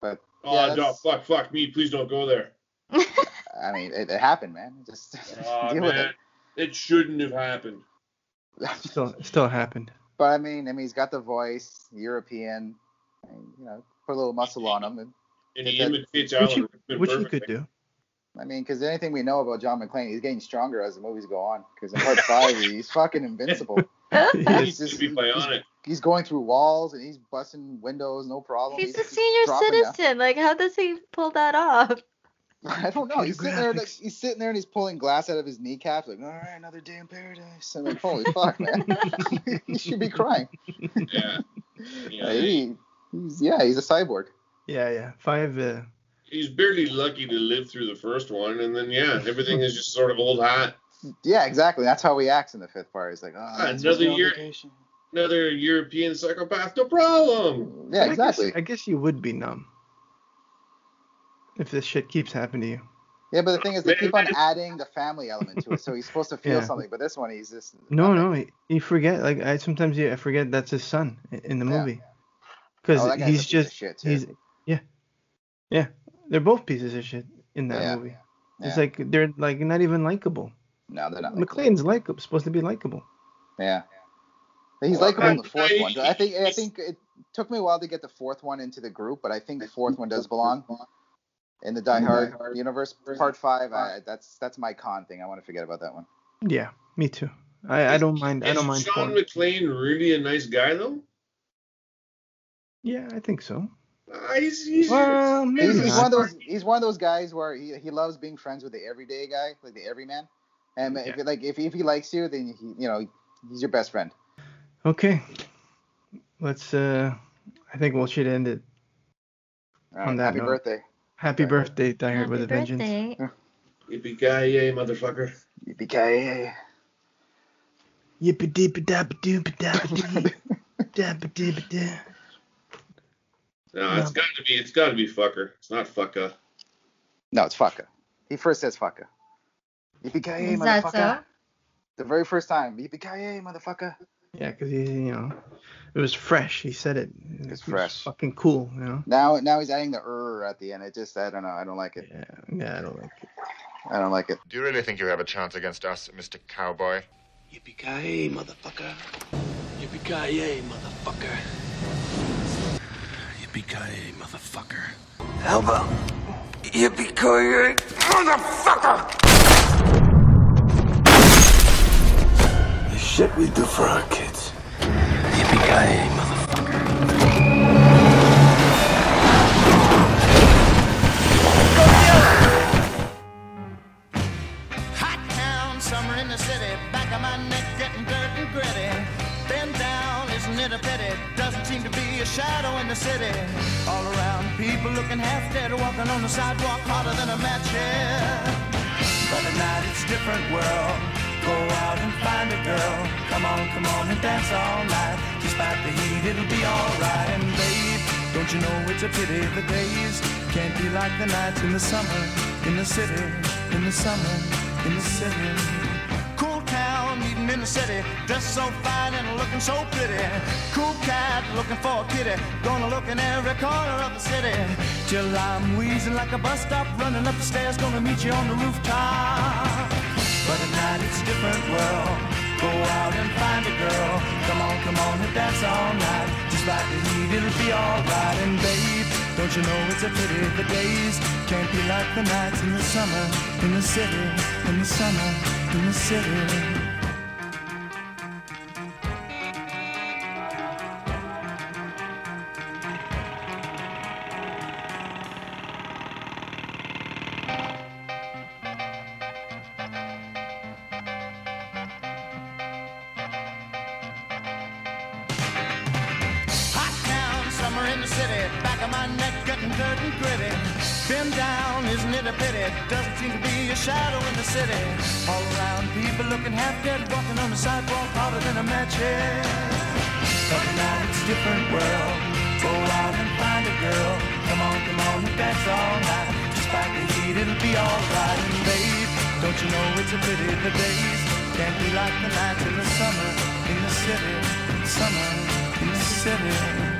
[SPEAKER 12] but
[SPEAKER 11] Oh no! Fuck! Fuck me! Please don't go there.
[SPEAKER 12] I mean, it, it happened, man. Just
[SPEAKER 11] Aw,
[SPEAKER 12] deal with it.
[SPEAKER 11] Oh, man, it shouldn't have happened.
[SPEAKER 10] Still, still happened.
[SPEAKER 12] But I mean, I mean, he's got the voice, European, and, you know, put a little muscle on him. And,
[SPEAKER 11] And he
[SPEAKER 12] that-
[SPEAKER 11] imitates
[SPEAKER 10] Which
[SPEAKER 11] Alan
[SPEAKER 10] you,
[SPEAKER 11] Rickman
[SPEAKER 10] which you
[SPEAKER 11] perfectly.
[SPEAKER 10] could do.
[SPEAKER 12] I mean, because anything we know about John McClane, he's getting stronger as the movies go on. Because in part five, he's fucking invincible.
[SPEAKER 11] He's
[SPEAKER 12] he's
[SPEAKER 11] to
[SPEAKER 12] just
[SPEAKER 11] be bionic.
[SPEAKER 12] he's going through walls and he's busting windows, no problem.
[SPEAKER 9] He's a
[SPEAKER 12] just
[SPEAKER 9] senior
[SPEAKER 12] dropping down.
[SPEAKER 9] citizen. Like, how does he pull that off?
[SPEAKER 12] I don't know. He's sitting there, like, he's sitting there, and he's pulling glass out of his kneecaps, like, all right, another day in paradise. I'm like, holy fuck, man, he should be crying.
[SPEAKER 11] Yeah.
[SPEAKER 12] Like, he- he's, yeah, he's a cyborg.
[SPEAKER 10] Yeah, yeah. Five. Uh,
[SPEAKER 11] He's barely lucky to live through the first one, and then yeah, everything is just sort of old hat.
[SPEAKER 12] Yeah, exactly. That's how he acts in the fifth part. He's like, oh, that's
[SPEAKER 11] another
[SPEAKER 12] what's
[SPEAKER 11] year, another European psychopath. No problem.
[SPEAKER 10] but I guess- I guess, you would be numb if this shit keeps happening to you.
[SPEAKER 12] Yeah, but the thing is, they keep on adding the family element to it, so he's supposed to feel
[SPEAKER 10] Yeah.
[SPEAKER 12] something. But this one, he's just
[SPEAKER 10] No, no, y- you forget. Like I sometimes you, I forget that's his son i- in the movie, because
[SPEAKER 12] Oh, that guy's a
[SPEAKER 10] he's
[SPEAKER 12] piece of
[SPEAKER 10] just
[SPEAKER 12] shit, too.
[SPEAKER 10] he's yeah, yeah. They're both pieces of shit in that
[SPEAKER 12] Yeah,
[SPEAKER 10] movie. It's
[SPEAKER 12] yeah.
[SPEAKER 10] like they're like not even likable.
[SPEAKER 12] no, they're not. Like,
[SPEAKER 10] McLean's like supposed to be likable.
[SPEAKER 12] yeah, he's
[SPEAKER 10] Well,
[SPEAKER 12] likable in the
[SPEAKER 10] I-
[SPEAKER 12] fourth
[SPEAKER 10] I-
[SPEAKER 12] one. I think I think it took me a while to get the fourth one into the group, but I think the fourth one does belong in the Die Hard universe. Part five, I, that's that's my con thing. I want to forget about that one.
[SPEAKER 10] Yeah, me too. I, I don't mind. I
[SPEAKER 11] Is
[SPEAKER 10] don't mind.
[SPEAKER 11] John
[SPEAKER 10] four.
[SPEAKER 11] McClane really a nice guy though?
[SPEAKER 10] Yeah, I think so.
[SPEAKER 11] Uh, he's, he's,
[SPEAKER 10] Well, maybe
[SPEAKER 12] He's, he's one of
[SPEAKER 10] not.
[SPEAKER 12] those. He's one of those guys where he, he loves being friends with the everyday guy, like the everyman. And if it- like if, if he likes you, then he, you know he's your best friend.
[SPEAKER 10] Okay, let's. uh I think we should end it
[SPEAKER 12] All right,
[SPEAKER 10] on that
[SPEAKER 12] Uh, happy
[SPEAKER 10] note.
[SPEAKER 12] birthday.
[SPEAKER 10] Happy birthday, Die Hard with a Vengeance.
[SPEAKER 11] Yippee-ki-yay, motherfucker.
[SPEAKER 12] Yippee-ki-yay.
[SPEAKER 10] Yippee deepy dabba doopy dabba dee. Dabba dibba da.
[SPEAKER 11] No, it's got to be. It's got to be fucker. It's not fucka.
[SPEAKER 12] No, it's fucker. He first says fucker. Yippee-ki-yay,
[SPEAKER 9] Is that
[SPEAKER 12] motherfucker.
[SPEAKER 9] so?
[SPEAKER 12] The very first time. Yippee-ki-yay, motherfucker.
[SPEAKER 10] Yeah, 'cause he, you know, it was fresh. He said it. It's
[SPEAKER 12] fresh.
[SPEAKER 10] fucking cool, you know.
[SPEAKER 12] Now now he's adding the er at the end. It just I don't know. I don't like it.
[SPEAKER 10] Yeah, yeah I don't like it.
[SPEAKER 12] I don't like it.
[SPEAKER 18] Do you really think you have a chance against us, Mr. Cowboy?
[SPEAKER 1] Yippee-ki-yay, motherfucker. Yippee-ki-yay, motherfucker. Yippee-ki-yay, motherfucker. How about yippee-ki-yay, motherfucker? The shit we do for our kids. Yippee-ki-yay,
[SPEAKER 19] Hot town, summer in the city, back of my neck getting dirt and gritty. Bend down, isn't it a pity? Doesn't seem to be a shadow in the city. All around, people looking half dead, walking on the sidewalk harder than a match yeah. But at night it's a different world. Go out and find a girl. Come on, come on and dance all night. Despite the heat, it'll be alright. And babe, don't you know it's a pity the days can't be like the nights in the summer, in the city, in the summer, in the city. Cool town, meeting in the city, dressed so fine and looking so pretty. Cool cat, looking for a kitty, gonna look in every corner of the city. Till I'm wheezing like a bus stop, running up the stairs, gonna meet you on the rooftop. But at night it's a different world. Go out and find a girl. Come on, come on and dance all night. Despite the heat, it'll be alright. And babe, don't you know it's a pity the days can't be like the nights in the summer, in the city, in the summer, in the city. Hot town, summer in the city. Back of my neck getting dirt and gritty. Been down, isn't it a pity? Doesn't seem to be a shadow in the city. All around, people looking half dead, walking on the sidewalk harder than a match head. But now it's a different world. Go out and find a girl. Come on, come on, and dance all night. Despite the heat, it'll be alright. And babe, don't you know it's a pity the days can't be like the nights in the summer in the city, summer in the city.